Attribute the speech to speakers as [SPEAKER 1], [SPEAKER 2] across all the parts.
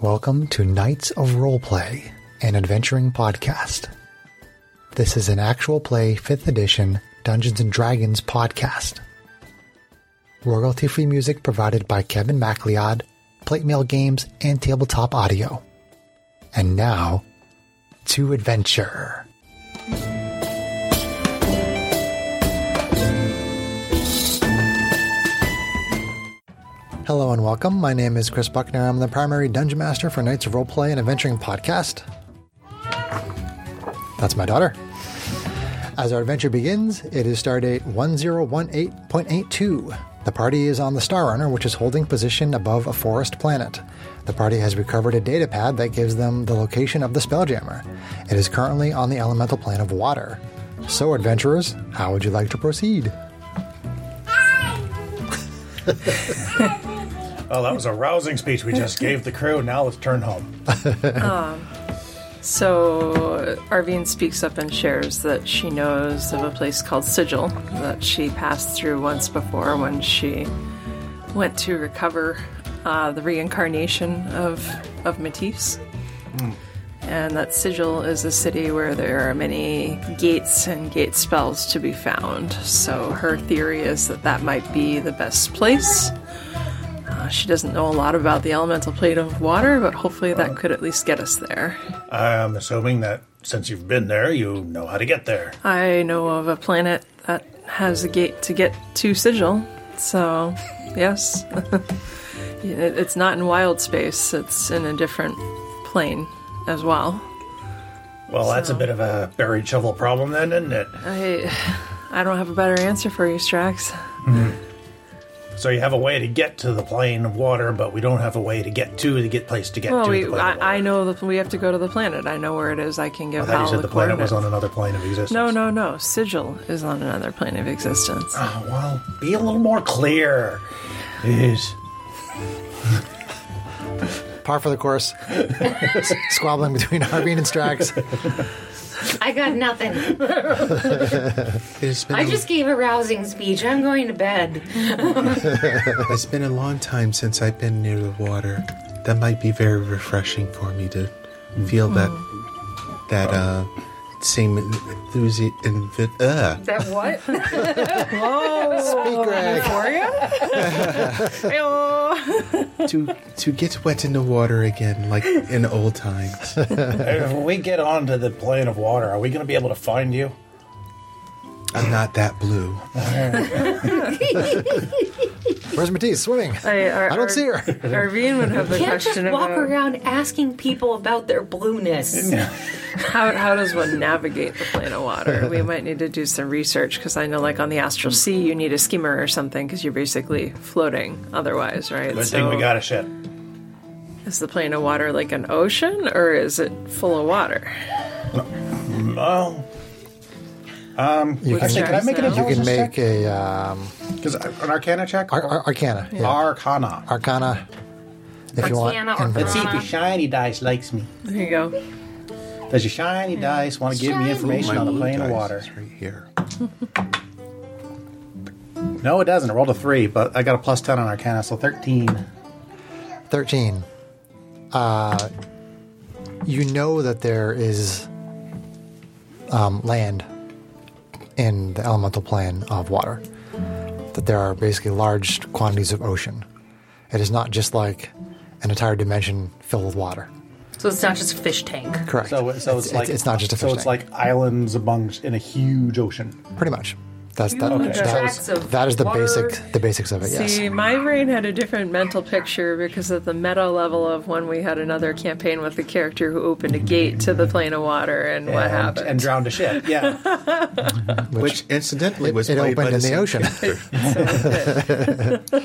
[SPEAKER 1] welcome to Knights of Roleplay, an adventuring podcast. This is an actual play 5th edition Dungeons and Dragons podcast. Royalty free music provided by Kevin MacLeod, Plate Mail Games, and Tabletop Audio. And now, to adventure. Hello and welcome. My name is Chris Buckner. I'm the primary dungeon master for Knights of Roleplay and Adventuring podcast. That's my daughter. As our adventure begins, it is stardate 1018.82. The party is on the Star Runner, which is holding position above a forest planet. The party has recovered a data pad that gives them the location of the Spelljammer. It is currently on the elemental plane of water. So, adventurers, how would you like to proceed?
[SPEAKER 2] Well, that was a rousing speech we just gave the crew. Now let's turn home.
[SPEAKER 3] So Arvine speaks up and shares that she knows of a place called Sigil that she passed through once before when she went to recover uh, the reincarnation of of Matisse. And that Sigil is a city where there are many gates and gate spells to be found. So her theory is that that might be the best place. Uh, she doesn't know a lot about the elemental plate of water, but hopefully that could at least get us there.
[SPEAKER 2] I'm assuming that since you've been there, you know how to get there.
[SPEAKER 3] I know of a planet that has a gate to get to Sigil, so yes. It- it's not in wild space, it's in a different plane as well.
[SPEAKER 2] Well, that's a bit of a buried shovel problem, then, isn't it?
[SPEAKER 3] I I don't have a better answer for you, Strax.
[SPEAKER 2] So you have a way to get to the plane of water, but we don't have a way to get to the get place to get
[SPEAKER 3] Well,
[SPEAKER 2] to
[SPEAKER 3] we
[SPEAKER 2] the plane of water.
[SPEAKER 3] I, I know that we have to go to the planet. I know where it is. I can give
[SPEAKER 2] I thought
[SPEAKER 3] Hal
[SPEAKER 2] you said the planet was on
[SPEAKER 3] coordinates.
[SPEAKER 2] another plane of existence.
[SPEAKER 3] No, no, no. Sigil is on another plane of existence.
[SPEAKER 2] Oh, well, be a little more clear. Jeez.
[SPEAKER 1] Par for the course. S- Squabbling between Harbin and Strax.
[SPEAKER 4] I got nothing.
[SPEAKER 5] It's been,
[SPEAKER 4] I
[SPEAKER 5] a,
[SPEAKER 4] just gave a rousing speech. I'm going to bed.
[SPEAKER 5] it's been a long time since I've been near the water. That might be very refreshing for me to feel that
[SPEAKER 4] Hmm.
[SPEAKER 5] that uh, same enthusiasm. Invi- uh,
[SPEAKER 4] That what?
[SPEAKER 1] Speak, Greg.
[SPEAKER 3] Ayo.
[SPEAKER 5] to to get wet in the water again, like in old times.
[SPEAKER 2] if we get onto the plane of water, are we going to be able to find you?
[SPEAKER 5] I'm not that blue.
[SPEAKER 1] Where's Matisse? Swimming.
[SPEAKER 3] I, Ar-
[SPEAKER 1] I
[SPEAKER 3] Ar-
[SPEAKER 1] don't see her.
[SPEAKER 3] Arvine would have the
[SPEAKER 4] Can't just
[SPEAKER 3] question
[SPEAKER 4] walk
[SPEAKER 3] about
[SPEAKER 4] around asking people about their blueness.
[SPEAKER 3] How, how does one navigate the plane of water? We might need to do some research because I know, like on the astral sea, you need a skimmer or something because you're basically floating otherwise, right?
[SPEAKER 2] Good thing we got a ship.
[SPEAKER 3] Is the plane of water like an ocean or is it full of water?
[SPEAKER 2] Well, um,
[SPEAKER 1] You
[SPEAKER 3] Let's
[SPEAKER 1] can,
[SPEAKER 3] check.
[SPEAKER 2] can I make an
[SPEAKER 3] You can
[SPEAKER 1] you can
[SPEAKER 2] intelligence
[SPEAKER 1] make a um,
[SPEAKER 2] Because an arcana check?
[SPEAKER 1] Ar- Ar- Arcana. Yeah.
[SPEAKER 2] Arcana.
[SPEAKER 1] Arcana. If you want.
[SPEAKER 4] Arcana,
[SPEAKER 1] And-
[SPEAKER 2] Let's see if
[SPEAKER 4] Arcana.
[SPEAKER 2] your shiny dice likes me.
[SPEAKER 3] There you go.
[SPEAKER 2] Does your shiny dice want to give me
[SPEAKER 4] Shiny.
[SPEAKER 2] information
[SPEAKER 5] My
[SPEAKER 2] on the
[SPEAKER 5] blue
[SPEAKER 2] plane of
[SPEAKER 5] dice
[SPEAKER 2] water?
[SPEAKER 5] is right here.
[SPEAKER 2] No, it doesn't. I rolled a three, but I got a plus ten on Arcana, so thirteen.
[SPEAKER 1] 13. Uh, you know that there is um, land in the elemental plane of water, that there are basically large quantities of ocean. It is not just like an entire dimension filled with water.
[SPEAKER 4] So it's not just a fish tank.
[SPEAKER 1] Correct.
[SPEAKER 2] So, it- so it's, like
[SPEAKER 1] it's not just a
[SPEAKER 2] so
[SPEAKER 1] fish
[SPEAKER 2] it's
[SPEAKER 1] tank.
[SPEAKER 2] like islands among in a huge ocean.
[SPEAKER 1] pretty much. That's that.
[SPEAKER 4] Huge
[SPEAKER 1] That,
[SPEAKER 4] tracts
[SPEAKER 1] was,
[SPEAKER 4] of
[SPEAKER 1] that is the
[SPEAKER 4] water.
[SPEAKER 1] basic the basics of it. Yes.
[SPEAKER 3] See, my brain had a different mental picture because of the meta level of when we had another campaign with the character who opened a gate to the plane of water and, what
[SPEAKER 2] and,
[SPEAKER 3] happened.
[SPEAKER 2] And drowned a ship. Yeah.
[SPEAKER 5] Which incidentally was
[SPEAKER 1] it
[SPEAKER 5] played by
[SPEAKER 1] opened in the
[SPEAKER 5] same
[SPEAKER 1] ocean.
[SPEAKER 5] character.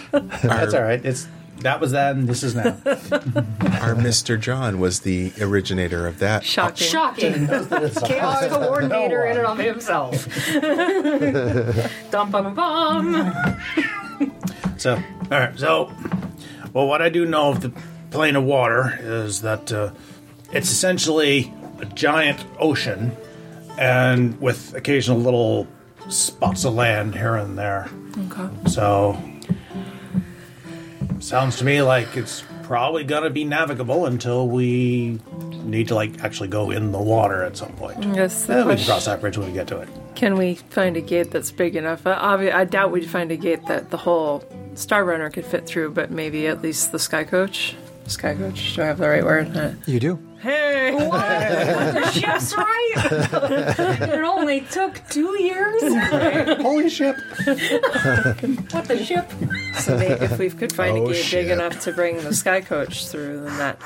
[SPEAKER 2] That's all right. It's that was then. This is now.
[SPEAKER 5] Our Mr. John was the originator of that.
[SPEAKER 3] Shocking.
[SPEAKER 4] Shocking. Chaos coordinator in and of himself. Dum bum bum.
[SPEAKER 2] So all right. So well, what I do know of the plane of water is that uh, it's essentially a giant ocean, and with occasional little spots of land here and there.
[SPEAKER 3] Okay.
[SPEAKER 2] So, sounds to me like it's probably gonna be navigable until we need to like actually go in the water at some point.
[SPEAKER 3] Yes, the
[SPEAKER 2] Then we can
[SPEAKER 3] question-
[SPEAKER 2] cross that bridge when we get to it.
[SPEAKER 3] Can we find a gate that's big enough? Uh, obvi- I doubt we'd find a gate that the whole Star Runner could fit through, but maybe at least the Sky Coach. Sky Coach, do I have the right word? Uh,
[SPEAKER 1] You do.
[SPEAKER 3] Hey!
[SPEAKER 4] Just right. it only took two years.
[SPEAKER 5] Holy ship!
[SPEAKER 4] What the ship?
[SPEAKER 3] So maybe if we could find
[SPEAKER 5] Oh,
[SPEAKER 3] a gate
[SPEAKER 5] shit.
[SPEAKER 3] big enough to bring the Sky Coach through, then that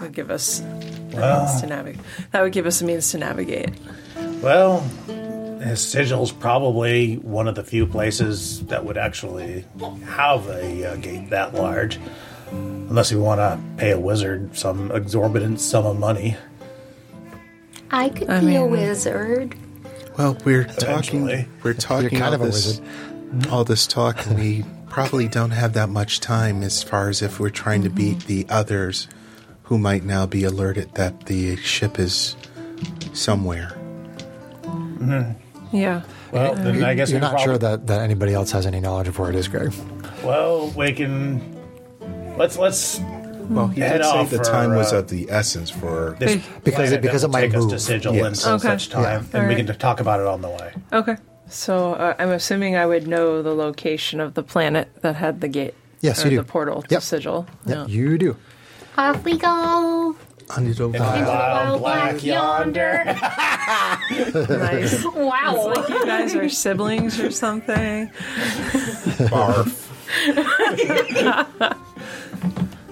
[SPEAKER 3] would give us a means to navigate. That would give us a means to navigate.
[SPEAKER 2] Well, his sigil's probably one of the few places that would actually have a uh, gate that large, unless you want to pay a wizard some exorbitant sum of money.
[SPEAKER 6] I could be a wizard.
[SPEAKER 5] Well, we're talking.
[SPEAKER 2] Eventually.
[SPEAKER 5] We're talking.
[SPEAKER 1] kind of
[SPEAKER 5] all
[SPEAKER 1] a
[SPEAKER 5] this, All this talk, and we probably don't have that much time as far as if we're trying to beat the others, who might now be alerted that the ship is somewhere.
[SPEAKER 3] Yeah.
[SPEAKER 2] Well, then I guess
[SPEAKER 1] You're
[SPEAKER 2] we
[SPEAKER 1] not
[SPEAKER 2] prob-
[SPEAKER 1] sure that, that anybody else has any knowledge of where it is, Greg.
[SPEAKER 2] Well, we can. Let's let's
[SPEAKER 5] Well, he
[SPEAKER 2] Head
[SPEAKER 5] did say
[SPEAKER 2] off
[SPEAKER 5] the
[SPEAKER 2] for,
[SPEAKER 5] time was
[SPEAKER 2] uh,
[SPEAKER 5] of the essence for.
[SPEAKER 2] this
[SPEAKER 1] Because it-
[SPEAKER 2] planet
[SPEAKER 1] because it
[SPEAKER 2] will
[SPEAKER 1] might
[SPEAKER 2] take us to
[SPEAKER 1] move.
[SPEAKER 2] sigil
[SPEAKER 5] Yes.
[SPEAKER 2] until
[SPEAKER 3] Okay.
[SPEAKER 2] such time, and we
[SPEAKER 3] Alright.
[SPEAKER 2] can t- talk about it on the way.
[SPEAKER 3] Okay. So uh, I'm assuming I would know the location of the planet that had the gate.
[SPEAKER 1] Yes,
[SPEAKER 3] or
[SPEAKER 1] you do.
[SPEAKER 3] The portal to
[SPEAKER 1] Yep.
[SPEAKER 3] Sigil.
[SPEAKER 1] Yeah,
[SPEAKER 3] Yeah.
[SPEAKER 1] you do. Uh,
[SPEAKER 6] Off we go.
[SPEAKER 5] Under the
[SPEAKER 2] Wild,
[SPEAKER 6] wild
[SPEAKER 2] black
[SPEAKER 6] black
[SPEAKER 2] yonder.
[SPEAKER 3] Oh, Nice.
[SPEAKER 4] Wow.
[SPEAKER 3] you guys are siblings or something.
[SPEAKER 5] barf.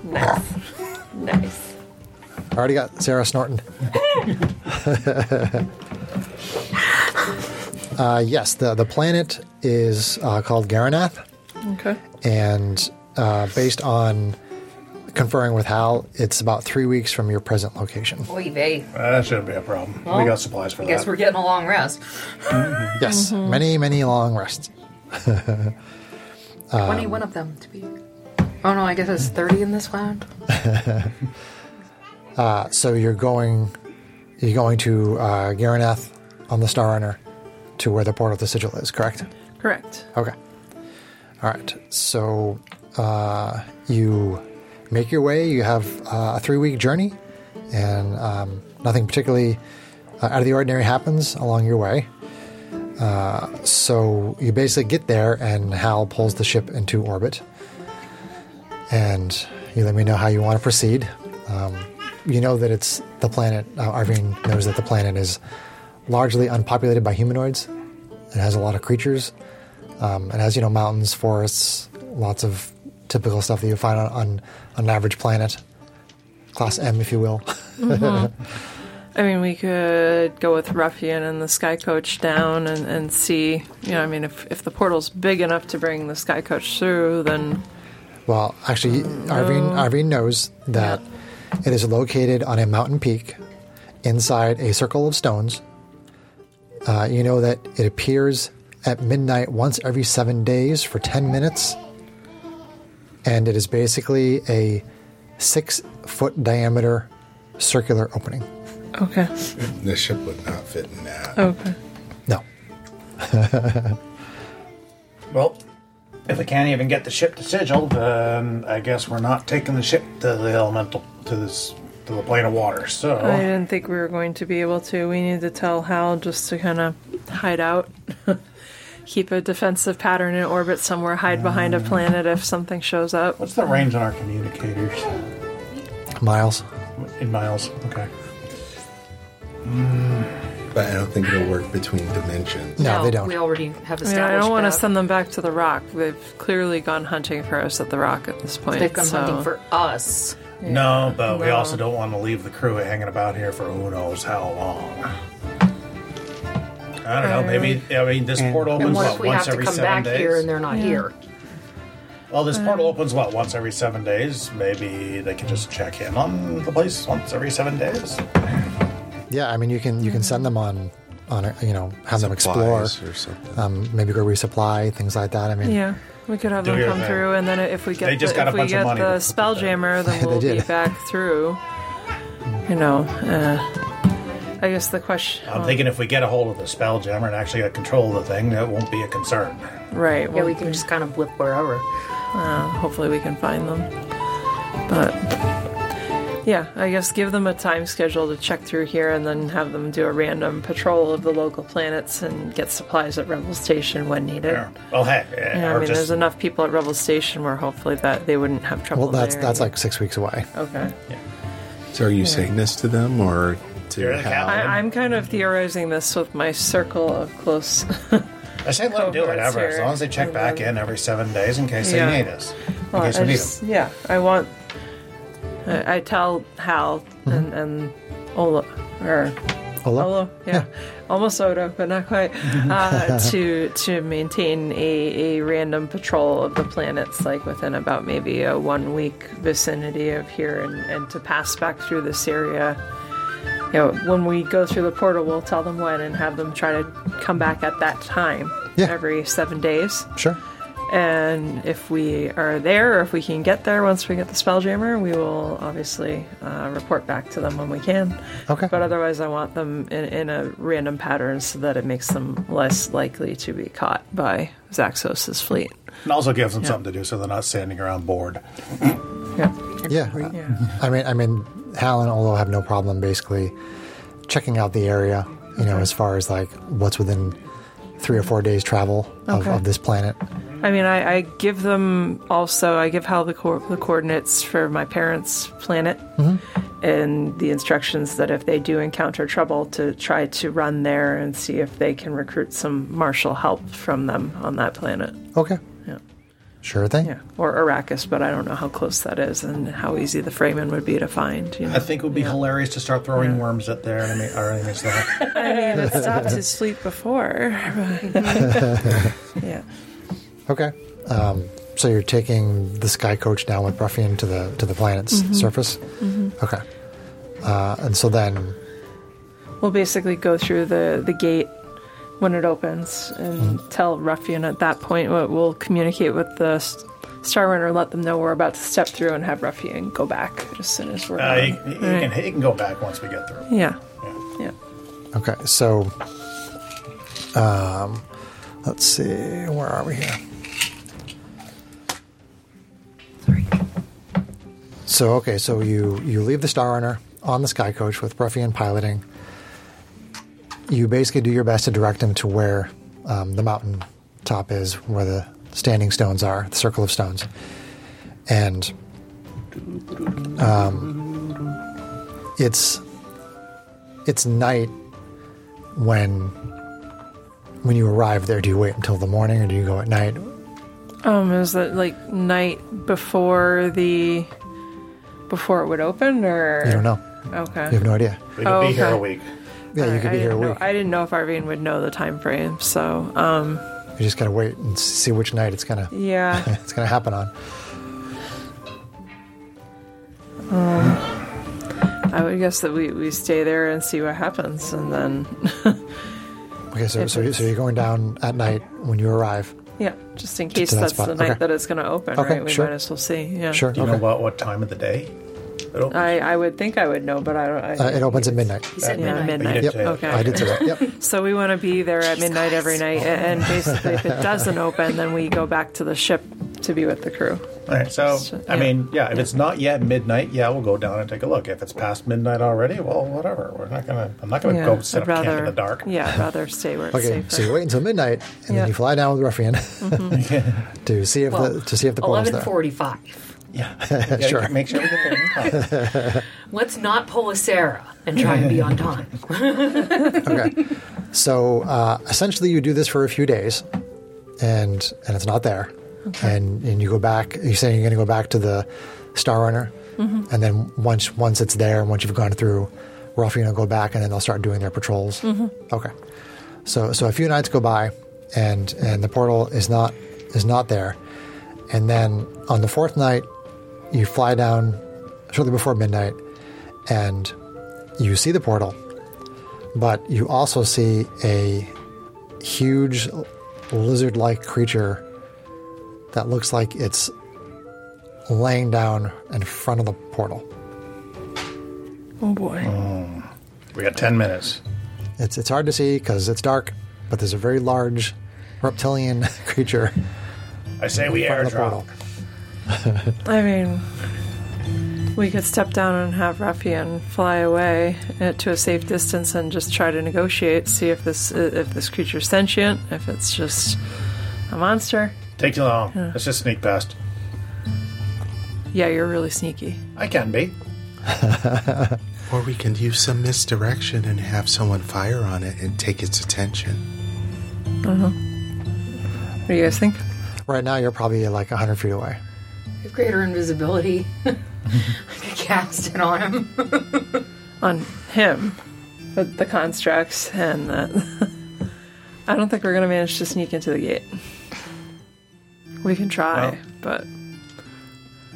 [SPEAKER 3] Nice. nice.
[SPEAKER 1] I already got Sarah snorting. uh, yes, the, the planet is uh, called Garanath,
[SPEAKER 3] Okay.
[SPEAKER 1] and uh, based on conferring with Hal, it's about three weeks from your present location.
[SPEAKER 4] Oy vey.
[SPEAKER 2] that shouldn't be a problem. we got supplies for
[SPEAKER 4] Guess
[SPEAKER 2] that.
[SPEAKER 4] we're getting a long rest.
[SPEAKER 1] Yes, many, many long rests. Um,
[SPEAKER 4] Twenty-one of them to be. Oh no, I guess it's thirty in this round.
[SPEAKER 1] Uh, So you're going, you're going to uh, Garanath on the Star Runner to where the portal to Sigil is, correct?
[SPEAKER 3] Correct.
[SPEAKER 1] Okay. All right. So uh, you make your way. You have uh, a three-week journey, and um, nothing particularly uh, out of the ordinary happens along your way. Uh, so you basically get there, and Hal pulls the ship into orbit, and you let me know how you want to proceed. Um, you know that it's the planet. Uh, Arvine knows that the planet is largely unpopulated by humanoids. It has a lot of creatures. Um, it has, you know, mountains, forests, lots of typical stuff that you find on, on, on an average planet. Class M, if you will.
[SPEAKER 3] I mean, we could go with Ruffian and the Sky Coach down and, and see. You know, I mean, if, if the portal's big enough to bring the Sky Coach through, then
[SPEAKER 1] well, actually, Arvine, Arvine knows that it is located on a mountain peak inside a circle of stones. Uh, you know that it appears at midnight once every seven days for 10 minutes. And it is basically a six foot diameter circular opening.
[SPEAKER 3] okay,
[SPEAKER 5] The ship would not fit in that.
[SPEAKER 3] okay,
[SPEAKER 1] No.
[SPEAKER 2] Well, if we can't even get the ship to sigil, then I guess we're not taking the ship to the elemental to this to the plane of water. So
[SPEAKER 3] I didn't think we were going to be able to. We need to tell Hal just to kind of hide out, keep a defensive pattern in orbit somewhere, hide behind a planet if something shows up.
[SPEAKER 2] what's the range on our communicators
[SPEAKER 1] Miles.
[SPEAKER 2] in miles? Okay.
[SPEAKER 5] But I don't think it'll work between dimensions.
[SPEAKER 1] No, they don't.
[SPEAKER 4] We already have
[SPEAKER 3] I,
[SPEAKER 4] established.
[SPEAKER 3] mean, I don't want to
[SPEAKER 4] that.
[SPEAKER 3] send them back to the rock. They've clearly gone hunting for us at the rock at this point.
[SPEAKER 4] They've gone
[SPEAKER 3] so-
[SPEAKER 4] hunting for us.
[SPEAKER 2] No, but we
[SPEAKER 3] No.
[SPEAKER 2] also don't want to leave the crew hanging about here for who knows how long. I don't know. Maybe I mean this portal
[SPEAKER 4] And
[SPEAKER 2] opens
[SPEAKER 4] what
[SPEAKER 2] what
[SPEAKER 4] if we
[SPEAKER 2] once
[SPEAKER 4] have to
[SPEAKER 2] every
[SPEAKER 4] come
[SPEAKER 2] seven
[SPEAKER 4] back here
[SPEAKER 2] days.
[SPEAKER 4] and they're not here?
[SPEAKER 2] Well, this portal opens what once every seven days. Maybe they can just check in on the place once every seven days.
[SPEAKER 1] Yeah, I mean, you can you can send them on on a, you know have them explore,
[SPEAKER 5] Supplies or something.
[SPEAKER 1] um, maybe go resupply things like that. I mean,
[SPEAKER 3] Yeah, we could have
[SPEAKER 2] Do
[SPEAKER 3] them
[SPEAKER 2] your
[SPEAKER 3] come
[SPEAKER 2] thing.
[SPEAKER 3] through, and then if we get
[SPEAKER 2] They just
[SPEAKER 3] the,
[SPEAKER 2] got a
[SPEAKER 3] if we
[SPEAKER 2] bunch of
[SPEAKER 3] get
[SPEAKER 2] money
[SPEAKER 3] the
[SPEAKER 2] to put
[SPEAKER 3] spell
[SPEAKER 2] there.
[SPEAKER 3] jammer, then
[SPEAKER 1] They
[SPEAKER 3] we'll be
[SPEAKER 1] did.
[SPEAKER 3] back through. You know, uh, I guess the question.
[SPEAKER 2] I'm thinking if we get a hold of the spell jammer and actually get control of the thing, that won't be a concern.
[SPEAKER 3] right?
[SPEAKER 4] Yeah,
[SPEAKER 3] Well,
[SPEAKER 4] we can just kind of blip wherever.
[SPEAKER 3] hopefully we can find them. But yeah, I guess give them a time schedule to check through here and then have them do a random patrol of the local planets and get supplies at Rebel Station when needed.
[SPEAKER 2] Or- Well, heck, eh,
[SPEAKER 3] Yeah, I
[SPEAKER 2] or
[SPEAKER 3] mean,
[SPEAKER 2] just
[SPEAKER 3] there's enough people at Rebel Station where hopefully that they wouldn't have trouble.
[SPEAKER 1] Well, that's
[SPEAKER 3] there.
[SPEAKER 1] that's like six weeks away.
[SPEAKER 3] okay.
[SPEAKER 5] So are you saying this to them or
[SPEAKER 2] You're
[SPEAKER 5] to
[SPEAKER 2] the
[SPEAKER 5] Hal?
[SPEAKER 2] captain.
[SPEAKER 3] I, I'm kind of theorizing this with my circle of close.
[SPEAKER 2] I say let them do it
[SPEAKER 3] cohorts
[SPEAKER 2] ever, as
[SPEAKER 3] here,
[SPEAKER 2] long as they check
[SPEAKER 3] and
[SPEAKER 2] back
[SPEAKER 3] then-
[SPEAKER 2] in every seven days in case
[SPEAKER 3] Yeah.
[SPEAKER 2] they need us. In
[SPEAKER 3] Well,
[SPEAKER 2] case
[SPEAKER 3] I
[SPEAKER 2] we need
[SPEAKER 3] just- yeah, I want. I, I tell Hal and and Ola or
[SPEAKER 1] Hello?
[SPEAKER 3] Olo, yeah, almost Odo, but not quite. Uh, to to maintain a, a random patrol of the planets, like within about maybe a one week vicinity of here, and, and to pass back through this area. You know, when we go through the portal, we'll tell them when and have them try to come back at that time
[SPEAKER 1] Yeah.
[SPEAKER 3] every seven days.
[SPEAKER 1] Sure.
[SPEAKER 3] And if we are there, or if we can get there once we get the Spelljammer, we will obviously uh, report back to them when we can.
[SPEAKER 1] Okay.
[SPEAKER 3] But otherwise, I want them in, in a random pattern so that it makes them less likely to be caught by Zaxos's fleet.
[SPEAKER 2] them. And also gives them something to do so they're not standing around bored.
[SPEAKER 3] Yeah.
[SPEAKER 1] Yeah. I mean, I mean, Hal and Olo have no problem basically checking out the area. You know, as far as like what's within three or four days travel of,
[SPEAKER 3] Okay.
[SPEAKER 1] of this planet.
[SPEAKER 3] I mean, I, I give them also, I give Hal the, co- the coordinates for my parents' planet and the instructions that if they do encounter trouble, to try to run there and see if they can recruit some martial help from them on that planet.
[SPEAKER 1] Okay.
[SPEAKER 3] Yeah.
[SPEAKER 1] Sure thing.
[SPEAKER 3] Yeah. Or Arrakis, but I don't know how close that is and how easy the Freeman would be to find. You know?
[SPEAKER 2] I think it would be hilarious to start throwing worms at their enemy, our enemies. There.
[SPEAKER 3] I mean, it stopped his sleep before. yeah.
[SPEAKER 1] Okay. Um, so you're taking the sky coach down with Bruffian to the to the planet's surface. Okay. Uh, and so then,
[SPEAKER 3] We'll basically go through the, the gate when it opens and
[SPEAKER 1] Mm-hmm.
[SPEAKER 3] tell Ruffian at that point what we'll communicate with the s- Star Runner, let them know we're about to step through and have Ruffian go back as soon as we're
[SPEAKER 2] Uh,
[SPEAKER 3] done.
[SPEAKER 2] he, he, can, he can go back once we get through.
[SPEAKER 3] Yeah. Yeah.
[SPEAKER 1] okay. So, um, let's see. Where are we here?
[SPEAKER 3] Sorry.
[SPEAKER 1] So okay, so you you leave the Star Runner on the Sky Coach with Bruffian piloting. You basically do your best to direct him to where um, the mountain top is, where the standing stones are, the circle of stones, and um, it's it's night when when you arrive there. Do you wait until the morning, or do you go at night?
[SPEAKER 3] Um, is that like night before the before it would open, or
[SPEAKER 1] You don't know.
[SPEAKER 3] Okay.
[SPEAKER 1] You have no idea.
[SPEAKER 2] We could
[SPEAKER 3] Oh,
[SPEAKER 2] be here a
[SPEAKER 3] okay.
[SPEAKER 2] week.
[SPEAKER 1] Yeah, you could
[SPEAKER 3] I
[SPEAKER 1] be here a
[SPEAKER 3] didn't know-
[SPEAKER 1] week.
[SPEAKER 3] I didn't know if Arvine would know the time frame, so um,
[SPEAKER 1] You just gotta wait and see which night it's gonna
[SPEAKER 3] yeah.
[SPEAKER 1] it's gonna happen on.
[SPEAKER 3] I would guess that we, we stay there and see what happens, and then
[SPEAKER 1] Okay, so
[SPEAKER 3] If
[SPEAKER 1] so, you- so
[SPEAKER 3] it's-
[SPEAKER 1] you're going down at night when you arrive.
[SPEAKER 3] yeah, just in case
[SPEAKER 1] to that
[SPEAKER 3] that's
[SPEAKER 1] spot,
[SPEAKER 3] the night
[SPEAKER 1] okay.
[SPEAKER 3] that it's going to open,
[SPEAKER 1] Okay,
[SPEAKER 3] right? We
[SPEAKER 1] sure.
[SPEAKER 3] might as well see. Yeah,
[SPEAKER 1] Sure.
[SPEAKER 2] Do you
[SPEAKER 1] okay.
[SPEAKER 2] know about what time of the day? It opens?
[SPEAKER 3] I, I would think I would know, but I don't. I,
[SPEAKER 1] Uh, it opens at midnight.
[SPEAKER 4] He said
[SPEAKER 3] yeah,
[SPEAKER 4] midnight.
[SPEAKER 1] Yep.
[SPEAKER 3] midnight. Okay.
[SPEAKER 1] I did say that. Yep.
[SPEAKER 3] So we want to be there at midnight every night, a- and basically, if it doesn't open, then we go back to the ship to be with the crew.
[SPEAKER 2] All right, so
[SPEAKER 3] So,
[SPEAKER 2] I
[SPEAKER 3] yeah.
[SPEAKER 2] mean, yeah, if it's not yet midnight, yeah, we'll go down and take a look. If it's past midnight already, well, whatever. We're not gonna. I'm not gonna
[SPEAKER 3] Yeah,
[SPEAKER 2] go set
[SPEAKER 3] I'd
[SPEAKER 2] up
[SPEAKER 3] rather.
[SPEAKER 2] camp in the dark.
[SPEAKER 3] Yeah, I'd rather stay where it's
[SPEAKER 1] Okay,
[SPEAKER 3] safer.
[SPEAKER 1] so you wait until midnight, and
[SPEAKER 3] Yeah. Mm-hmm.
[SPEAKER 1] then you fly down with Ruffian to see if the
[SPEAKER 4] Well,
[SPEAKER 1] to see if the portal's
[SPEAKER 4] Eleven
[SPEAKER 1] there.
[SPEAKER 4] forty-five.
[SPEAKER 2] Yeah, We gotta
[SPEAKER 1] Sure.
[SPEAKER 2] Make sure we get there. in time.
[SPEAKER 4] Let's not pull a Sarah and try to be on time.
[SPEAKER 1] Okay, so uh, essentially you do this for a few days, and and it's not there, and and you go back. You say you're going to go back to the Star Runner, and then once once it's there, and once you've gone through, Ruffian will go back, and then they'll start doing their patrols. Okay, so so a few nights go by, and and the portal is not is not there, and then on the fourth night, you fly down shortly before midnight, and you see the portal but you also see a huge lizard like creature that looks like it's laying down in front of the portal.
[SPEAKER 3] oh boy.
[SPEAKER 2] We got ten minutes.
[SPEAKER 1] It's, it's hard to see because it's dark, but there's a very large reptilian creature
[SPEAKER 2] I say
[SPEAKER 1] in
[SPEAKER 2] we
[SPEAKER 1] front of the
[SPEAKER 2] airdrop.
[SPEAKER 1] portal.
[SPEAKER 3] I mean, We could step down and have Ruffian fly away uh, to a safe distance and just try to negotiate, see if this eh, if this creature's sentient, if it's just a monster.
[SPEAKER 2] Take too long. Let's just sneak past.
[SPEAKER 3] Yeah, you're really sneaky.
[SPEAKER 2] I can be.
[SPEAKER 5] Or we can use some misdirection and have someone fire on it and take its attention.
[SPEAKER 3] What do you guys think?
[SPEAKER 1] Right now, you're probably like 100 feet away.
[SPEAKER 4] We have greater invisibility. I could cast it on him.
[SPEAKER 3] on him, but the constructs and the. I don't think we're gonna manage to sneak into the gate. We can try,
[SPEAKER 2] Well.
[SPEAKER 3] but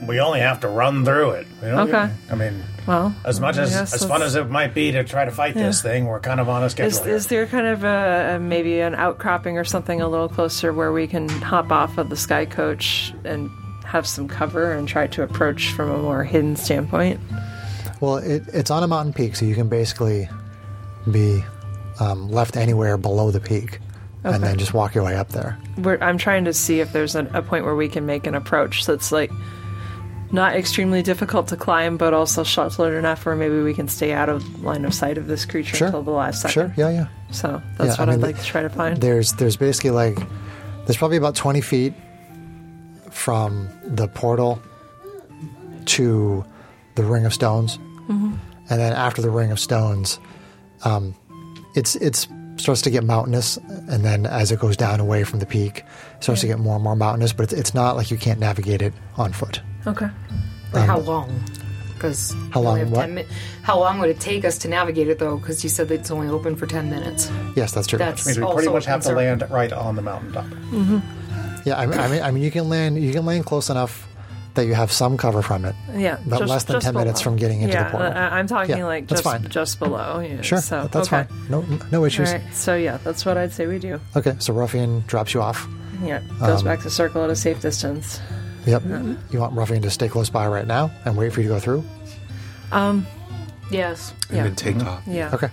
[SPEAKER 2] We only have to run through it. We don't
[SPEAKER 3] Okay.
[SPEAKER 2] even- I mean,
[SPEAKER 3] well,
[SPEAKER 2] as much
[SPEAKER 3] I
[SPEAKER 2] as
[SPEAKER 3] guess
[SPEAKER 2] as fun
[SPEAKER 3] that's-
[SPEAKER 2] as it might be to try to fight this thing, we're kind of on a schedule.
[SPEAKER 3] is,
[SPEAKER 2] here.
[SPEAKER 3] is there kind of a, a- maybe an outcropping or something a little closer where we can hop off of the sky coach and have some cover and try to approach from a more hidden standpoint?
[SPEAKER 1] Well, it, it's on a mountain peak, so you can basically be um, left anywhere below the peak and then just walk your way up there.
[SPEAKER 3] We're, I'm trying to see if there's an, a point where we can make an approach that's like not extremely difficult to climb, but also sheltered enough where maybe we can stay out of line of sight of this creature
[SPEAKER 1] Sure.
[SPEAKER 3] until the last second.
[SPEAKER 1] Sure. Yeah, yeah.
[SPEAKER 3] So that's
[SPEAKER 1] Yeah,
[SPEAKER 3] what
[SPEAKER 1] I
[SPEAKER 3] I
[SPEAKER 1] mean,
[SPEAKER 3] would like to try to find.
[SPEAKER 1] There's there's basically like there's probably about 20 feet from the portal to the ring of stones,
[SPEAKER 3] Mm-hmm.
[SPEAKER 1] and then after the ring of stones, um, it's it's starts to get mountainous, and then as it goes down away from the peak, it starts to get more and more mountainous. But it's, it's not like you can't navigate it on foot.
[SPEAKER 3] okay.
[SPEAKER 4] But how long? Because
[SPEAKER 1] Um, How long
[SPEAKER 4] Have
[SPEAKER 1] what?
[SPEAKER 4] 10 mi- how long would it take us to navigate it though? Because you said that it's only open for ten minutes.
[SPEAKER 1] Yes, that's true.
[SPEAKER 4] That's
[SPEAKER 2] Means we
[SPEAKER 4] also
[SPEAKER 2] pretty much
[SPEAKER 4] a
[SPEAKER 2] have to
[SPEAKER 4] concern.
[SPEAKER 2] land right on the mountaintop.
[SPEAKER 1] yeah, I, mean- I mean, I mean, you can land you can land close enough that you have some cover from it.
[SPEAKER 3] Yeah.
[SPEAKER 1] But
[SPEAKER 3] just-
[SPEAKER 1] less than
[SPEAKER 3] just
[SPEAKER 1] 10 minutes
[SPEAKER 3] below.
[SPEAKER 1] from getting into the
[SPEAKER 3] yeah,
[SPEAKER 1] portal.
[SPEAKER 3] I, I'm talking
[SPEAKER 1] Yeah,
[SPEAKER 3] like
[SPEAKER 1] that's
[SPEAKER 3] just
[SPEAKER 1] fine.
[SPEAKER 3] just below. Yeah,
[SPEAKER 1] Sure,
[SPEAKER 3] So,
[SPEAKER 1] that's
[SPEAKER 3] okay.
[SPEAKER 1] fine. No, no issues.
[SPEAKER 3] All right. So yeah, that's what I'd say we do.
[SPEAKER 1] Okay, so Ruffian drops you off.
[SPEAKER 3] Yeah. Goes back to circle at a safe distance.
[SPEAKER 1] Yep. You want Ruffian to stay close by right now and wait for you to go through?
[SPEAKER 4] Yes.
[SPEAKER 5] And
[SPEAKER 3] Yeah.
[SPEAKER 5] then take off.
[SPEAKER 3] Yeah.
[SPEAKER 1] Okay,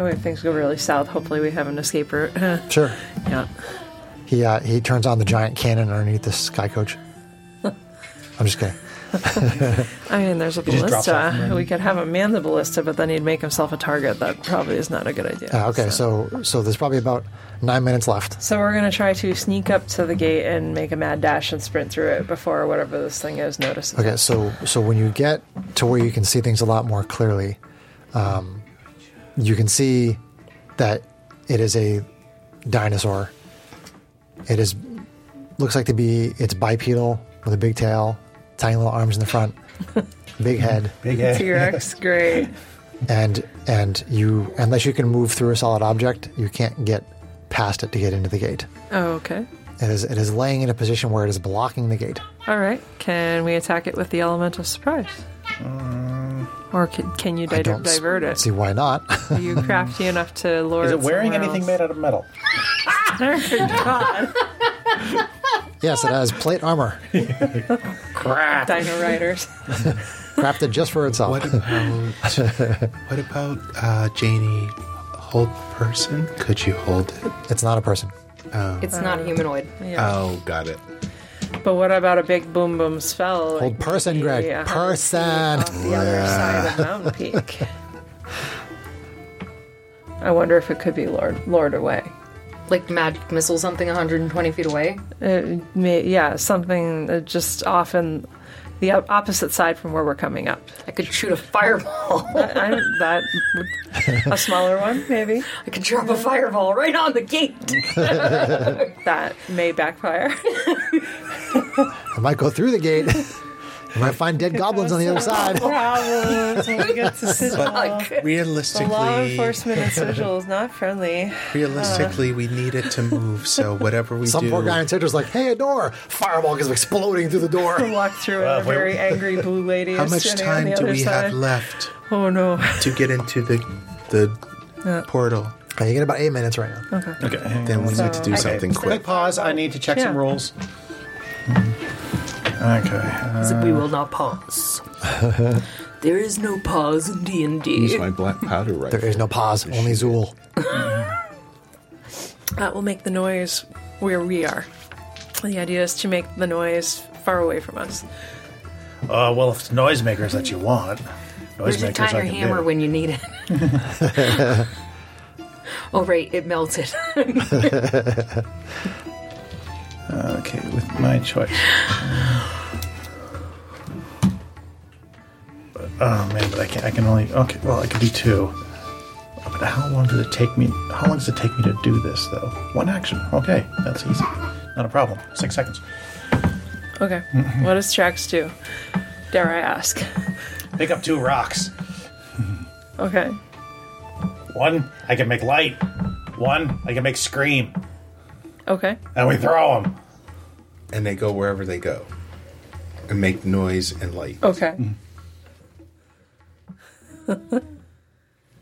[SPEAKER 3] Oh, if things go really south, hopefully we have an escape route.
[SPEAKER 1] sure.
[SPEAKER 3] yeah.
[SPEAKER 1] He uh, he turns on the giant cannon underneath the sky coach. I'm just kidding.
[SPEAKER 3] I mean, there's a
[SPEAKER 2] just drops off
[SPEAKER 3] ballista. We could have him man the ballista, but then he'd make himself a target. That probably is not a good idea.
[SPEAKER 1] Uh, okay, so so there's probably about nine minutes left.
[SPEAKER 3] So we're gonna try to sneak up to the gate and make a mad dash and sprint through it before whatever this thing is notices.
[SPEAKER 1] Okay, so so when you get to where you can see things a lot more clearly, um, you can see that it is a dinosaur. It is looks like to be it's bipedal with a big tail, tiny little arms in the front, big head.
[SPEAKER 2] Big head.
[SPEAKER 3] T Rex, great.
[SPEAKER 1] and and you unless you can move through a solid object, you can't get past it to get into the gate.
[SPEAKER 3] Oh, okay.
[SPEAKER 1] It is it is laying in a position where it is blocking the gate.
[SPEAKER 3] All right. Can we attack it with the element of surprise? Or can, can you di-
[SPEAKER 1] s-
[SPEAKER 3] divert it?
[SPEAKER 1] See why not?
[SPEAKER 3] Are you crafty enough to lure
[SPEAKER 2] Is it wearing
[SPEAKER 3] somewhere
[SPEAKER 2] anything
[SPEAKER 3] else?
[SPEAKER 2] made out of metal?
[SPEAKER 1] yes, it has plate armor
[SPEAKER 2] Crap.
[SPEAKER 3] Dino Riders.
[SPEAKER 1] crafted just for itself.
[SPEAKER 5] What about what about uh, Janie? Hold the person? Could you hold it?
[SPEAKER 1] It's not a person.
[SPEAKER 4] It's not humanoid.
[SPEAKER 5] Oh, got it.
[SPEAKER 3] But what about a big boom boom spell?
[SPEAKER 1] Old person, Greg.
[SPEAKER 3] Yeah.
[SPEAKER 1] Person.
[SPEAKER 3] off the other side of the mountain peak. I wonder if it could be lured, lured away.
[SPEAKER 4] Like magic missile something 120 feet away.
[SPEAKER 3] It Uh, may, yeah, something that just often the op- opposite side from where we're coming up.
[SPEAKER 4] I could shoot a fireball.
[SPEAKER 3] I don't, that would- a smaller one, maybe
[SPEAKER 4] I could drop a fireball right on the gate.
[SPEAKER 3] that may backfire.
[SPEAKER 1] I might go through the gate. I might find dead goblins on the other side.
[SPEAKER 3] Problems when we get to sigil.
[SPEAKER 4] Fuck.
[SPEAKER 3] Law
[SPEAKER 5] Realistically,
[SPEAKER 3] enforcement and sigil is not friendly.
[SPEAKER 5] realistically, we need it to move. So whatever we
[SPEAKER 1] Some
[SPEAKER 5] do,
[SPEAKER 1] poor guy in Citra's like, hey, a door. Fireball goes exploding through the
[SPEAKER 3] To
[SPEAKER 1] door.
[SPEAKER 3] walk through
[SPEAKER 2] Well,
[SPEAKER 3] and a
[SPEAKER 2] we-
[SPEAKER 3] very angry blue lady
[SPEAKER 5] how
[SPEAKER 3] is
[SPEAKER 5] much
[SPEAKER 3] standing on
[SPEAKER 5] time
[SPEAKER 3] the
[SPEAKER 5] do
[SPEAKER 3] other
[SPEAKER 5] we
[SPEAKER 3] side.
[SPEAKER 5] have left
[SPEAKER 3] Oh no.
[SPEAKER 5] to get into the the portal?
[SPEAKER 1] Okay, you get about eight minutes right now.
[SPEAKER 2] Okay.
[SPEAKER 5] Then we need to do
[SPEAKER 2] Okay,
[SPEAKER 5] something
[SPEAKER 2] Quick
[SPEAKER 5] quick.
[SPEAKER 2] pause. I need to check some
[SPEAKER 3] Yeah.
[SPEAKER 2] rules. Okay.
[SPEAKER 4] we will not pause. there is no pause in D and D.
[SPEAKER 7] Use my black powder right
[SPEAKER 1] There is no pause, only Zool.
[SPEAKER 3] That will make the noise where we are. The idea is to make the noise far away from us.
[SPEAKER 2] Uh, well, if it's noisemakers that you want,
[SPEAKER 4] Where's your
[SPEAKER 2] noisemakers
[SPEAKER 4] tiny
[SPEAKER 2] I can
[SPEAKER 4] hammer
[SPEAKER 2] do.
[SPEAKER 4] when you need it? oh, right, it melted.
[SPEAKER 2] Okay, with my choice. Uh, But, oh man, but I can I can only okay. Well, I can do two. But how long does it take me? How long does it take me to do this though? One action. Okay, that's easy. Not a problem. Six seconds.
[SPEAKER 3] Okay.
[SPEAKER 5] Mm-hmm.
[SPEAKER 3] What does Trax do? Dare I ask?
[SPEAKER 2] Pick up two rocks.
[SPEAKER 3] Okay.
[SPEAKER 2] One I can make light. One I can make scream.
[SPEAKER 3] Okay.
[SPEAKER 2] And we throw them.
[SPEAKER 5] and they go wherever they go and make noise and light.
[SPEAKER 3] Okay.
[SPEAKER 5] Mm.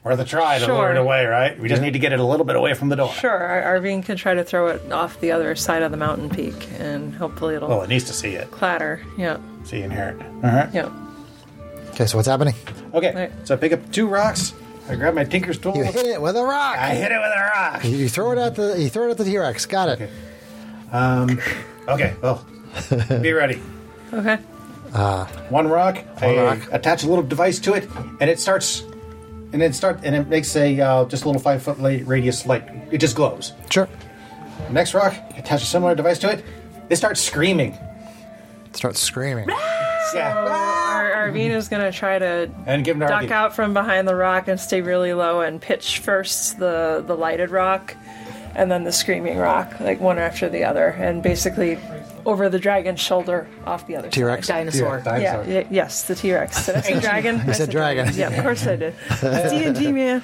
[SPEAKER 2] Or the try to lure
[SPEAKER 3] Sure.
[SPEAKER 2] it away, right? We just need to get it a little bit away from the door.
[SPEAKER 3] Sure. Ar- Arvine can try to throw it off the other side of the mountain peak, and hopefully it'll
[SPEAKER 5] Oh,
[SPEAKER 2] Well, it needs to see it,
[SPEAKER 3] clatter. Yeah.
[SPEAKER 2] see and hear it. All right.
[SPEAKER 3] Yeah.
[SPEAKER 1] Okay, so what's happening?
[SPEAKER 2] Okay.
[SPEAKER 3] Right.
[SPEAKER 2] So I pick up two rocks. I grab my tinker's tool.
[SPEAKER 1] You hit it with a rock.
[SPEAKER 2] I hit it with a rock.
[SPEAKER 1] You throw it at the you throw it at the T Rex. Got it.
[SPEAKER 2] Okay, well, be ready.
[SPEAKER 3] Okay.
[SPEAKER 2] One rock. I
[SPEAKER 1] rock.
[SPEAKER 2] Attach a little device to it, and it starts, and it start, and it makes a uh, just a little five foot la- radius light. It just glows.
[SPEAKER 1] Sure.
[SPEAKER 2] Next rock. Attach a similar device to it. They start screaming.
[SPEAKER 1] Start screaming.
[SPEAKER 2] Yeah.
[SPEAKER 3] Ar- Arvine is gonna try to
[SPEAKER 2] And give them to
[SPEAKER 3] duck
[SPEAKER 2] Arvine.
[SPEAKER 3] out from behind the rock and stay really low and pitch first the the lighted rock, and then the screaming rock, like one after the other, and basically over the dragon's shoulder off the other.
[SPEAKER 1] T Rex.
[SPEAKER 4] Dinosaur.
[SPEAKER 2] Yeah,
[SPEAKER 3] Yeah,
[SPEAKER 2] dinosaur.
[SPEAKER 3] y- yes, the T Rex. Did I say dragon? You
[SPEAKER 1] said dragon.
[SPEAKER 3] Yeah, of course I did. D and D man.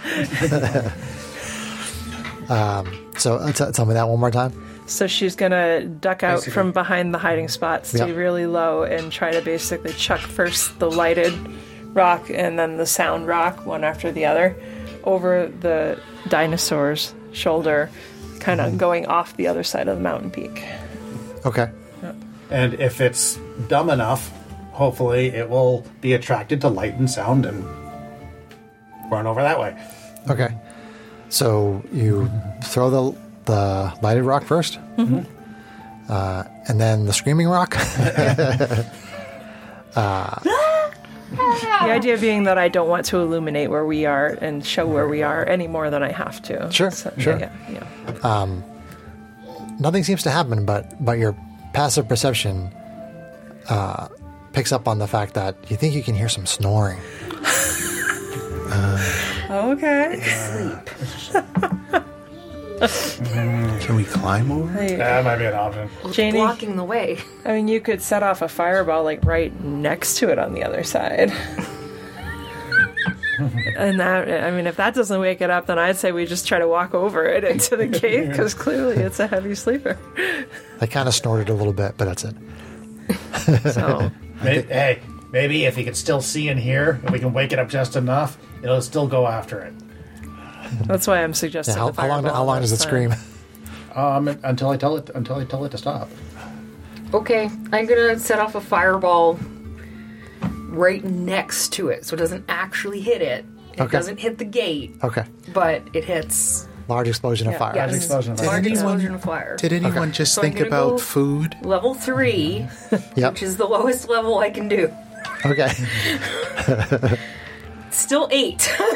[SPEAKER 1] So uh, t- tell me that one more time.
[SPEAKER 3] So she's gonna duck out from behind the hiding spot, stay
[SPEAKER 1] Yeah.
[SPEAKER 3] really low, and try to basically chuck first the lighted rock and then the sound rock, one after the other, over the dinosaur's shoulder, kind
[SPEAKER 1] Mm-hmm.
[SPEAKER 3] of going off the other side of the mountain peak.
[SPEAKER 1] Okay.
[SPEAKER 2] And if it's dumb enough, hopefully it will be attracted to light and sound and run over that way.
[SPEAKER 1] Okay. So you throw the the lighted rock 1st mm-hmm. uh, and then the screaming rock.
[SPEAKER 3] The idea being that I don't want to illuminate where we are and show where we are any more than I have to.
[SPEAKER 1] Sure, sure.
[SPEAKER 3] Yeah, yeah.
[SPEAKER 1] Nothing seems to happen, but but your passive perception uh, picks up on the fact that you think you can hear some snoring.
[SPEAKER 3] Okay.
[SPEAKER 5] Can we climb over?
[SPEAKER 2] That might be an option.
[SPEAKER 3] Janie,
[SPEAKER 4] Blocking the way.
[SPEAKER 3] I mean, you could set off a fireball like right next to it on the other side. and that, I mean, if that doesn't wake it up, then I'd say we just try to walk over it into the cave because clearly it's a heavy sleeper.
[SPEAKER 1] They kind of snorted a little bit, but that's it.
[SPEAKER 3] So,
[SPEAKER 2] May- hey, maybe if he can still see and hear, if we can wake it up just enough, it'll still go after it.
[SPEAKER 3] that's why I'm
[SPEAKER 1] Yeah,
[SPEAKER 3] suggesting.
[SPEAKER 1] how,
[SPEAKER 3] the
[SPEAKER 1] how long?
[SPEAKER 3] fireball uh,
[SPEAKER 1] How long
[SPEAKER 3] this
[SPEAKER 1] does it
[SPEAKER 3] time.
[SPEAKER 1] scream?
[SPEAKER 2] Um, until I tell it, until I tell it to stop.
[SPEAKER 4] Okay, I'm gonna set off a fireball right next to it, so it doesn't actually hit it. It
[SPEAKER 1] Okay.
[SPEAKER 4] doesn't hit the gate,
[SPEAKER 1] Okay.
[SPEAKER 4] but it hits.
[SPEAKER 1] Large explosion of fire.
[SPEAKER 4] Yeah,
[SPEAKER 2] Large explosion of
[SPEAKER 4] large
[SPEAKER 5] fire.
[SPEAKER 4] explosion of fire.
[SPEAKER 5] Did anyone just
[SPEAKER 4] So I'm
[SPEAKER 5] think
[SPEAKER 4] gonna
[SPEAKER 5] about
[SPEAKER 4] go-
[SPEAKER 5] food?
[SPEAKER 4] Level three,
[SPEAKER 1] Yep.
[SPEAKER 4] which is the lowest level I can do.
[SPEAKER 1] Okay.
[SPEAKER 4] Still eight.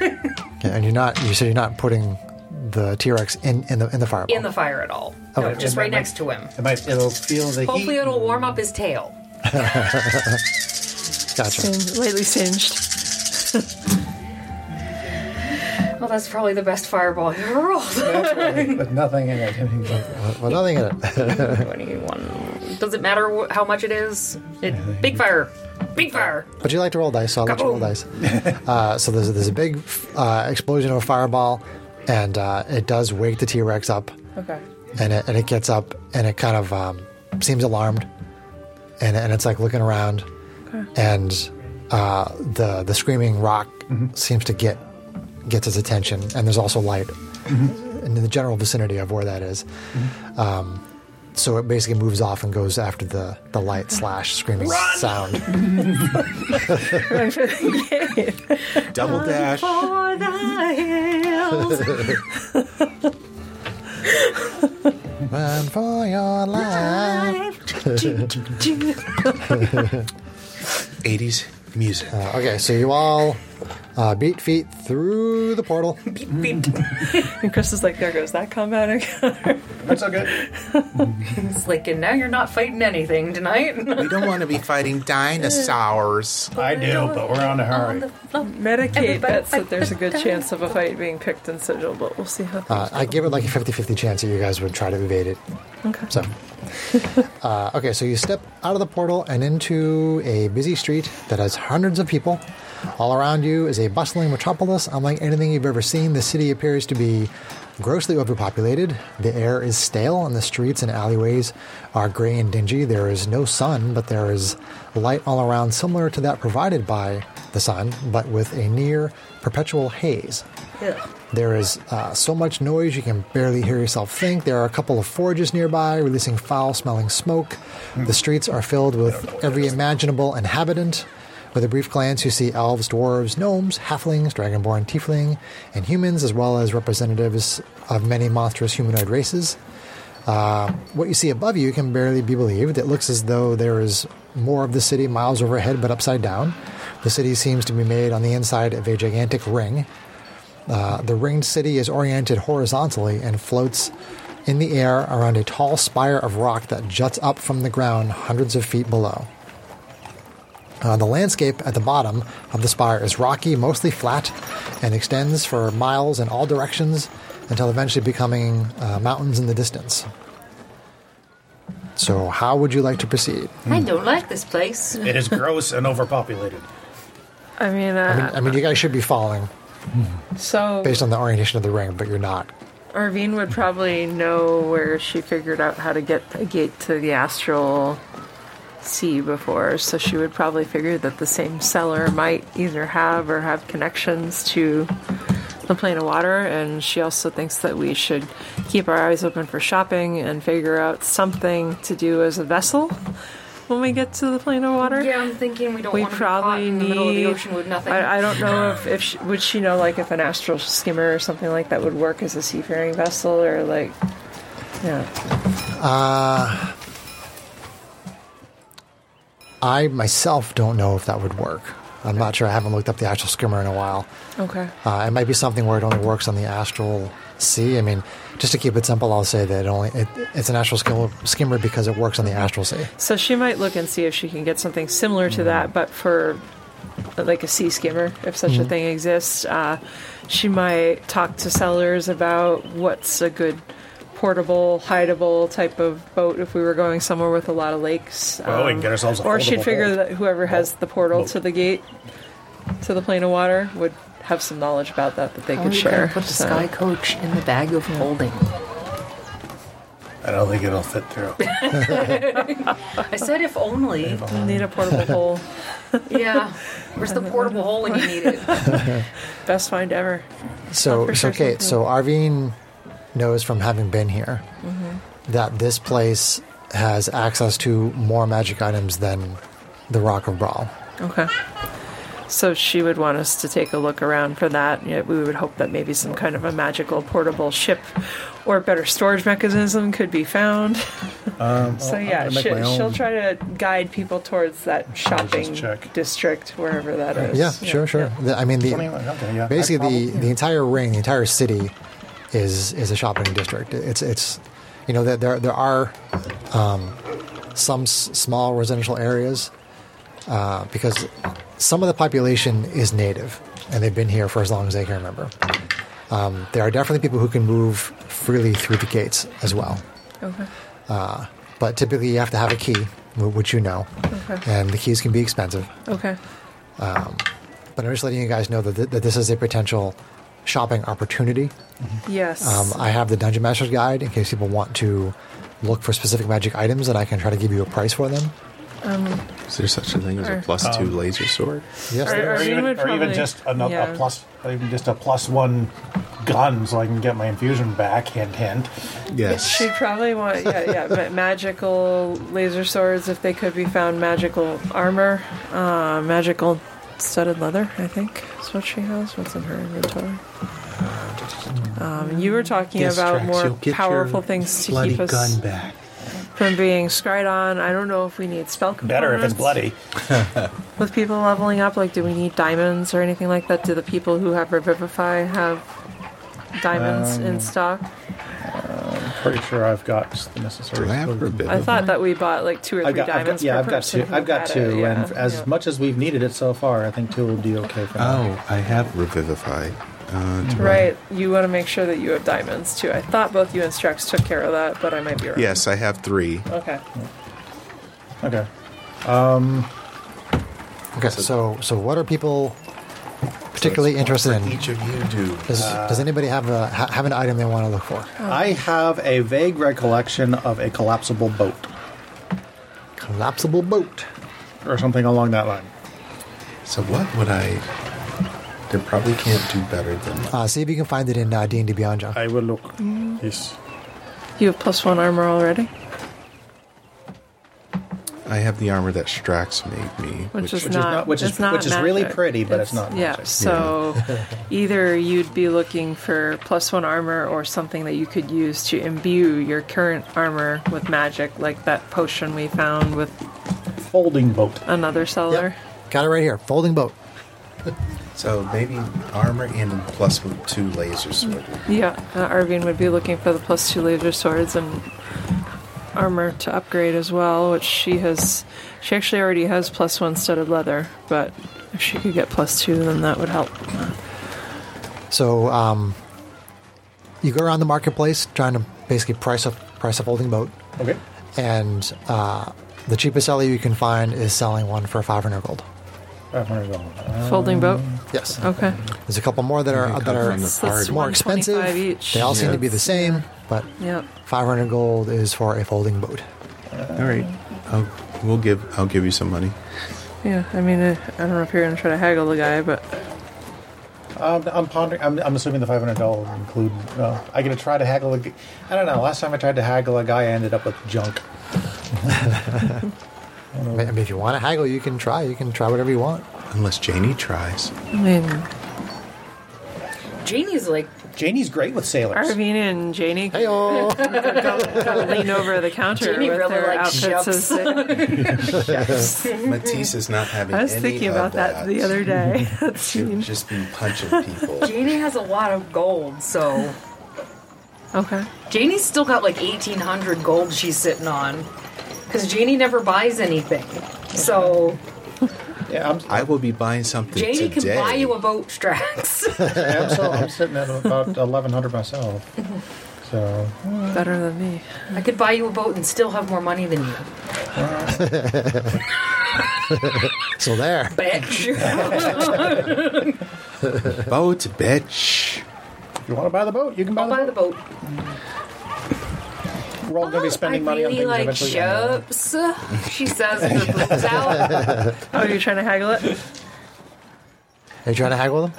[SPEAKER 1] Yeah, and you're not. You said you're not putting the T Rex in in the in the fireball.
[SPEAKER 4] in the fire at all. No,
[SPEAKER 1] Okay.
[SPEAKER 4] just right next to him.
[SPEAKER 2] It might, it'll feel the
[SPEAKER 4] Hopefully,
[SPEAKER 2] heat.
[SPEAKER 4] it'll warm up his tail.
[SPEAKER 1] gotcha.
[SPEAKER 3] Singed- Lightly singed.
[SPEAKER 4] Well, that's probably the best fireball I ever rolled.
[SPEAKER 2] With nothing in it.
[SPEAKER 1] Well, nothing in it.
[SPEAKER 4] 21. Does it matter wh- how much it is? It, big fire. Big fire.
[SPEAKER 1] But you like to roll dice, so I'll let you roll dice. Uh, so there's there's a big uh, explosion of a fireball, and uh, it does wake the T Rex up,
[SPEAKER 3] Okay.
[SPEAKER 1] and it and it gets up, and it kind of um, seems alarmed, and and it's like looking around, and uh, the the screaming rock seems to get gets its attention, and there's also light in the general vicinity of where that is. Um, so it basically moves off and goes after the, the light slash screaming sound.
[SPEAKER 5] Double dash.
[SPEAKER 4] For the hills.
[SPEAKER 1] Run for your life.
[SPEAKER 5] 80s music.
[SPEAKER 1] Uh, okay, so you all uh, beat feet through the portal.
[SPEAKER 3] And Chris is like, there goes that combat again.
[SPEAKER 2] That's okay.
[SPEAKER 4] It's like, and now you're not fighting anything tonight.
[SPEAKER 7] Hmm.
[SPEAKER 5] we don't want to be fighting dinosaurs.
[SPEAKER 2] I do, but we're on a hurry.
[SPEAKER 3] Medicate bets that there's a good chance of a fight being picked in Sigil, but we'll see how things
[SPEAKER 1] Uh, I give it like a 50 50 chance that you guys would try to evade it.
[SPEAKER 3] Okay.
[SPEAKER 1] So, uh, okay, so you step out of the portal and into a busy street that has hundreds of people. All around you is a bustling metropolis unlike anything you've ever seen. The city appears to be grossly overpopulated. The air is stale, and the streets and alleyways are gray and dingy. There is no sun, but there is light all around, similar to that provided by the sun, but with a near perpetual haze. There is uh, so much noise you can barely hear yourself think. There are a couple of forges nearby releasing foul smelling smoke. The streets are filled with every imaginable inhabitant. With a brief glance, you see elves, dwarves, gnomes, halflings, dragonborn, tiefling, and humans, as well as representatives of many monstrous humanoid races. Uh, what you see above you can barely be believed. It looks as though there is more of the city miles overhead, but upside down. The city seems to be made on the inside of a gigantic ring, uh, the ringed city is oriented horizontally and floats in the air around a tall spire of rock that juts up from the ground hundreds of feet below. Uh, the landscape at the bottom of the spire is rocky, mostly flat, and extends for miles in all directions until eventually becoming uh, mountains in the distance. So, how would you like to proceed?
[SPEAKER 4] I don't like this place.
[SPEAKER 2] It is gross and overpopulated.
[SPEAKER 3] I mean, uh,
[SPEAKER 1] I mean, I mean you guys should be following
[SPEAKER 3] so
[SPEAKER 1] based on the orientation of the ring, but you're not.
[SPEAKER 3] Arvine would probably know where she figured out how to get a gate to the astral sea before, so she would probably figure that the same seller might either have or have connections to the plane of water, and she also thinks that we should keep our eyes open for shopping and figure out something to do as a vessel when we get to the plane of water.
[SPEAKER 4] Yeah, I'm thinking we don't
[SPEAKER 3] We
[SPEAKER 4] want to be caught
[SPEAKER 3] probably
[SPEAKER 4] in the
[SPEAKER 3] need.
[SPEAKER 4] middle of the ocean with nothing.
[SPEAKER 3] I, I don't know if, if she, would she know like if an astral skimmer or something like that would work as a seafaring vessel or like yeah.
[SPEAKER 1] I myself don't know if that would work. I'm not sure. I haven't looked up the actual skimmer in a while.
[SPEAKER 3] Okay.
[SPEAKER 1] Uh, it might be something where it only works on the astral sea. I mean, just to keep it simple, I'll say that it only it, it's an astral skimmer, skimmer because it works on the astral sea.
[SPEAKER 3] So she might look and see if she can get something similar to that, but for uh, like a sea skimmer, if such
[SPEAKER 2] Mm-hmm.
[SPEAKER 3] a thing exists. Uh, she might talk to sellers about what's a good portable, hideable type of boat if we were going somewhere with a lot of lakes. um,
[SPEAKER 2] Well, Oh, we can get ourselves a
[SPEAKER 3] or she'd
[SPEAKER 2] foldable
[SPEAKER 3] figure
[SPEAKER 2] boat.
[SPEAKER 3] that whoever has the portal
[SPEAKER 2] Boat.
[SPEAKER 3] to the gate to the plane of water would have some knowledge about that that they could share.
[SPEAKER 4] Oh, Put the
[SPEAKER 3] So-
[SPEAKER 4] sky coach in the bag of holding.
[SPEAKER 2] I don't think it'll fit through.
[SPEAKER 4] I said if only.
[SPEAKER 3] Need a portable pole.
[SPEAKER 4] yeah. Where's the portable hole when you need it?
[SPEAKER 3] Best find ever.
[SPEAKER 1] So,
[SPEAKER 3] for
[SPEAKER 1] so
[SPEAKER 3] sure
[SPEAKER 1] Kate, so Arvine knows from having been here
[SPEAKER 3] Mm-hmm.
[SPEAKER 1] that this place has access to more magic items than the Rock of Brawl.
[SPEAKER 3] Okay. So she would want us to take a look around for that. Yeah, we would hope that maybe some kind of a magical portable ship or better storage mechanism could be found. so yeah,
[SPEAKER 2] Um, gonna make
[SPEAKER 3] she,
[SPEAKER 2] my own.
[SPEAKER 3] she'll try to guide people towards that shopping
[SPEAKER 2] check. Uh,
[SPEAKER 3] district, wherever that is.
[SPEAKER 1] Yeah, sure, sure. The- I mean, the,
[SPEAKER 2] Okay, yeah.
[SPEAKER 1] basically the, the entire ring, the entire city, is is a shopping district. It's it's you know there there, there are um, some s- small residential areas uh, because some of the population is native and they've been here for as long as they can remember. Um, there are definitely people who can move freely through the gates as well.
[SPEAKER 3] Okay.
[SPEAKER 1] But typically, you have to have a key, wh- which you know,
[SPEAKER 3] Okay.
[SPEAKER 1] and the keys can be expensive.
[SPEAKER 3] Okay.
[SPEAKER 1] But I'm just letting you guys know that, th- that this is a potential shopping opportunity.
[SPEAKER 3] Yes.
[SPEAKER 1] Um, I have the Dungeon Master's Guide in case people want to look for specific magic items, and I can try to give you a price for them.
[SPEAKER 5] Is there such a thing as a plus two laser sword?
[SPEAKER 1] Yes,
[SPEAKER 3] Or-
[SPEAKER 1] there
[SPEAKER 2] or
[SPEAKER 1] is.
[SPEAKER 3] you
[SPEAKER 2] even,
[SPEAKER 3] would
[SPEAKER 2] or even
[SPEAKER 3] probably-
[SPEAKER 2] just another
[SPEAKER 3] yeah.
[SPEAKER 2] a plus, or even just a plus one gun, so I can get my infusion back. Hint, hint.
[SPEAKER 5] Yes.
[SPEAKER 3] She'd probably want yeah yeah ma- magical laser swords if they could be found. Magical armor, uh, magical studded leather. I think is what she has. What's in her inventory? Um, you were talking
[SPEAKER 5] Yes,
[SPEAKER 3] about
[SPEAKER 5] Trax,
[SPEAKER 3] more
[SPEAKER 5] you'll get your
[SPEAKER 3] powerful things to
[SPEAKER 5] bloody
[SPEAKER 3] keep us
[SPEAKER 5] gun back.
[SPEAKER 3] from being scryed on. I don't know if we need spell components.
[SPEAKER 2] Better if it's bloody.
[SPEAKER 3] With people leveling up, like, do we need diamonds or anything like that? Do the people who have Revivify have diamonds
[SPEAKER 5] Um,
[SPEAKER 3] in stock?
[SPEAKER 2] Pretty sure I've got the necessary.
[SPEAKER 7] Do I have
[SPEAKER 2] clothing.
[SPEAKER 7] forbidden?
[SPEAKER 3] I thought that we bought like two or 3
[SPEAKER 2] I've got, I've got,
[SPEAKER 3] diamonds.
[SPEAKER 2] yeah,
[SPEAKER 3] per
[SPEAKER 2] I've got
[SPEAKER 3] person
[SPEAKER 2] two.
[SPEAKER 3] who
[SPEAKER 2] I've got
[SPEAKER 3] had
[SPEAKER 2] two,
[SPEAKER 3] it, yeah.
[SPEAKER 2] and as
[SPEAKER 3] Yeah.
[SPEAKER 2] much as we've needed it so far, I think two will be okay for now.
[SPEAKER 5] Oh, I have
[SPEAKER 7] Revivify. Uh, to-
[SPEAKER 3] Right, you want to make sure that you have diamonds too. I thought both you and Strux took care of that, but I might be wrong.
[SPEAKER 7] yes, I have three.
[SPEAKER 3] Okay.
[SPEAKER 7] Oh.
[SPEAKER 2] Okay.
[SPEAKER 1] Okay, so so what are people particularly interested in?
[SPEAKER 7] Each of you do.
[SPEAKER 1] Does, does anybody have a ha- have an item they want to look for?
[SPEAKER 2] I have a vague recollection of a collapsible boat
[SPEAKER 1] Collapsible boat.
[SPEAKER 2] or something along that line.
[SPEAKER 7] So what would I? They probably can't do better than.
[SPEAKER 1] Uh, see if you can find it in uh, D&D Beyond, John.
[SPEAKER 2] I will look. Yes.
[SPEAKER 3] You have plus one armor already,
[SPEAKER 7] I have the armor that Strax made me.
[SPEAKER 3] which, is,
[SPEAKER 2] which is
[SPEAKER 3] not,
[SPEAKER 2] not- which is-
[SPEAKER 3] it's not
[SPEAKER 2] which is really
[SPEAKER 3] magic.
[SPEAKER 2] pretty, but it's not
[SPEAKER 3] Yeah.
[SPEAKER 2] magic.
[SPEAKER 3] So either you'd be looking for plus one armor or something that you could use to imbue your current armor with magic, like that potion we found with
[SPEAKER 2] Folding boat.
[SPEAKER 3] another seller.
[SPEAKER 1] Got it right here. Folding boat.
[SPEAKER 7] So maybe armor and plus two laser sword.
[SPEAKER 3] Yeah, uh, Arvine would be looking for the plus two laser swords and armor to upgrade as well, which she has. She actually already has plus one studded leather, but if she could get plus two, then that would help.
[SPEAKER 1] So um, you go around the marketplace trying to basically price a price a folding boat,
[SPEAKER 2] Okay.
[SPEAKER 1] and uh, the cheapest seller you can find is selling one for 500 gold.
[SPEAKER 2] Five hundred dollars.
[SPEAKER 3] Folding boat.
[SPEAKER 4] Um,
[SPEAKER 1] Yes.
[SPEAKER 3] Okay.
[SPEAKER 1] There's a couple more that are that are
[SPEAKER 3] That's- that's
[SPEAKER 1] more expensive.
[SPEAKER 3] 125 Each.
[SPEAKER 1] They all seem to be the same, but
[SPEAKER 3] Yep.
[SPEAKER 1] 500 gold is for a folding boat.
[SPEAKER 5] All right. I'll, we'll give. I'll give you some money.
[SPEAKER 3] Yeah. I mean, uh, I don't know if you're gonna try to haggle the guy, but
[SPEAKER 2] Um, I'm pondering. I'm, I'm assuming the five hundred dollars include. Uh, I get to try to haggle. A, g- I don't know. Last time I tried to haggle a guy, I ended up with junk.
[SPEAKER 1] I mean, if you want to haggle, you can try. You can try whatever you want.
[SPEAKER 5] Unless Janie tries.
[SPEAKER 3] I mean,
[SPEAKER 4] Janie's like,
[SPEAKER 2] Janie's great with sailors.
[SPEAKER 3] Arvine and Janie
[SPEAKER 1] Hey,
[SPEAKER 3] gotta lean over the counter
[SPEAKER 4] Janie
[SPEAKER 3] with
[SPEAKER 4] really
[SPEAKER 3] their
[SPEAKER 4] likes
[SPEAKER 3] outfits.
[SPEAKER 4] ships.
[SPEAKER 3] as-
[SPEAKER 7] Matisse is not having.
[SPEAKER 3] I was
[SPEAKER 7] any
[SPEAKER 3] thinking
[SPEAKER 7] of
[SPEAKER 3] about that the other day. That
[SPEAKER 7] She'll
[SPEAKER 3] scene.
[SPEAKER 7] just be punching people.
[SPEAKER 4] Janie has a lot of gold, so.
[SPEAKER 3] Okay.
[SPEAKER 4] Janie's still got like 1,800 gold she's sitting on. Because Janie never buys anything. So,
[SPEAKER 2] Yeah, I'm,
[SPEAKER 5] I will be buying something
[SPEAKER 4] Janie
[SPEAKER 5] today.
[SPEAKER 4] can buy you a boat, Strax.
[SPEAKER 2] I'm, still, I'm sitting at about eleven hundred myself. So
[SPEAKER 3] Better than me.
[SPEAKER 4] I could buy you a boat and still have more money than you.
[SPEAKER 1] so there.
[SPEAKER 4] Bitch.
[SPEAKER 5] boat, bitch.
[SPEAKER 2] if you want to buy the boat, you can buy
[SPEAKER 4] I'll
[SPEAKER 2] the
[SPEAKER 4] buy
[SPEAKER 2] boat.
[SPEAKER 4] the boat.
[SPEAKER 2] We're all going to be spending
[SPEAKER 4] I
[SPEAKER 2] money
[SPEAKER 4] really
[SPEAKER 2] on
[SPEAKER 4] like
[SPEAKER 2] things eventually. anyway.
[SPEAKER 4] ships. She says with her boobs out.
[SPEAKER 3] Oh, you're trying to haggle it?
[SPEAKER 1] Are you trying to haggle them?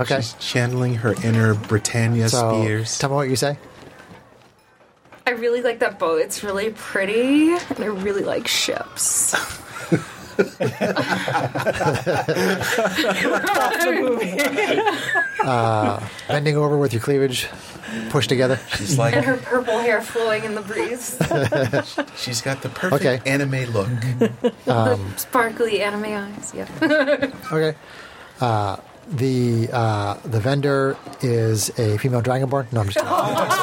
[SPEAKER 1] Okay.
[SPEAKER 5] She's channeling her inner Britannia
[SPEAKER 1] So
[SPEAKER 5] Spears.
[SPEAKER 1] tell me what you say.
[SPEAKER 4] I really like that boat. It's really pretty. And I really like ships.
[SPEAKER 1] Bending over with your cleavage pushed together.
[SPEAKER 7] She's
[SPEAKER 4] and her
[SPEAKER 7] like,
[SPEAKER 4] purple hair flowing in the breeze.
[SPEAKER 7] she's got the perfect
[SPEAKER 1] Okay.
[SPEAKER 7] anime look.
[SPEAKER 4] Sparkly anime eyes. Yeah.
[SPEAKER 1] Okay. Uh, the uh, the vendor is a female dragonborn. No, I'm just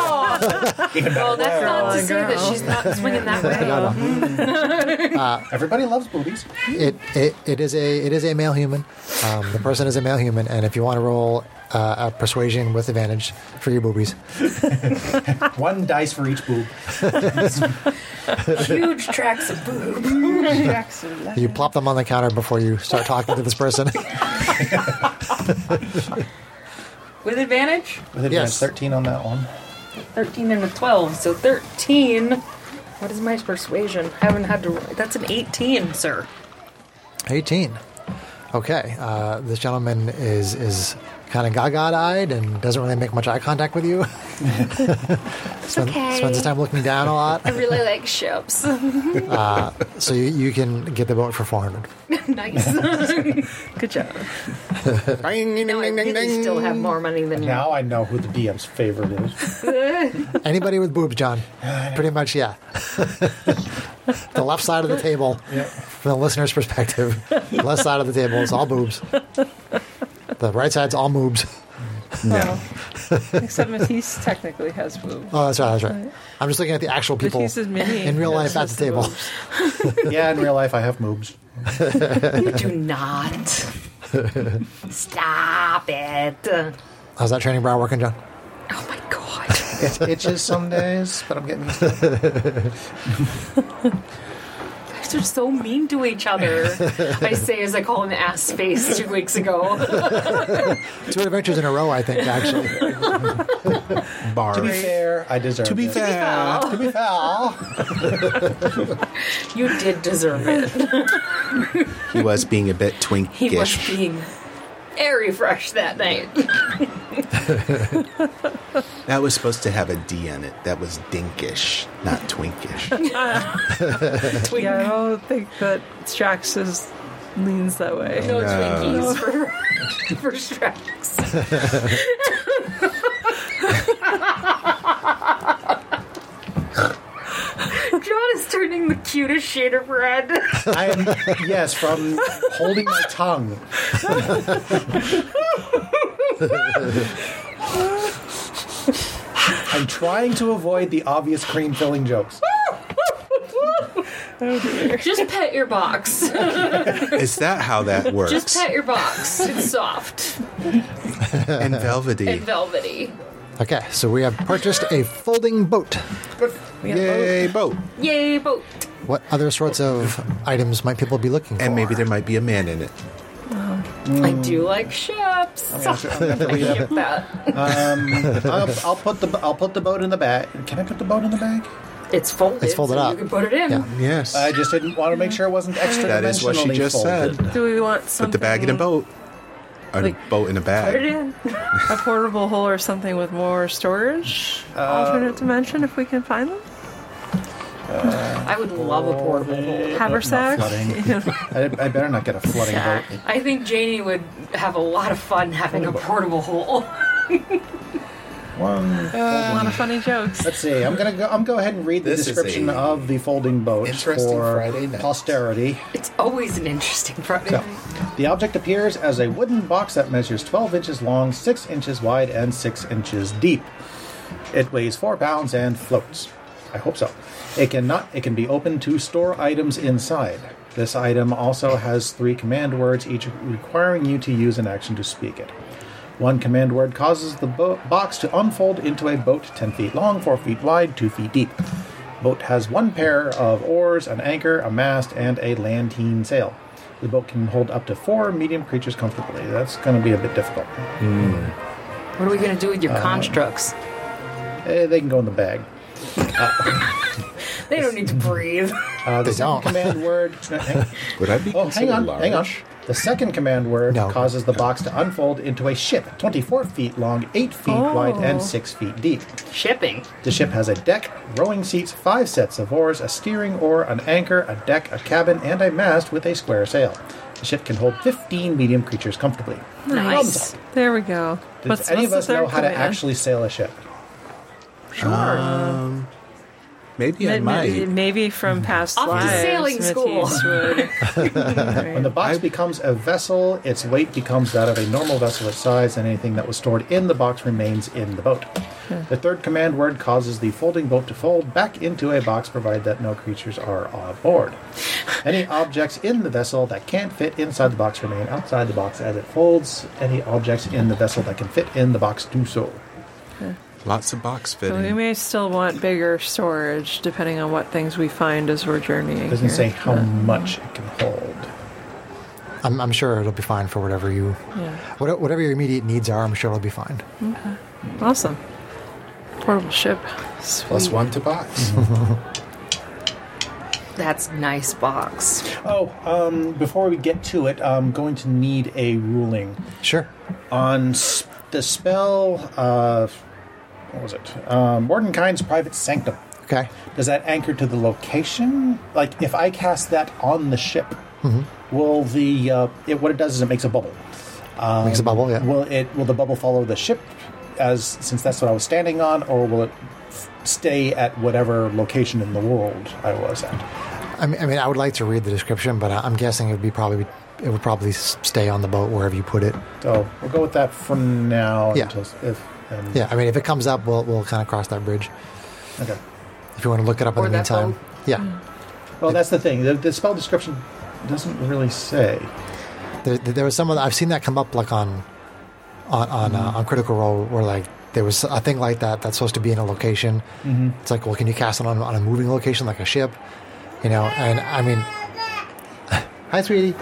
[SPEAKER 1] kidding.
[SPEAKER 4] Well, that's not to say that
[SPEAKER 3] girl.
[SPEAKER 4] she's not swinging that way.
[SPEAKER 2] Everybody loves boobies.
[SPEAKER 1] it, it it is a it is a male human. Um, the person is a male human, and if you want to roll uh, a persuasion with advantage for your boobies,
[SPEAKER 2] One dice for each boob.
[SPEAKER 4] Huge tracks of boob.
[SPEAKER 1] you plop them on the counter before you start talking to this person.
[SPEAKER 4] With advantage?
[SPEAKER 2] With advantage
[SPEAKER 1] Yes.
[SPEAKER 2] thirteen on that one.
[SPEAKER 4] 13 and a 12, so 13. What is my persuasion? I haven't had to. That's an 18, sir.
[SPEAKER 1] Eighteen. Okay, uh, this gentleman is is kind of gaga-eyed and doesn't really make much eye contact with you.
[SPEAKER 6] It's
[SPEAKER 1] Spend-
[SPEAKER 6] okay.
[SPEAKER 1] Spends his time looking down a lot.
[SPEAKER 6] I really like ships.
[SPEAKER 1] So you, you can get the boat for four hundred.
[SPEAKER 4] nice.
[SPEAKER 3] Good job.
[SPEAKER 4] no, I really still have more money than you.
[SPEAKER 2] Now I know who the DM's favorite is.
[SPEAKER 1] Anybody with boobs, John? Pretty much, yeah. the left side of the table, from the listener's perspective, left side of the table is all boobs. The right side's all moobs.
[SPEAKER 7] No.
[SPEAKER 3] Except Matisse technically has boobs.
[SPEAKER 1] Oh, that's right, that's right. I'm just looking at the actual people
[SPEAKER 3] Matisse is mini.
[SPEAKER 1] in real
[SPEAKER 3] That's
[SPEAKER 1] life at the
[SPEAKER 3] just
[SPEAKER 1] table.
[SPEAKER 3] boobs.
[SPEAKER 2] yeah, in real life, I have moobs.
[SPEAKER 4] You do not. Stop it. Oh
[SPEAKER 1] How's that training bra working, John?
[SPEAKER 4] my god.
[SPEAKER 2] It itches some days, but I'm getting used to it.
[SPEAKER 4] You guys are so mean to each other. I say as I call him ass face two weeks ago.
[SPEAKER 1] Two adventures in a row, I think, actually.
[SPEAKER 7] Bar.
[SPEAKER 2] To be fair, I deserve
[SPEAKER 5] To be
[SPEAKER 2] it.
[SPEAKER 5] fair,
[SPEAKER 2] To be fair.
[SPEAKER 4] You did deserve it.
[SPEAKER 7] he was being a bit
[SPEAKER 4] He was
[SPEAKER 7] twinkish.
[SPEAKER 4] being very fresh that night.
[SPEAKER 7] That was supposed to have a D in it. That was dinkish, not twinkish.
[SPEAKER 4] Twink.
[SPEAKER 3] Yeah, I don't think that Strax is leans that way.
[SPEAKER 4] No,
[SPEAKER 7] No.
[SPEAKER 4] Twinkies for, for Strax. John is turning the cutest shade of red.
[SPEAKER 2] I am, yes, from holding my tongue. I'm trying to avoid the obvious cream filling jokes.
[SPEAKER 4] Just pet your box.
[SPEAKER 7] Is that how that works?
[SPEAKER 4] Just pet your box. It's soft
[SPEAKER 7] and velvety.
[SPEAKER 4] and velvety.
[SPEAKER 1] Okay, so we have purchased a folding boat.
[SPEAKER 3] We have
[SPEAKER 7] Yay, boat.
[SPEAKER 4] Yay, boat.
[SPEAKER 1] What other sorts of items might people be looking for?
[SPEAKER 7] And maybe there might be a man in it.
[SPEAKER 4] I do like ships. I ship that.
[SPEAKER 2] Um, I'll, I'll put the I'll put the boat in the bag. Can I put the boat in the bag?
[SPEAKER 4] It's folded.
[SPEAKER 1] It's folded
[SPEAKER 4] so
[SPEAKER 1] up.
[SPEAKER 4] You can put it in.
[SPEAKER 1] Yeah.
[SPEAKER 7] Yes.
[SPEAKER 2] I just didn't want to make sure it wasn't extra.
[SPEAKER 7] that is what she
[SPEAKER 2] dimensionally
[SPEAKER 7] just
[SPEAKER 2] folded.
[SPEAKER 7] said.
[SPEAKER 3] both. Oh, Do we want something?
[SPEAKER 7] Put the bag in a boat. A
[SPEAKER 3] Like-
[SPEAKER 7] boat in a
[SPEAKER 4] Put it
[SPEAKER 7] bag.
[SPEAKER 4] in.
[SPEAKER 3] A portable hole or something with more storage?
[SPEAKER 7] Uh,
[SPEAKER 3] alternate dimension if we can find them?
[SPEAKER 4] I would love a portable boat.
[SPEAKER 3] Haversack?
[SPEAKER 2] I, I better not get a flooding
[SPEAKER 4] Yeah,
[SPEAKER 2] boat.
[SPEAKER 4] I think Janie would have a lot of fun having a portable hole.
[SPEAKER 2] One.
[SPEAKER 3] A lot of funny jokes.
[SPEAKER 2] Let's see. I'm gonna go. I'm go ahead and read the
[SPEAKER 7] This is
[SPEAKER 2] description
[SPEAKER 7] a
[SPEAKER 2] of the folding boat
[SPEAKER 7] interesting
[SPEAKER 2] for
[SPEAKER 7] Friday night.
[SPEAKER 2] posterity.
[SPEAKER 4] It's always an interesting Friday.
[SPEAKER 2] So, the object appears as a wooden box that measures 12 inches long, 6 inches wide, and 6 inches deep. It weighs 4 pounds and floats. I hope so. It cannot it can be opened to store items inside. This item also has 3 command words each requiring you to use an action to speak it. One command word causes the bo- box to unfold into a boat 10 feet long, 4 feet wide, 2 feet deep. Boat has one pair of oars, an anchor, a mast, and a lanteen sail. The boat can hold up to four medium creatures comfortably. That's going to be a bit difficult.
[SPEAKER 4] What are we going to do with
[SPEAKER 7] Uh,
[SPEAKER 4] your constructs?
[SPEAKER 2] Eh, they can go in the bag.
[SPEAKER 4] They don't need to breathe.
[SPEAKER 2] Uh,
[SPEAKER 1] They
[SPEAKER 2] the second
[SPEAKER 1] don't.
[SPEAKER 2] command word. hang-
[SPEAKER 7] Would I be
[SPEAKER 2] oh,
[SPEAKER 7] considered
[SPEAKER 2] hang on,
[SPEAKER 7] large?
[SPEAKER 2] hang on. The second command word
[SPEAKER 1] No.
[SPEAKER 2] causes the box to unfold into a ship, 24 feet long, 8 feet wide,
[SPEAKER 3] Oh.
[SPEAKER 2] and 6 feet deep.
[SPEAKER 4] Shipping.
[SPEAKER 2] The ship has a deck, rowing seats, five sets of oars, a steering oar, an anchor, a deck, a cabin, and a mast with a square sail. The ship can hold 15 medium creatures comfortably.
[SPEAKER 4] Nice.
[SPEAKER 3] There we go.
[SPEAKER 2] Does any of
[SPEAKER 3] the
[SPEAKER 2] us know
[SPEAKER 3] third
[SPEAKER 2] how to
[SPEAKER 3] command?
[SPEAKER 2] actually sail a ship?
[SPEAKER 4] Sure.
[SPEAKER 7] Maybe I
[SPEAKER 3] May- Maybe,
[SPEAKER 7] might.
[SPEAKER 3] maybe from past
[SPEAKER 4] Off to
[SPEAKER 3] lives,
[SPEAKER 4] sailing
[SPEAKER 3] Matisse
[SPEAKER 4] school.
[SPEAKER 3] would-
[SPEAKER 2] When the box becomes a vessel, its weight becomes that of a normal vessel its size, and anything that was stored in the box remains in the boat. The third command word causes the folding boat to fold back into a box, provided that no creatures are aboard. Any objects in the vessel that can't fit inside the box remain outside the box as it folds. Any objects in the vessel that can fit in the box do so.
[SPEAKER 7] Lots of box
[SPEAKER 3] So we
[SPEAKER 7] fitting.
[SPEAKER 3] may still want bigger storage depending on what things we find as we're journeying.
[SPEAKER 2] Doesn't
[SPEAKER 3] here.
[SPEAKER 2] say how much it can hold.
[SPEAKER 1] I'm, I'm sure it'll be fine for whatever you,
[SPEAKER 3] Yeah.
[SPEAKER 1] what- whatever your immediate needs are. I'm sure it'll be fine.
[SPEAKER 3] Awesome. Portable ship. Sweet.
[SPEAKER 7] Plus one to box.
[SPEAKER 4] That's nice box.
[SPEAKER 2] Oh, um, before we get to it, I'm going to need a ruling
[SPEAKER 1] Sure.
[SPEAKER 2] on s the spell. Uh, what was it? Um, Mordenkind's private sanctum.
[SPEAKER 1] Okay.
[SPEAKER 2] Does that anchor to the location? Like, if I cast that on the ship,
[SPEAKER 1] Mm-hmm.
[SPEAKER 2] will the uh, it, what it does is it makes a bubble. Um,
[SPEAKER 1] Makes a bubble, yeah.
[SPEAKER 2] Will it? Will the bubble follow the ship, as since that's what I was standing on, or will it f- stay at whatever location in the world I was at?
[SPEAKER 1] I mean, I mean, I would like to read the description, but I- I'm guessing it would be probably it would probably s- stay on the boat wherever you put it.
[SPEAKER 2] So we'll go with that for now.
[SPEAKER 1] Yeah.
[SPEAKER 2] Until, if, and,
[SPEAKER 1] Yeah. I mean, if it comes up, we'll we'll kind of cross that bridge.
[SPEAKER 2] Okay.
[SPEAKER 1] If you want to look it up in
[SPEAKER 4] Or
[SPEAKER 1] the
[SPEAKER 4] that
[SPEAKER 1] meantime.
[SPEAKER 4] boat. Mm.
[SPEAKER 1] Yeah.
[SPEAKER 2] Well, that's the thing. The, the spell description doesn't really say.
[SPEAKER 1] There, there was someone I've seen that come up like on on on, uh, on Critical Role where like there was a thing like that that's supposed to be in a location. It's like, well, can you cast it on on a moving location like a ship? You know, and I mean, hi, sweetie.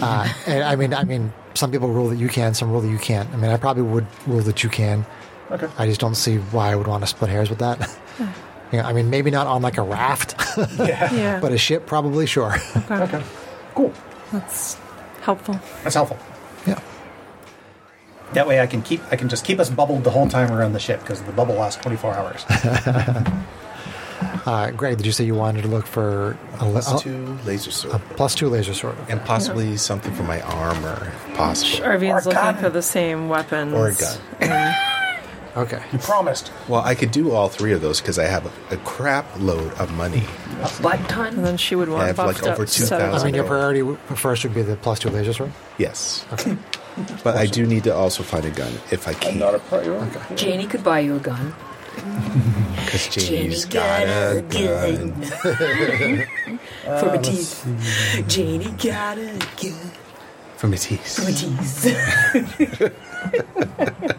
[SPEAKER 1] Uh, and I mean, I mean, some people rule that you can, some rule that you can't. I mean, I probably would rule that you can.
[SPEAKER 2] Okay.
[SPEAKER 1] I just don't see why I would want to split hairs with that. You know, I mean, maybe not on like a raft,
[SPEAKER 3] Yeah.
[SPEAKER 1] but a ship probably, sure.
[SPEAKER 2] Okay. Cool.
[SPEAKER 3] That's helpful.
[SPEAKER 2] That's helpful.
[SPEAKER 1] yeah.
[SPEAKER 2] That way, I can keep. I can just keep us bubbled the whole time we're on the ship because the bubble lasts 24 hours.
[SPEAKER 1] Uh, Greg, did you say you wanted to look for a, la-
[SPEAKER 2] Uh,
[SPEAKER 7] Plus two laser sword.
[SPEAKER 1] plus two laser sword?
[SPEAKER 7] and possibly something for my armor, if possible.
[SPEAKER 3] Arvian's
[SPEAKER 2] Or a gun.
[SPEAKER 3] looking for the same weapons.
[SPEAKER 7] Or a gun.
[SPEAKER 1] Okay.
[SPEAKER 2] You promised.
[SPEAKER 7] Well, I could do all three of those because I have a, a crap load of money.
[SPEAKER 4] A butt ton.
[SPEAKER 3] And then she would
[SPEAKER 7] I
[SPEAKER 3] want
[SPEAKER 7] have, like,
[SPEAKER 3] buffed up.
[SPEAKER 7] over
[SPEAKER 3] so-
[SPEAKER 7] 2,000.
[SPEAKER 1] I mean, your priority w- first would be the plus two laser sword.
[SPEAKER 7] Yes. But I do need to also find a gun if I can.
[SPEAKER 2] Not a priority.
[SPEAKER 4] Janie could buy you a gun.
[SPEAKER 7] Because
[SPEAKER 4] Janie's
[SPEAKER 7] Jamie's got a gun. Uh,
[SPEAKER 4] for Matisse. Janie got a gun.
[SPEAKER 7] For Matisse.
[SPEAKER 4] Matisse.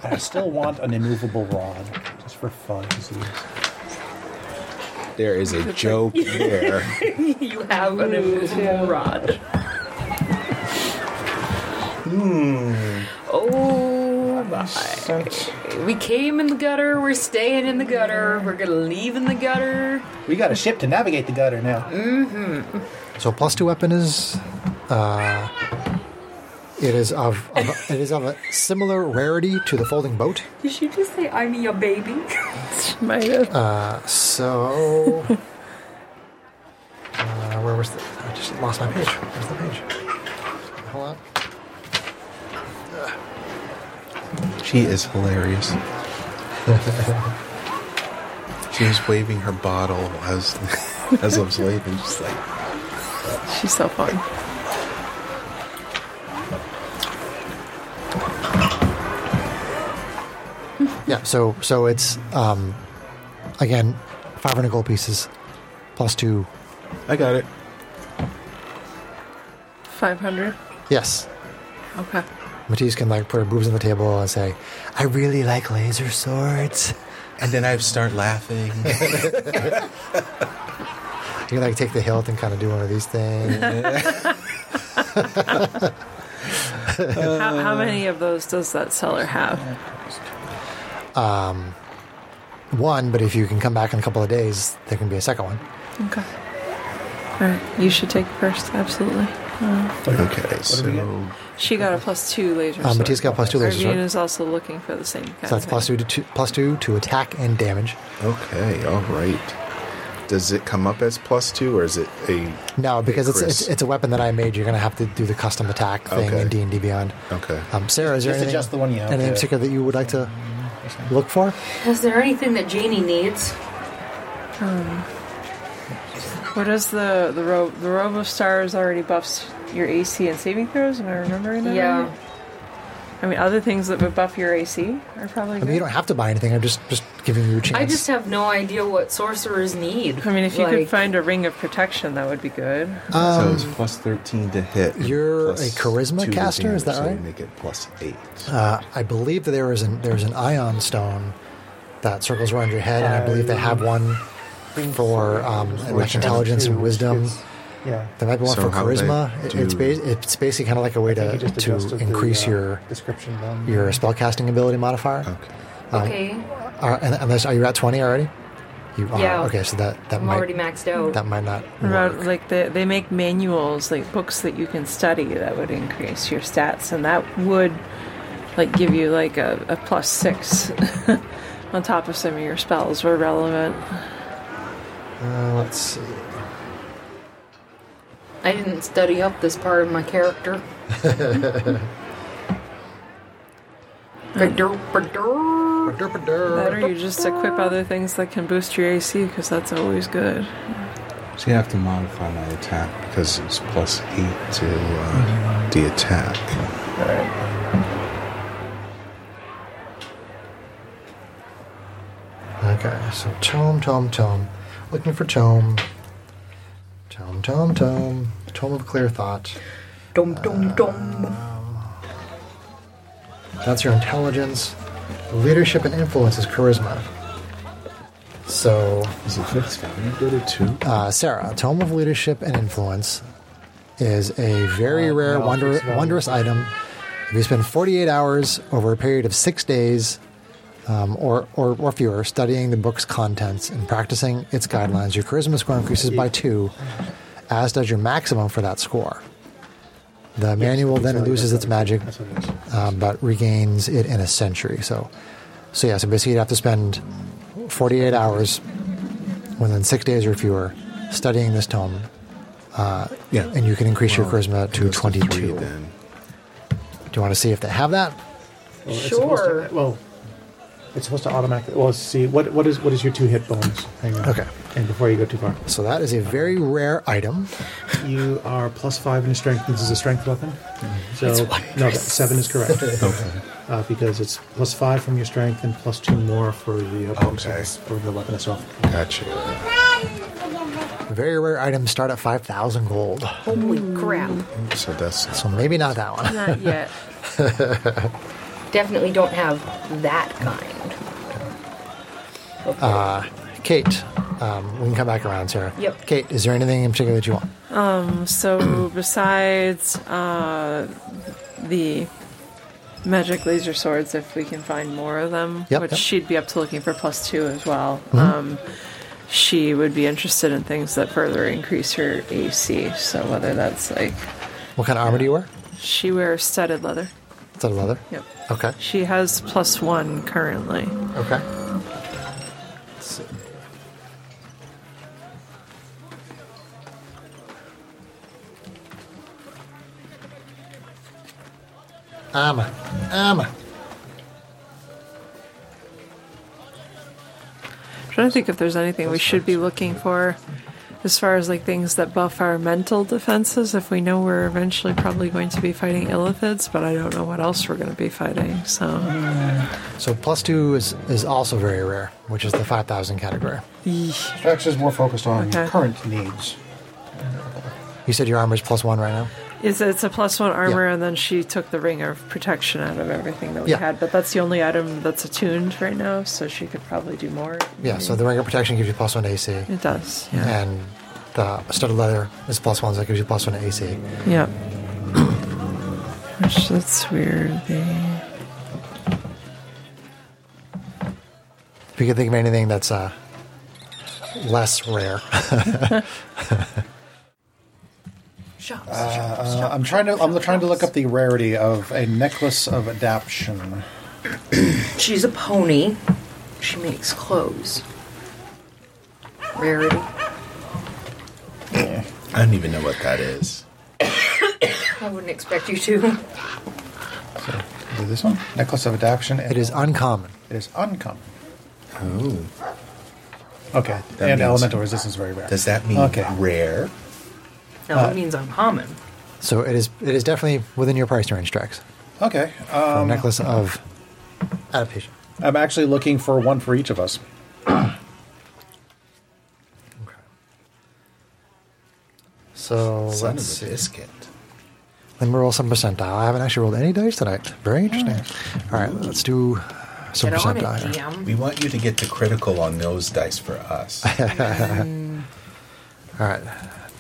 [SPEAKER 2] I still want an immovable rod, just for fun. to see.
[SPEAKER 7] There is a joke there.
[SPEAKER 4] you have an immovable rod.
[SPEAKER 1] Hmm.
[SPEAKER 4] Oh my. We came in the gutter. We're staying in the gutter. We're going to leave in the gutter.
[SPEAKER 2] We got a ship to navigate the gutter now.
[SPEAKER 1] So plus two weapon is, uh, it is of, of it is of a similar rarity to the folding boat.
[SPEAKER 4] Did you just say, I'm your baby?
[SPEAKER 3] Might have.
[SPEAKER 1] So, uh, where was the? I just lost my page. Where's the page? Hold on.
[SPEAKER 5] She is hilarious. she was waving her bottle as as I was waving, just like
[SPEAKER 3] She's so fun.
[SPEAKER 1] Yeah. So so it's um, again, five hundred gold pieces, plus two.
[SPEAKER 5] I got it.
[SPEAKER 3] 500.
[SPEAKER 1] Yes.
[SPEAKER 3] Okay.
[SPEAKER 1] Matisse can like put her boobs on the table and say, "I really like laser swords."
[SPEAKER 5] And then I start laughing.
[SPEAKER 1] You can like take the hilt and kind of do one of these things.
[SPEAKER 3] how, how many of those does that seller have?
[SPEAKER 1] one, but if you can come back in a couple of days, there can be a second one.
[SPEAKER 3] Okay. All right. You should take first. Absolutely.
[SPEAKER 5] okay, so
[SPEAKER 3] She got a plus two laser.
[SPEAKER 1] Um,
[SPEAKER 3] sword.
[SPEAKER 1] Matisse got plus two laser
[SPEAKER 3] Arvian
[SPEAKER 1] sword.
[SPEAKER 3] is also looking for the same kind
[SPEAKER 1] So that's
[SPEAKER 3] of
[SPEAKER 1] plus
[SPEAKER 3] thing.
[SPEAKER 1] two to two, plus two to attack and damage.
[SPEAKER 7] Okay, all right. Does it come up as plus two, or is it a
[SPEAKER 1] No, because it's,
[SPEAKER 7] Chris.
[SPEAKER 1] it's it's a weapon that I made. You're gonna have to do the custom attack thing
[SPEAKER 7] Okay.
[SPEAKER 1] in D and D Beyond.
[SPEAKER 7] okay?
[SPEAKER 1] Um, Sarah, is there
[SPEAKER 2] Just
[SPEAKER 1] anything,
[SPEAKER 2] adjust the one you have
[SPEAKER 1] anything in
[SPEAKER 2] to-
[SPEAKER 1] particular that you would like to look for?
[SPEAKER 4] Is there anything that Janie needs?
[SPEAKER 3] What is the the robe? The robe of stars already buffs your AC and saving throws. Am I remembering that?
[SPEAKER 4] Yeah.
[SPEAKER 3] right? I mean, other things that would buff your AC are probably.
[SPEAKER 1] I mean, you don't
[SPEAKER 3] good.
[SPEAKER 1] have to buy anything. I'm just just giving you a chance.
[SPEAKER 4] I just have no idea what sorcerers need.
[SPEAKER 3] I mean, if you could
[SPEAKER 4] Like,
[SPEAKER 3] find a ring of protection, that would be good.
[SPEAKER 7] Uh, so it's plus thirteen to hit.
[SPEAKER 1] Um, you're
[SPEAKER 7] plus
[SPEAKER 1] a charisma
[SPEAKER 7] two to
[SPEAKER 1] caster,
[SPEAKER 7] damage,
[SPEAKER 1] is that
[SPEAKER 7] so
[SPEAKER 1] right?
[SPEAKER 7] you make it plus eight.
[SPEAKER 1] Uh, I believe that there is an there is an ion stone that circles around your head, and I believe they have one for um, like intelligence and wisdom.
[SPEAKER 8] Yeah.
[SPEAKER 1] There might be one
[SPEAKER 7] So
[SPEAKER 1] for
[SPEAKER 7] how would I
[SPEAKER 1] charisma. It- it's
[SPEAKER 7] do-
[SPEAKER 1] ba- it's basically kind of like a way to,
[SPEAKER 8] He just
[SPEAKER 1] uh, to
[SPEAKER 8] adjusted the,
[SPEAKER 1] increase
[SPEAKER 8] uh,
[SPEAKER 1] your
[SPEAKER 8] description. Down
[SPEAKER 1] your spellcasting ability modifier.
[SPEAKER 7] Okay.
[SPEAKER 1] Um,
[SPEAKER 4] okay.
[SPEAKER 1] are, and- unless are you at twenty already? You are
[SPEAKER 4] Yeah.
[SPEAKER 1] okay. So that that
[SPEAKER 4] I'm
[SPEAKER 1] might
[SPEAKER 4] already maxed out.
[SPEAKER 1] that might not
[SPEAKER 3] About,
[SPEAKER 1] work.
[SPEAKER 3] like they, they make manuals like books that you can study that would increase your stats and that would like give you like a, a plus six on top of some of your spells were relevant
[SPEAKER 1] Uh, let's see.
[SPEAKER 4] I didn't study up this part of my character. Ba-dur, ba-dur.
[SPEAKER 3] better you just equip other things that can boost your ac because that's always good
[SPEAKER 7] So you have to modify my attack because it's plus eight to
[SPEAKER 1] Mm-hmm.
[SPEAKER 7] uh, the attack.
[SPEAKER 1] Okay, so tome, tome, tome. Looking for tome. Tome, tome, tome. Tome of clear thought.
[SPEAKER 4] Dum
[SPEAKER 8] Uh,
[SPEAKER 4] dum dum.
[SPEAKER 1] That's your intelligence. Leadership and influence is charisma. So,
[SPEAKER 7] Is it fixed value? Go to two.
[SPEAKER 1] uh, Sarah, Tome of Leadership and Influence is a very rare, wonder, wondrous item. If you spend 48 hours over a period of six days um, or, or, or fewer studying the book's contents and practicing its guidelines, your charisma score increases by two, as does your maximum for that score. The manual then loses its magic, uh, but regains it in a century. So, so yeah, so basically you'd have to spend 48 hours within six days or fewer studying this tome, uh,
[SPEAKER 7] Yeah.
[SPEAKER 1] and you can increase your
[SPEAKER 7] Well,
[SPEAKER 1] charisma
[SPEAKER 7] it
[SPEAKER 1] to
[SPEAKER 7] goes three
[SPEAKER 1] 22. Do
[SPEAKER 7] then.
[SPEAKER 1] you want to see if they have that?
[SPEAKER 8] Well, it's supposed to-
[SPEAKER 4] Sure.
[SPEAKER 8] well, it's supposed to automatically. Well, let's see. What what is what is your two hit bonus? Hang on.
[SPEAKER 1] Okay.
[SPEAKER 8] And before you go too far,
[SPEAKER 1] So that is a very rare item.
[SPEAKER 8] you are plus five in strength. This is a strength weapon. So no, that seven is correct. okay. Uh, because it's plus five from your strength and plus two more for the uh, bonus
[SPEAKER 7] Okay.
[SPEAKER 8] for the weapon itself.
[SPEAKER 7] Gotcha.
[SPEAKER 1] Very rare items start at 5,000 gold.
[SPEAKER 4] Holy crap.
[SPEAKER 7] So that's
[SPEAKER 1] So maybe not that one.
[SPEAKER 3] not yet
[SPEAKER 4] Definitely don't have that kind. Okay.
[SPEAKER 1] Kate, um, we can come back around, Sarah.
[SPEAKER 4] Yep.
[SPEAKER 1] Kate, is there anything in particular that you want?
[SPEAKER 3] so besides uh, the magic laser swords if we can find more of them
[SPEAKER 1] Yep,
[SPEAKER 3] which
[SPEAKER 1] yep. Mm-hmm.
[SPEAKER 3] she'd be up to looking for plus two as well um, she would be interested in things that further increase her ac so whether that's like
[SPEAKER 1] What kind of armor do you wear?
[SPEAKER 3] she wears studded leather
[SPEAKER 1] Is that leather?
[SPEAKER 3] yep
[SPEAKER 1] Okay.
[SPEAKER 3] she has plus one currently
[SPEAKER 1] Okay. Let's see. Armor. Armor.
[SPEAKER 3] I'm trying to think if there's anything we should be looking for as far as like things that buff our mental defenses if we know we're eventually probably going to be fighting illithids but i don't know what else we're going to be fighting
[SPEAKER 1] Mm-hmm.
[SPEAKER 3] so
[SPEAKER 1] So plus two is, is also very rare, which is the 5,000 category.
[SPEAKER 8] Strax is more focused on
[SPEAKER 3] Okay.
[SPEAKER 8] current needs.
[SPEAKER 1] You said your armor is plus one right now?
[SPEAKER 3] it's, it's a plus one armor
[SPEAKER 1] Yeah.
[SPEAKER 3] and then she took the ring of protection out of everything that we
[SPEAKER 1] Yeah.
[SPEAKER 3] had but that's the only item that's attuned right now so she could probably do more
[SPEAKER 1] Yeah, so the ring of protection gives you plus one to AC.
[SPEAKER 3] it does yeah
[SPEAKER 1] And the studded leather is plus one, so that gives you plus one to AC.
[SPEAKER 3] yeah which that's weird they
[SPEAKER 1] If you can think of anything that's uh, less rare.
[SPEAKER 4] Shucks.
[SPEAKER 8] Uh, I'm trying to I'm trying to look up the rarity of a necklace of adaption.
[SPEAKER 4] She's a pony. She makes clothes. Rarity.
[SPEAKER 7] I don't even know what that is.
[SPEAKER 4] I wouldn't expect you to.
[SPEAKER 8] Is it this one? Necklace of adaption.
[SPEAKER 1] it is uncommon.
[SPEAKER 8] It is uncommon.
[SPEAKER 7] Oh.
[SPEAKER 8] Okay.
[SPEAKER 7] That
[SPEAKER 8] and
[SPEAKER 7] means-
[SPEAKER 8] elemental resistance is very rare.
[SPEAKER 7] Does that mean
[SPEAKER 8] Okay.
[SPEAKER 7] rare?
[SPEAKER 4] No,
[SPEAKER 8] Uh,
[SPEAKER 4] it means uncommon.
[SPEAKER 1] So it is it is definitely within your price range, Strax.
[SPEAKER 8] Okay.
[SPEAKER 1] For
[SPEAKER 8] Um,
[SPEAKER 1] a necklace of adaptation.
[SPEAKER 8] I'm actually looking for one for each of us.
[SPEAKER 1] So
[SPEAKER 7] Son
[SPEAKER 1] let's
[SPEAKER 7] of
[SPEAKER 1] see.
[SPEAKER 7] a biscuit.
[SPEAKER 1] Let me roll some percentile. I haven't actually rolled any dice tonight. Very interesting. All right, let's do some
[SPEAKER 4] Get on it,
[SPEAKER 1] percentile. here.
[SPEAKER 4] GM.
[SPEAKER 7] We want you to get to critical on those dice for us.
[SPEAKER 1] All right,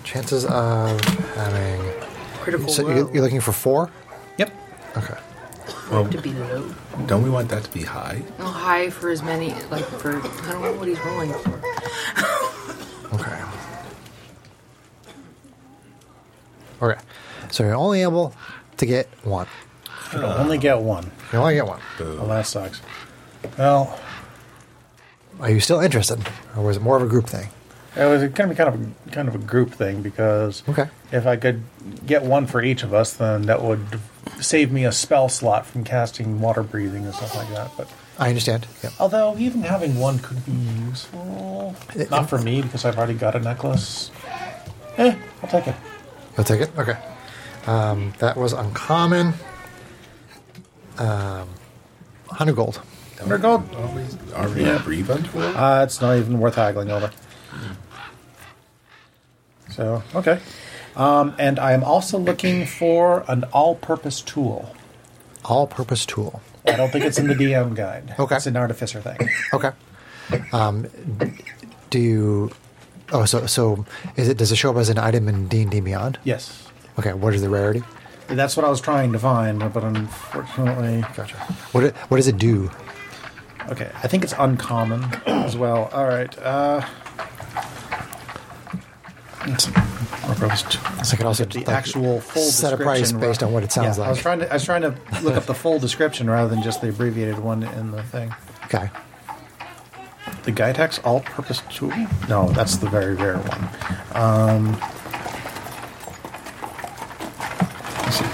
[SPEAKER 1] chances of having.
[SPEAKER 4] Critical
[SPEAKER 1] So
[SPEAKER 4] role.
[SPEAKER 1] you're, you're looking for four?
[SPEAKER 8] Yep.
[SPEAKER 1] Okay.
[SPEAKER 4] for it to be low.
[SPEAKER 7] Don't we want that to be high?
[SPEAKER 4] Well, high for as many, like for, I don't know what he's rolling for.
[SPEAKER 1] Okay. Okay. So you're only able to get one.
[SPEAKER 2] I only get one.
[SPEAKER 1] You only get one.
[SPEAKER 2] Well, that sucks. Well,
[SPEAKER 1] Are you still interested, or was it more of a group thing?
[SPEAKER 2] it was going to be kind of a, kind of a group thing because
[SPEAKER 1] Okay.
[SPEAKER 2] if I could get one for each of us, then that would save me a spell slot from casting water breathing and stuff like that. But
[SPEAKER 1] I understand. Yep.
[SPEAKER 2] although even having one could be useful, not for me because I've already got a necklace. Eh, I'll take it.
[SPEAKER 1] You'll take it. Okay. Um, that was uncommon. Um, 100 gold.
[SPEAKER 2] They're gold.
[SPEAKER 7] Are we, are we breathe underwater?
[SPEAKER 2] Uh, it's not even worth haggling over. So okay, um, and I am also looking for an all-purpose tool.
[SPEAKER 1] All-purpose tool.
[SPEAKER 2] I don't think it's in the DM guide.
[SPEAKER 1] Okay.
[SPEAKER 2] It's an artificer thing.
[SPEAKER 1] Okay. Um, do you? Oh, so so is it? Does it show up as an item in D and D Beyond?
[SPEAKER 2] Yes.
[SPEAKER 1] Okay. What is the rarity?
[SPEAKER 2] And That's what I was trying to find, but unfortunately.
[SPEAKER 1] Gotcha. What it- what does it do?
[SPEAKER 2] Okay, I think it's uncommon as well. All right. Uh,
[SPEAKER 1] So I can also
[SPEAKER 2] get the
[SPEAKER 1] like,
[SPEAKER 2] actual full
[SPEAKER 1] set a price
[SPEAKER 2] description.
[SPEAKER 1] based on what it sounds
[SPEAKER 2] Yeah, I was
[SPEAKER 1] like.
[SPEAKER 2] trying to I was trying to look up the full description rather than just the abbreviated one in the thing.
[SPEAKER 1] okay.
[SPEAKER 2] The Gytex all-purpose tool? No, that's the very rare one. Um, let's see.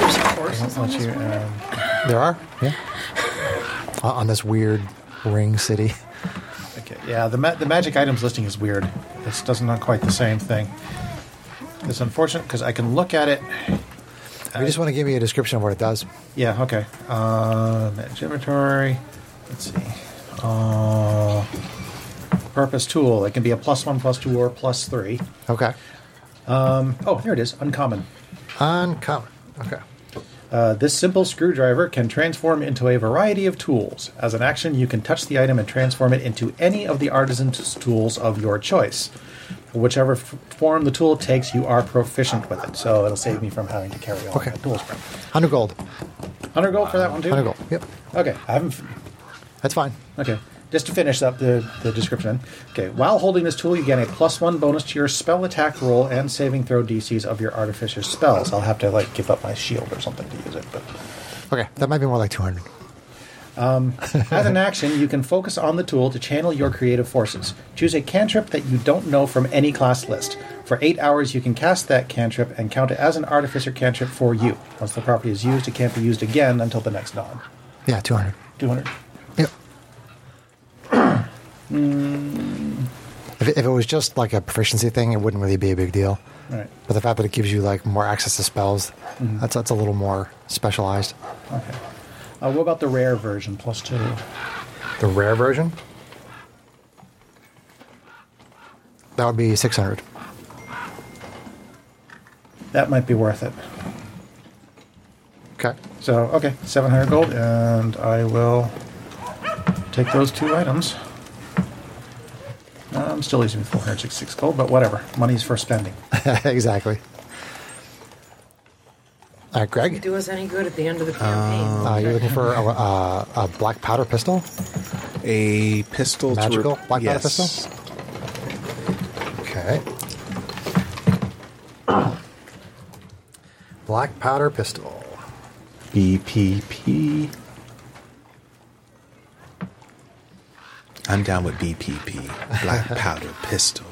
[SPEAKER 4] There's courses on
[SPEAKER 2] Let's
[SPEAKER 4] this
[SPEAKER 2] see,
[SPEAKER 4] one.
[SPEAKER 2] um,
[SPEAKER 1] There are. Yeah. on on this weird ring city.
[SPEAKER 2] Okay, yeah, the, ma- the magic items listing is weird. It's does not quite the same thing. It's unfortunate because I can look at it. Uh,
[SPEAKER 1] We just want to give you a description of what it does.
[SPEAKER 2] Yeah, okay. Uh, magic inventory. Let's see. Uh, purpose tool. It can be a plus one, plus two, or plus three.
[SPEAKER 1] Okay.
[SPEAKER 2] Oh, there it is. Uncommon.
[SPEAKER 1] Uncommon. Okay.
[SPEAKER 2] Uh, this simple screwdriver can transform into a variety of tools. As an action, you can touch the item and transform it into any of the artisan's tools of your choice. Whichever f- form the tool takes, you are proficient with it. So it'll save me from having to carry all
[SPEAKER 1] Okay.
[SPEAKER 2] my tools. around.
[SPEAKER 1] 100 gold.
[SPEAKER 2] 100 gold for that one, too?
[SPEAKER 1] 100 gold. Yep.
[SPEAKER 2] Okay, I haven't. f-
[SPEAKER 1] That's fine.
[SPEAKER 2] Okay. Just to finish up the, the description. Okay. While holding this tool, you gain a plus one bonus to your spell attack roll and saving throw DCs of your artificer spells. I'll have to like give up my shield or something to use it, but
[SPEAKER 1] Okay. That might be more like 200.
[SPEAKER 2] As an action, you can focus on the tool to channel your creative forces. Choose a cantrip that you don't know from any class list. For eight hours, you can cast that cantrip and count it as an artificer cantrip for you. Once the property is used, it can't be used again until the next dawn.
[SPEAKER 1] Yeah, 200.
[SPEAKER 2] 200.
[SPEAKER 1] Yep. if, it, if it was just like a proficiency thing, it wouldn't really be a big deal.
[SPEAKER 2] All right.
[SPEAKER 1] But the fact that it gives you like more access to spells, that's that's a little more specialized.
[SPEAKER 2] Okay. Uh, what about the rare version? Plus two.
[SPEAKER 1] The rare version? That would be 600.
[SPEAKER 2] That might be worth it.
[SPEAKER 1] Okay.
[SPEAKER 2] So, okay, 700 gold, and I will take those two items. Uh, I'm still using 466 gold, but whatever. Money's for spending.
[SPEAKER 1] exactly. All right, Greg.
[SPEAKER 4] Do us any good at the end of the campaign.
[SPEAKER 1] Uh, you're looking for a, a, a black powder pistol?
[SPEAKER 7] A pistol
[SPEAKER 1] Magical?
[SPEAKER 7] to
[SPEAKER 1] Black powder pistol? Okay. Black powder pistol.
[SPEAKER 7] BPP. I'm down with BPP, black powder pistol.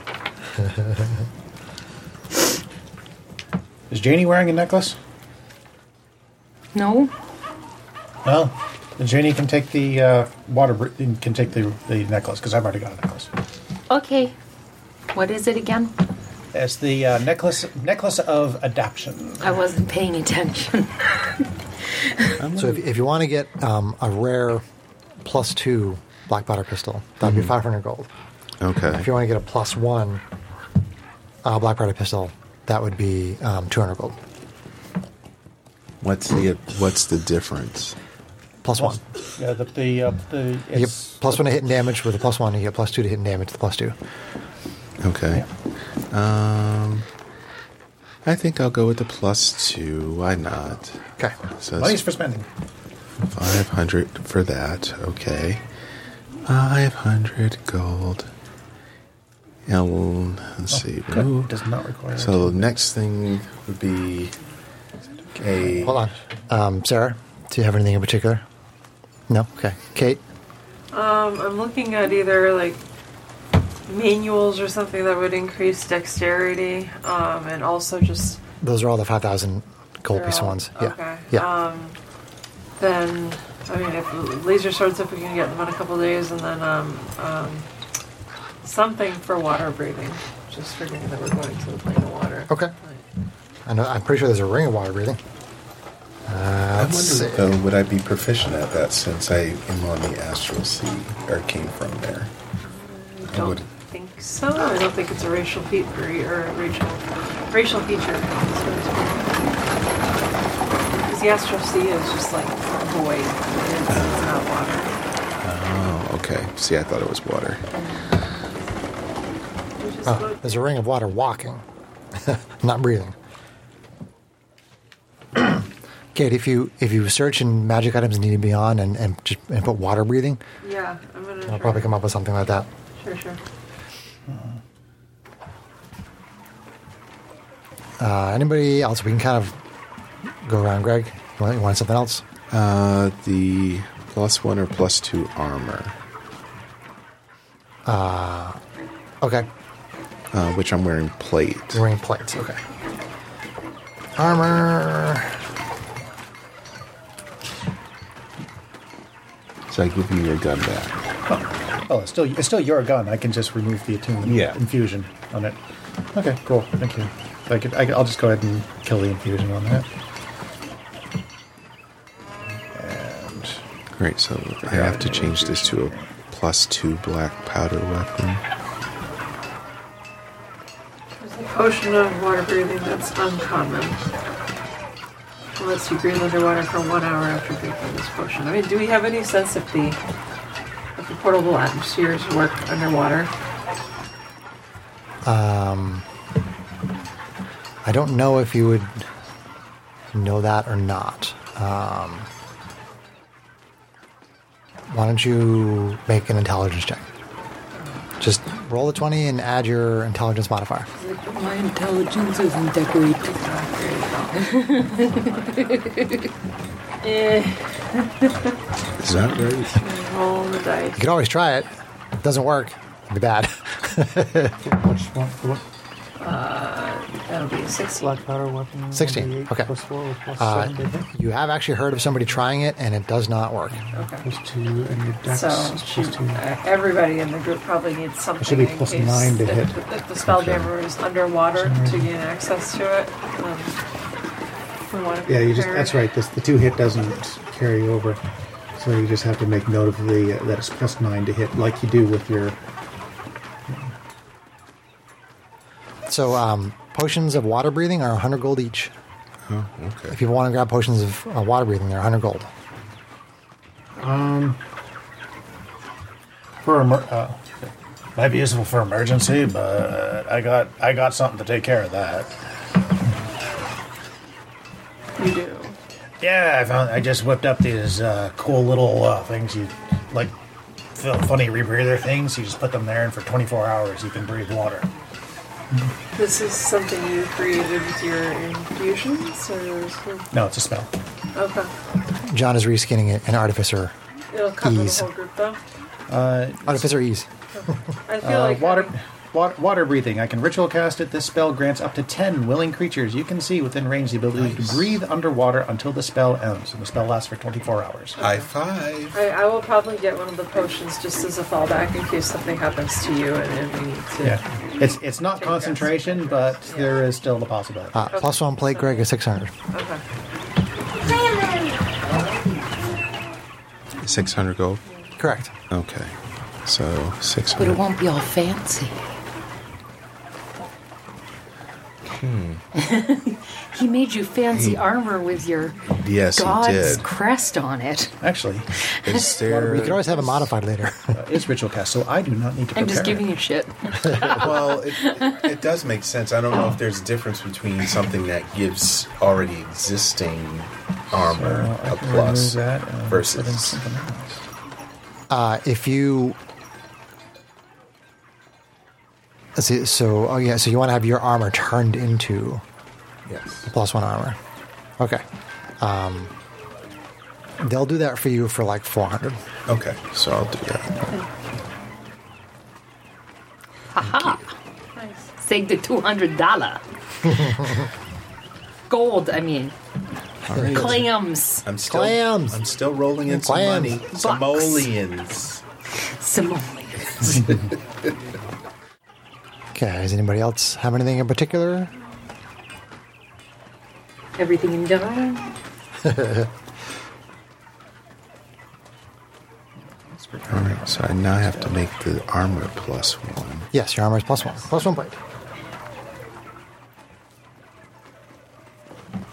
[SPEAKER 2] Is Janie wearing a necklace?
[SPEAKER 4] No?
[SPEAKER 2] Well, then Janie can take the uh, water br- can take the, the necklace because I've already got a necklace.
[SPEAKER 6] Okay. What is it again?
[SPEAKER 2] It's the uh, necklace necklace of adaption.
[SPEAKER 4] I wasn't paying attention.
[SPEAKER 1] So if, if you want to get um, a rare plus two black powder pistol, that would be 500 gold.
[SPEAKER 7] Okay.
[SPEAKER 1] If you want to get a plus one uh, black powder pistol, that would be um, 200 gold.
[SPEAKER 7] What's the what's the difference?
[SPEAKER 1] Plus one.
[SPEAKER 2] Yeah, the the, uh, the
[SPEAKER 1] You get
[SPEAKER 2] it's,
[SPEAKER 1] plus one to hit and damage with a plus one, you get plus two to hit and damage with plus two.
[SPEAKER 7] Okay. Um, I think I'll go with the plus two. Why not?
[SPEAKER 1] Okay.
[SPEAKER 7] So
[SPEAKER 2] Money's
[SPEAKER 7] that's
[SPEAKER 2] for spending.
[SPEAKER 7] 500 for that. Okay. 500 gold. And
[SPEAKER 1] Oh,
[SPEAKER 7] let's see. Ooh.
[SPEAKER 2] Does not require.
[SPEAKER 7] So the next thing would be a.
[SPEAKER 1] Hold on. Um, Sarah, do you have anything in particular? No? Okay. Kate?
[SPEAKER 3] Um, I'm looking at either like manuals or something that would increase dexterity, um, and also just
[SPEAKER 1] Those are all the 5,000 gold
[SPEAKER 3] They're
[SPEAKER 1] piece
[SPEAKER 3] all-
[SPEAKER 1] ones. Yeah.
[SPEAKER 3] okay. Um,
[SPEAKER 1] Yeah.
[SPEAKER 3] then. I mean, if laser swords, if we can get them in a couple days, and then um, um, something for water breathing. Just forgetting that we're going to the plane of water.
[SPEAKER 1] okay. I know, I'm pretty sure there's a ring of water breathing.
[SPEAKER 7] I wonder
[SPEAKER 1] let's see.
[SPEAKER 7] though, would I be proficient at that since I am on the astral sea or came from there?
[SPEAKER 3] I
[SPEAKER 7] I
[SPEAKER 3] don't
[SPEAKER 7] would.
[SPEAKER 3] think so. I don't think it's a racial feature or a racial racial feature. Because the astral sea is just like void. It's not water.
[SPEAKER 7] Oh, okay. See, I thought it was water.
[SPEAKER 3] We just
[SPEAKER 1] Oh,
[SPEAKER 3] look-
[SPEAKER 1] there's a ring of water walking, not breathing. Kate, if you if you search in magic items need to be on and and, just, and put water breathing,
[SPEAKER 3] yeah, I'm
[SPEAKER 8] Oh,
[SPEAKER 3] gonna.
[SPEAKER 1] I'll
[SPEAKER 3] try.
[SPEAKER 1] probably come up with something like that.
[SPEAKER 3] Sure, sure.
[SPEAKER 1] Uh, anybody else? We can kind of go around. Greg, you want, you want something else?
[SPEAKER 7] Uh, the plus one or plus two armor,
[SPEAKER 1] Okay,
[SPEAKER 7] uh, which I'm wearing plate.
[SPEAKER 1] the ring plates. Okay, armor.
[SPEAKER 7] So I give you your gun back.
[SPEAKER 2] Oh, it's still it's still your gun. I can just remove the attunement
[SPEAKER 7] Yeah.
[SPEAKER 2] infusion on it. Okay, cool. Thank you. I could, I could, I'll just go ahead and kill the infusion on that. And
[SPEAKER 7] Great. So I have to change this to a plus two black powder weapon.
[SPEAKER 3] There's a potion of water breathing that's uncommon. Unless you breathe underwater for one hour after drinking this potion. I mean, do we have any sense if the if the portable atmospheres work underwater?
[SPEAKER 1] I don't know if you would know that or not. Um, why don't you make an intelligence check? Just roll a 20 and add your intelligence modifier.
[SPEAKER 9] My intelligence isn't that great.
[SPEAKER 7] Is that right?
[SPEAKER 3] Roll the dice.
[SPEAKER 1] You can always try it. If it doesn't work, it'd be bad.
[SPEAKER 8] Which one? The what?
[SPEAKER 3] That'll be a 60.
[SPEAKER 8] Black powder weapon.
[SPEAKER 1] 16,
[SPEAKER 8] 1d8
[SPEAKER 1] okay.
[SPEAKER 8] Plus four. Plus
[SPEAKER 1] Uh,
[SPEAKER 8] seven. I think.
[SPEAKER 1] you have actually heard of somebody trying it and it does not work.
[SPEAKER 3] Okay.
[SPEAKER 8] Plus two and your dex
[SPEAKER 3] So
[SPEAKER 8] is
[SPEAKER 3] she,
[SPEAKER 8] plus two.
[SPEAKER 3] uh, everybody in the group probably needs something.
[SPEAKER 8] should be
[SPEAKER 3] in
[SPEAKER 8] plus
[SPEAKER 3] case
[SPEAKER 8] nine to
[SPEAKER 3] if,
[SPEAKER 8] hit.
[SPEAKER 3] If the spell jammer is underwater to gain access to it. Um, we want to
[SPEAKER 8] Yeah, you just. That's right. This, the two hit doesn't carry over, so you just have to make note of the uh, that it's plus nine to hit, like you do with your.
[SPEAKER 1] So, um, potions of water breathing are 100 gold each.
[SPEAKER 7] Oh, okay.
[SPEAKER 1] If you want to grab potions of uh, water breathing, they're 100 gold.
[SPEAKER 2] for emer- uh, might be useful for emergency, but I got I got something to take care of that.
[SPEAKER 3] You do.
[SPEAKER 2] Yeah, I found I just whipped up these uh, cool little uh, things you like, feel funny rebreather things. You just put them there, and for 24 hours you can breathe water.
[SPEAKER 3] This is something you created with your infusions? Or so-
[SPEAKER 2] No, it's a spell.
[SPEAKER 3] okay.
[SPEAKER 1] John is reskinning it, an artificer.
[SPEAKER 3] It'll cover
[SPEAKER 1] Ease.
[SPEAKER 3] the whole group, though.
[SPEAKER 1] Artificer ease.
[SPEAKER 3] I feel
[SPEAKER 2] Uh,
[SPEAKER 3] like um,
[SPEAKER 2] water,
[SPEAKER 3] having-
[SPEAKER 2] water, water breathing. I can ritual cast it. This spell grants up to ten willing creatures you can see within range the ability to breathe underwater until the spell ends, and the spell lasts for twenty-four hours.
[SPEAKER 7] High five.
[SPEAKER 3] I, I will probably get one of the potions just as a fallback in case something happens to you and, and we need to.
[SPEAKER 2] Yeah, it's it's not concentration, but there is still the possibility.
[SPEAKER 1] Uh, plus one plate, Greg, is 600.
[SPEAKER 3] Okay.
[SPEAKER 7] 600 gold.
[SPEAKER 1] Correct.
[SPEAKER 7] Okay. So
[SPEAKER 9] But it
[SPEAKER 7] 600.
[SPEAKER 9] won't be all fancy.
[SPEAKER 4] Hmm. he made you fancy
[SPEAKER 2] Hmm.
[SPEAKER 4] armor with your
[SPEAKER 10] Yes, he
[SPEAKER 4] god's
[SPEAKER 10] did.
[SPEAKER 4] crest on it.
[SPEAKER 11] Actually,
[SPEAKER 10] Is there?
[SPEAKER 1] You could always have it modified later.
[SPEAKER 11] uh, it's ritual cast, so I do not need to prepare.
[SPEAKER 4] I'm just
[SPEAKER 11] it.
[SPEAKER 4] giving you shit.
[SPEAKER 7] well, it, it does make sense. I don't know if there's a difference between something that gives already existing armor
[SPEAKER 11] I
[SPEAKER 7] a
[SPEAKER 11] can
[SPEAKER 7] plus
[SPEAKER 11] remove that and put in
[SPEAKER 7] versus.
[SPEAKER 11] something else.
[SPEAKER 1] Uh, if you. Let's see, so, oh yeah, so you want to have your armor turned into
[SPEAKER 7] Yes.
[SPEAKER 1] plus one armor. Okay. Um, they'll do that for you for like 400.
[SPEAKER 7] Okay, so I'll do that.
[SPEAKER 4] Save the two hundred dollar. Gold, I mean. Clams.
[SPEAKER 7] I'm still,
[SPEAKER 1] Clams.
[SPEAKER 7] I'm still rolling in some
[SPEAKER 1] Clams.
[SPEAKER 7] money. Simoleons.
[SPEAKER 4] simoleons.
[SPEAKER 1] Okay, does anybody else have anything in particular?
[SPEAKER 4] Everything in general.
[SPEAKER 10] All right, so I now have to make the armor plus one.
[SPEAKER 1] Yes, your armor is plus one. Plus one plate.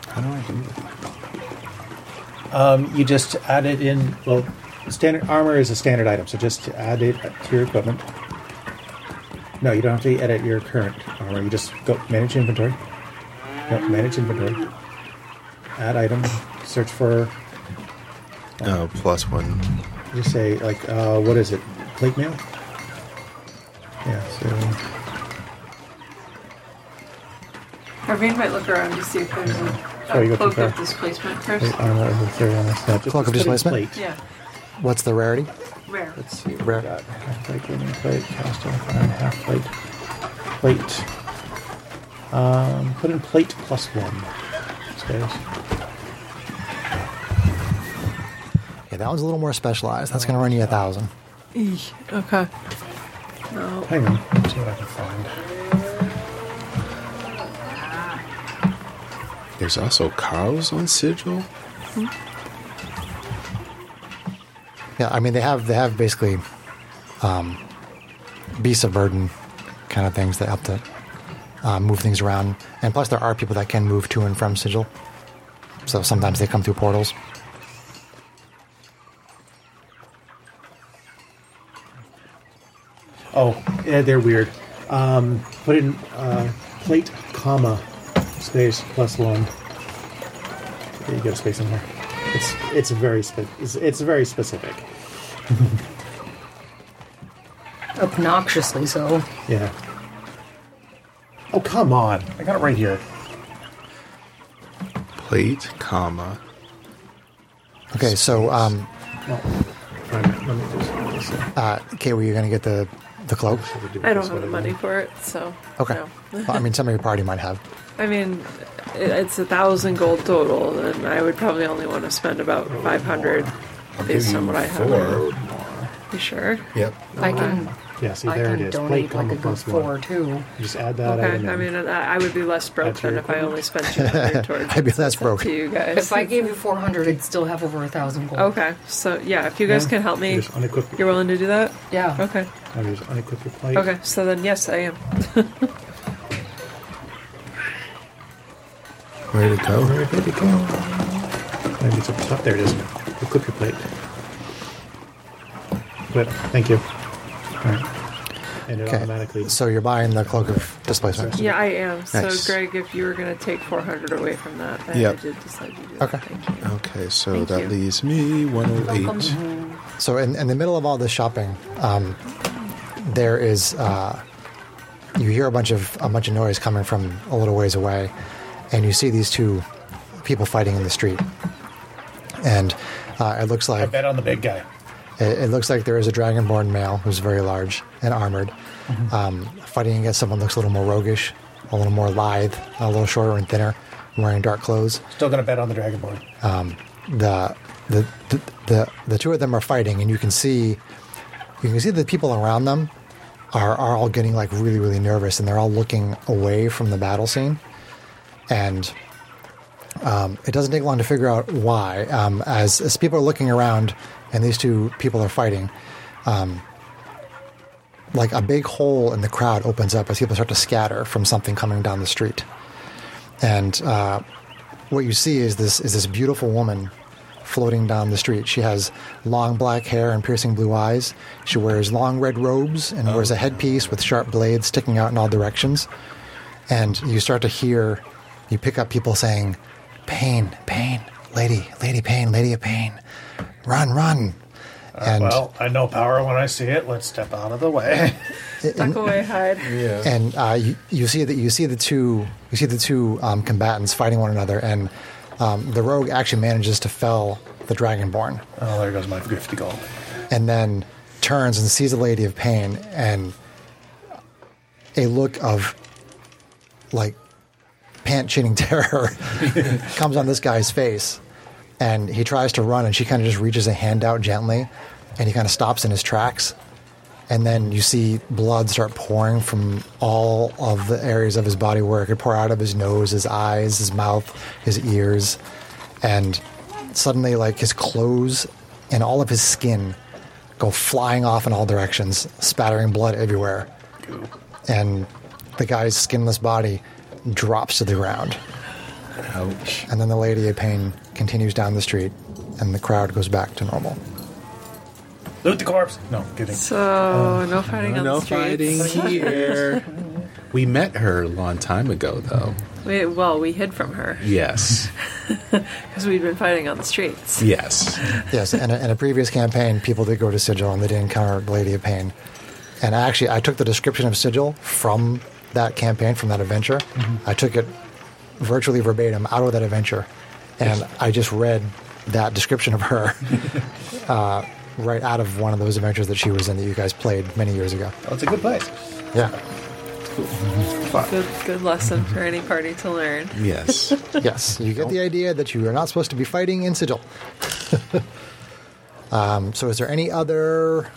[SPEAKER 10] How do I do that?
[SPEAKER 2] Um, You just add it in. Well, standard armor is a standard item, so just add it to your equipment. No, you don't have to edit your current armor. You just go manage inventory. No, manage inventory. Add item. Search for.
[SPEAKER 10] Oh, plus one.
[SPEAKER 2] You say like, uh, what is it? Plate mail. Yeah. So
[SPEAKER 3] Irvine might look around to see if there's a,
[SPEAKER 2] Sorry, you
[SPEAKER 3] a
[SPEAKER 2] got
[SPEAKER 3] cloak
[SPEAKER 2] compare.
[SPEAKER 3] of displacement first.
[SPEAKER 2] plate armor inventory on this. No, just-
[SPEAKER 1] Cloak of
[SPEAKER 2] just put in
[SPEAKER 1] displacement?
[SPEAKER 2] Plate.
[SPEAKER 3] Yeah,
[SPEAKER 1] What's the rarity?
[SPEAKER 3] rare.
[SPEAKER 2] Let's see. What
[SPEAKER 1] Rare.
[SPEAKER 2] we got. Half plate, gaming plate, cast iron, half plate, plate. Um, put in plate plus one. Upstairs.
[SPEAKER 1] Yeah, that one's a little more specialized. That's going to run you a thousand.
[SPEAKER 3] Eesh, Okay. No.
[SPEAKER 2] Hang on. Let's see what I can find.
[SPEAKER 10] There's also cows on sigil.
[SPEAKER 1] Yeah, I mean they have they have basically um, beasts of burden kind of things that help to uh, move things around, and plus there are people that can move to and from sigil, so sometimes they come through portals.
[SPEAKER 2] Oh, yeah, they're weird. Um, put in uh, plate, comma, space plus one. Yeah, you got a space in there. It's it's very spe- it's, it's very specific.
[SPEAKER 4] Obnoxiously so.
[SPEAKER 2] Yeah. Oh come on! I got it right here.
[SPEAKER 10] Plate, comma.
[SPEAKER 1] Okay, so um,
[SPEAKER 2] Well, wait a minute, let me just. Let me see.
[SPEAKER 1] uh, Kate, were you going to get the the cloak?
[SPEAKER 2] Should we do
[SPEAKER 3] I don't
[SPEAKER 2] this
[SPEAKER 3] have the
[SPEAKER 2] way?
[SPEAKER 3] money for it, so.
[SPEAKER 1] Okay,
[SPEAKER 3] no.
[SPEAKER 1] well, I mean some of your party might have.
[SPEAKER 3] I mean, i- it's a thousand gold total, and I would probably only want to spend about 500 based on what I have.
[SPEAKER 7] Four.
[SPEAKER 3] You sure?
[SPEAKER 7] Yep.
[SPEAKER 4] I can
[SPEAKER 2] Yeah, see,
[SPEAKER 4] I
[SPEAKER 2] there it
[SPEAKER 4] can
[SPEAKER 2] is.
[SPEAKER 4] donate
[SPEAKER 2] Plate
[SPEAKER 4] like
[SPEAKER 2] comma
[SPEAKER 4] a good
[SPEAKER 2] plus
[SPEAKER 4] four
[SPEAKER 2] one.
[SPEAKER 4] too.
[SPEAKER 2] Just add that item
[SPEAKER 3] Okay,
[SPEAKER 2] in.
[SPEAKER 3] I mean, I I would be less broke
[SPEAKER 2] That's your
[SPEAKER 3] than if I
[SPEAKER 2] equipment?
[SPEAKER 3] only spent 200 towards
[SPEAKER 1] I'd be
[SPEAKER 3] it.
[SPEAKER 1] less
[SPEAKER 3] It's up
[SPEAKER 1] broke.
[SPEAKER 3] To you guys.
[SPEAKER 4] If I gave you four hundred, I'd still have over a thousand gold.
[SPEAKER 3] Okay, so yeah, if you guys
[SPEAKER 2] Yeah.
[SPEAKER 3] can help me,
[SPEAKER 2] Just unequip-
[SPEAKER 3] you're willing to do that?
[SPEAKER 4] Yeah.
[SPEAKER 3] Okay.
[SPEAKER 2] I mean, just unequip your plate.
[SPEAKER 3] Okay, so then yes, I am.
[SPEAKER 10] Where'd it go? Where'd it go?
[SPEAKER 2] Maybe it's up top. There it is. Equip your plate. But thank you. All right. And it automatically.
[SPEAKER 1] Okay, so you're buying the cloak of displacement.
[SPEAKER 3] Yeah, I am. So,
[SPEAKER 10] Nice.
[SPEAKER 3] Greg, if you were going to take 400 away from that, I,
[SPEAKER 10] Yep.
[SPEAKER 3] I did decide to do that.
[SPEAKER 1] Okay.
[SPEAKER 3] Thank you.
[SPEAKER 10] Okay, so
[SPEAKER 3] Thank
[SPEAKER 10] that
[SPEAKER 3] you.
[SPEAKER 10] leaves me 108.
[SPEAKER 1] So in, in the middle of all this shopping, um, there is uh, you hear a bunch of a bunch of noise coming from a little ways away, and you see these two people fighting in the street, and uh, it looks
[SPEAKER 11] I
[SPEAKER 1] like it,
[SPEAKER 11] bet on the big guy.
[SPEAKER 1] it looks like there is a dragonborn male who's very large and armored,
[SPEAKER 11] Mm-hmm.
[SPEAKER 1] um, fighting against someone that looks a little more roguish, a little more lithe, a little shorter and thinner, wearing dark clothes
[SPEAKER 11] Still gonna bet on the dragonborn.
[SPEAKER 1] the the, the the the two of them are fighting, and you can see you can see the people around them are are all getting like really really nervous, and they're all looking away from the battle scene, and. Um, it doesn't take long to figure out why. Um, as, as people are looking around and these two people are fighting, um, like a big hole in the crowd opens up as people start to scatter from something coming down the street. Um, and uh, what you see is this is this beautiful woman floating down the street. She has long black hair and piercing blue eyes. She wears long red robes and wears a headpiece with sharp blades sticking out in all directions. And you start to hear, you pick up people saying, "Pain, pain, lady, lady, pain, lady of pain, run, run." And
[SPEAKER 2] well, I know power when I see it. Let's step out of the way.
[SPEAKER 3] Duck away, hide.
[SPEAKER 1] and uh, you, you see that you see the two you see the two um, combatants fighting one another, and um, the rogue actually manages to fell the dragonborn,
[SPEAKER 2] Oh, there goes my 50 gold.
[SPEAKER 1] and then turns and sees the lady of pain, and a look of like pant-shitting terror comes on this guy's face, and he tries to run, and she kind of just reaches a hand out gently, and he kind of stops in his tracks and then you see blood start pouring from all of the areas of his body where it could pour out of his nose, his eyes, his mouth, his ears, and suddenly, like his clothes and all of his skin go flying off in all directions, spattering blood everywhere, and the guy's skinless body drops to the ground.
[SPEAKER 7] Ouch.
[SPEAKER 1] And then the Lady of Pain continues down the street, and the crowd goes back to normal.
[SPEAKER 2] Loot the corpse. No, kidding.
[SPEAKER 3] So Oh, no fighting on
[SPEAKER 7] No
[SPEAKER 3] the streets.
[SPEAKER 7] fighting here. we met her a long time ago, though.
[SPEAKER 3] We, well, we hid from her
[SPEAKER 7] Yes.
[SPEAKER 3] because we'd been fighting on the streets.
[SPEAKER 7] Yes.
[SPEAKER 1] Yes, in a, in a previous campaign, people did go to Sigil and they did encounter the Lady of Pain. And I actually, I took the description of Sigil from that campaign, from that adventure. I took it virtually verbatim out of that adventure, and I just read that description of her uh, right out of one of those adventures that she was in that you guys played many years ago.
[SPEAKER 2] Oh, it's a good place.
[SPEAKER 1] Yeah.
[SPEAKER 3] Good, good lesson for any party to learn.
[SPEAKER 7] Yes.
[SPEAKER 1] yes, you get the idea that you are not supposed to be fighting in Sigil. um, so, is there any other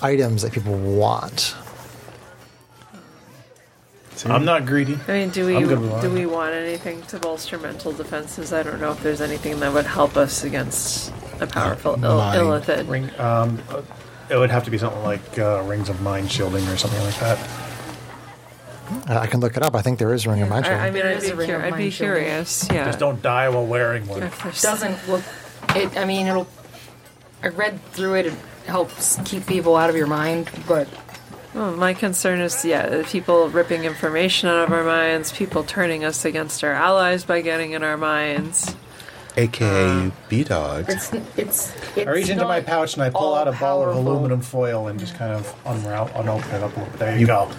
[SPEAKER 1] items that people want?
[SPEAKER 2] I'm not greedy.
[SPEAKER 3] I mean, do we
[SPEAKER 2] I'm good with
[SPEAKER 3] do
[SPEAKER 2] that.
[SPEAKER 3] we want anything to bolster mental defenses? I don't know if there's anything that would help us against a powerful Ill-
[SPEAKER 7] Mine.
[SPEAKER 3] illithid.
[SPEAKER 2] Uh, Ring. Um, uh, it would have to be something like uh, rings of mind shielding or something like that.
[SPEAKER 1] Uh, I can look it up. I think there is Ring of Mind.
[SPEAKER 3] I, I
[SPEAKER 1] Shield.
[SPEAKER 3] mean,
[SPEAKER 4] There
[SPEAKER 3] I'd
[SPEAKER 4] is
[SPEAKER 3] be,
[SPEAKER 4] a ring
[SPEAKER 3] cur-
[SPEAKER 4] of
[SPEAKER 3] I'd be
[SPEAKER 4] mind shielding.
[SPEAKER 3] curious. Yeah.
[SPEAKER 2] Just don't die while wearing one.
[SPEAKER 3] If there's-
[SPEAKER 4] doesn't look. It. I mean, it'll. I read through it. It helps keep people out of your mind, but
[SPEAKER 3] Well, my concern is, yeah, the people ripping information out of our minds, people turning us against our allies by getting in our minds.
[SPEAKER 1] Uh,
[SPEAKER 5] AKA B Dog.
[SPEAKER 4] it's it's. it's
[SPEAKER 2] I reach into
[SPEAKER 4] not
[SPEAKER 2] my pouch and I pull out a ball of
[SPEAKER 4] all-powerful.
[SPEAKER 2] aluminum foil and just kind of unroute, unopen it up a little bit. There you,
[SPEAKER 5] You-
[SPEAKER 2] go.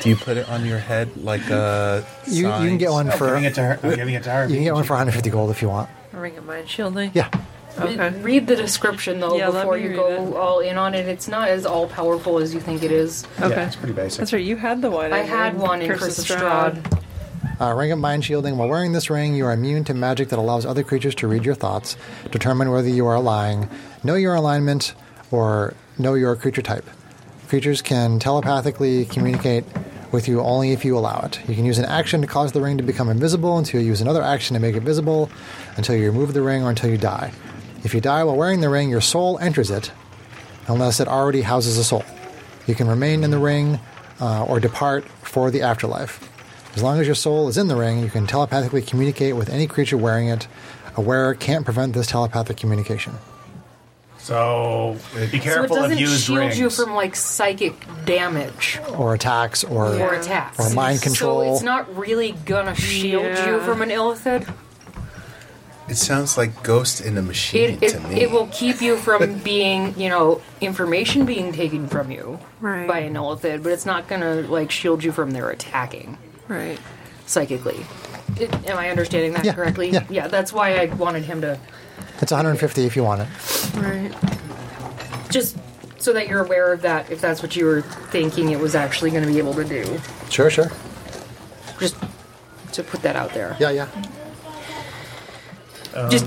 [SPEAKER 5] Do you put it on your head like a.
[SPEAKER 1] You, you can get one
[SPEAKER 2] I'm
[SPEAKER 1] for
[SPEAKER 2] giving
[SPEAKER 1] you
[SPEAKER 2] it to her. I'm giving it to her.
[SPEAKER 1] can get one for 150 gold if you want.
[SPEAKER 3] A ring of mind eh? shielding?
[SPEAKER 1] Yeah,
[SPEAKER 4] Re-
[SPEAKER 3] Okay.
[SPEAKER 4] Read the description though
[SPEAKER 3] Yeah, let
[SPEAKER 4] before
[SPEAKER 3] me
[SPEAKER 4] you
[SPEAKER 3] read
[SPEAKER 4] go all in on it. It's not as all powerful as you think it is.
[SPEAKER 2] Yeah,
[SPEAKER 3] Okay.
[SPEAKER 2] it's pretty basic.
[SPEAKER 3] That's right. You had the one.
[SPEAKER 4] I
[SPEAKER 3] in-
[SPEAKER 4] had one in Curse of Strahd.
[SPEAKER 1] Uh, ring of Mind Shielding. While wearing this ring, you are immune to magic that allows other creatures to read your thoughts, determine whether you are lying, know your alignment, or know your creature type. Creatures can telepathically communicate with you only if you allow it. You can use an action to cause the ring to become invisible until you use another action to make it visible, until you remove the ring, or until you die. If you die while wearing the ring, your soul enters it, unless it already houses a soul. You can remain in the ring uh, or depart for the afterlife. As long as your soul is in the ring, you can telepathically communicate with any creature wearing it. A wearer can't prevent this telepathic communication.
[SPEAKER 2] So be
[SPEAKER 4] So it
[SPEAKER 2] careful of
[SPEAKER 4] doesn't
[SPEAKER 2] used
[SPEAKER 4] shield
[SPEAKER 2] rings.
[SPEAKER 4] you from like psychic damage
[SPEAKER 1] Or attacks, or,
[SPEAKER 4] or
[SPEAKER 3] Yeah.
[SPEAKER 4] attacks
[SPEAKER 1] Or mind
[SPEAKER 4] So
[SPEAKER 1] control.
[SPEAKER 4] it's not really gonna shield you
[SPEAKER 3] Yeah.
[SPEAKER 4] from an illithid.
[SPEAKER 5] It sounds like Ghost in a Machine
[SPEAKER 4] It it,
[SPEAKER 5] to me.
[SPEAKER 4] it will keep you from being you know information being taken from you
[SPEAKER 3] Right.
[SPEAKER 4] by an illithid, but it's not gonna like shield you from their attacking.
[SPEAKER 3] Right.
[SPEAKER 4] psychically. It, am I understanding that
[SPEAKER 1] Yeah,
[SPEAKER 4] correctly?
[SPEAKER 1] yeah.
[SPEAKER 4] that's why I wanted him to
[SPEAKER 1] It's 150 if you want it.
[SPEAKER 3] Right.
[SPEAKER 4] just so that you're aware of that. If that's what you were thinking, it was actually going to be able to do.
[SPEAKER 1] Sure, sure.
[SPEAKER 4] Just to put that out there.
[SPEAKER 1] Yeah, yeah.
[SPEAKER 4] Just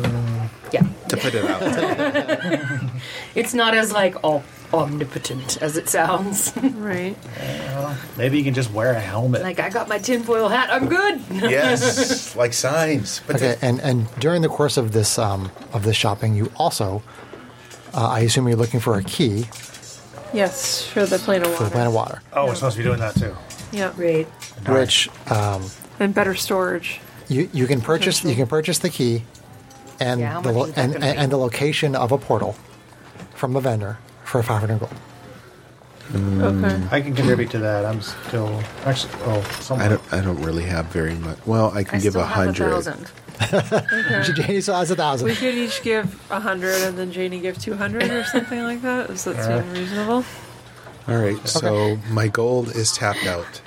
[SPEAKER 4] yeah.
[SPEAKER 5] to put it out. there.
[SPEAKER 4] It's not as like all omnipotent as it sounds.
[SPEAKER 3] Right.
[SPEAKER 2] Maybe you can just wear a helmet.
[SPEAKER 4] like I got my tinfoil hat. I'm good.
[SPEAKER 5] yes, like signs. But
[SPEAKER 1] Okay, and, and during the course of this um, of this shopping, you also, uh, I assume you're looking for a key
[SPEAKER 3] Yes, for the plane of
[SPEAKER 1] for
[SPEAKER 3] water.
[SPEAKER 1] the planet water,
[SPEAKER 2] oh, we're supposed to be doing that too.
[SPEAKER 3] Yeah.
[SPEAKER 4] Great.
[SPEAKER 1] which um,
[SPEAKER 3] and better storage.
[SPEAKER 1] You you can purchase you can purchase the key, and
[SPEAKER 4] Yeah, how
[SPEAKER 1] the
[SPEAKER 4] much
[SPEAKER 1] lo-
[SPEAKER 4] is that
[SPEAKER 1] and,
[SPEAKER 4] gonna be?
[SPEAKER 1] and the location of a portal, from the vendor for five hundred gold.
[SPEAKER 3] Okay.
[SPEAKER 1] Mm.
[SPEAKER 2] I can contribute to that. I'm still actually. Oh, something.
[SPEAKER 7] I don't. I don't really have very much. Well, I can
[SPEAKER 4] I
[SPEAKER 7] give
[SPEAKER 4] still
[SPEAKER 7] a
[SPEAKER 4] Have a
[SPEAKER 7] hundred.
[SPEAKER 4] thousand.
[SPEAKER 1] Janie still has a
[SPEAKER 3] We
[SPEAKER 1] thousand.
[SPEAKER 3] could each give a hundred, and then Janie give two hundred or something like that. Does that seem reasonable?
[SPEAKER 7] All right.
[SPEAKER 2] Okay.
[SPEAKER 7] So my gold is tapped out.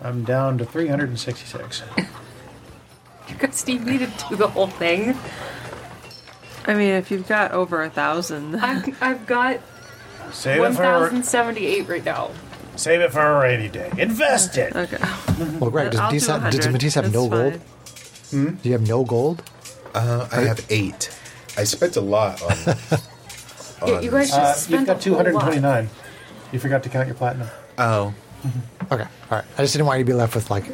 [SPEAKER 2] I'm down to 366.
[SPEAKER 4] You guys Steve me to do the whole thing.
[SPEAKER 3] I mean, if you've got over a thousand,
[SPEAKER 4] I've, I've got
[SPEAKER 2] Save it for
[SPEAKER 4] 1,078 right now.
[SPEAKER 2] save it for a rainy day. Invest it.
[SPEAKER 3] okay.
[SPEAKER 1] Well, Greg, does
[SPEAKER 3] I'll do
[SPEAKER 1] Matisse have, does
[SPEAKER 3] 100.
[SPEAKER 1] Matisse have
[SPEAKER 3] That's
[SPEAKER 1] no
[SPEAKER 3] fine.
[SPEAKER 1] gold? Do you have no gold?
[SPEAKER 7] Uh, I have eight. I spent a lot on.
[SPEAKER 4] Yeah, you guys just
[SPEAKER 2] Uh,
[SPEAKER 4] spent
[SPEAKER 2] you've got
[SPEAKER 4] a whole lot.
[SPEAKER 2] 229. You forgot to count your platinum.
[SPEAKER 5] Oh,
[SPEAKER 1] Okay, all right. I just didn't want you to be left with like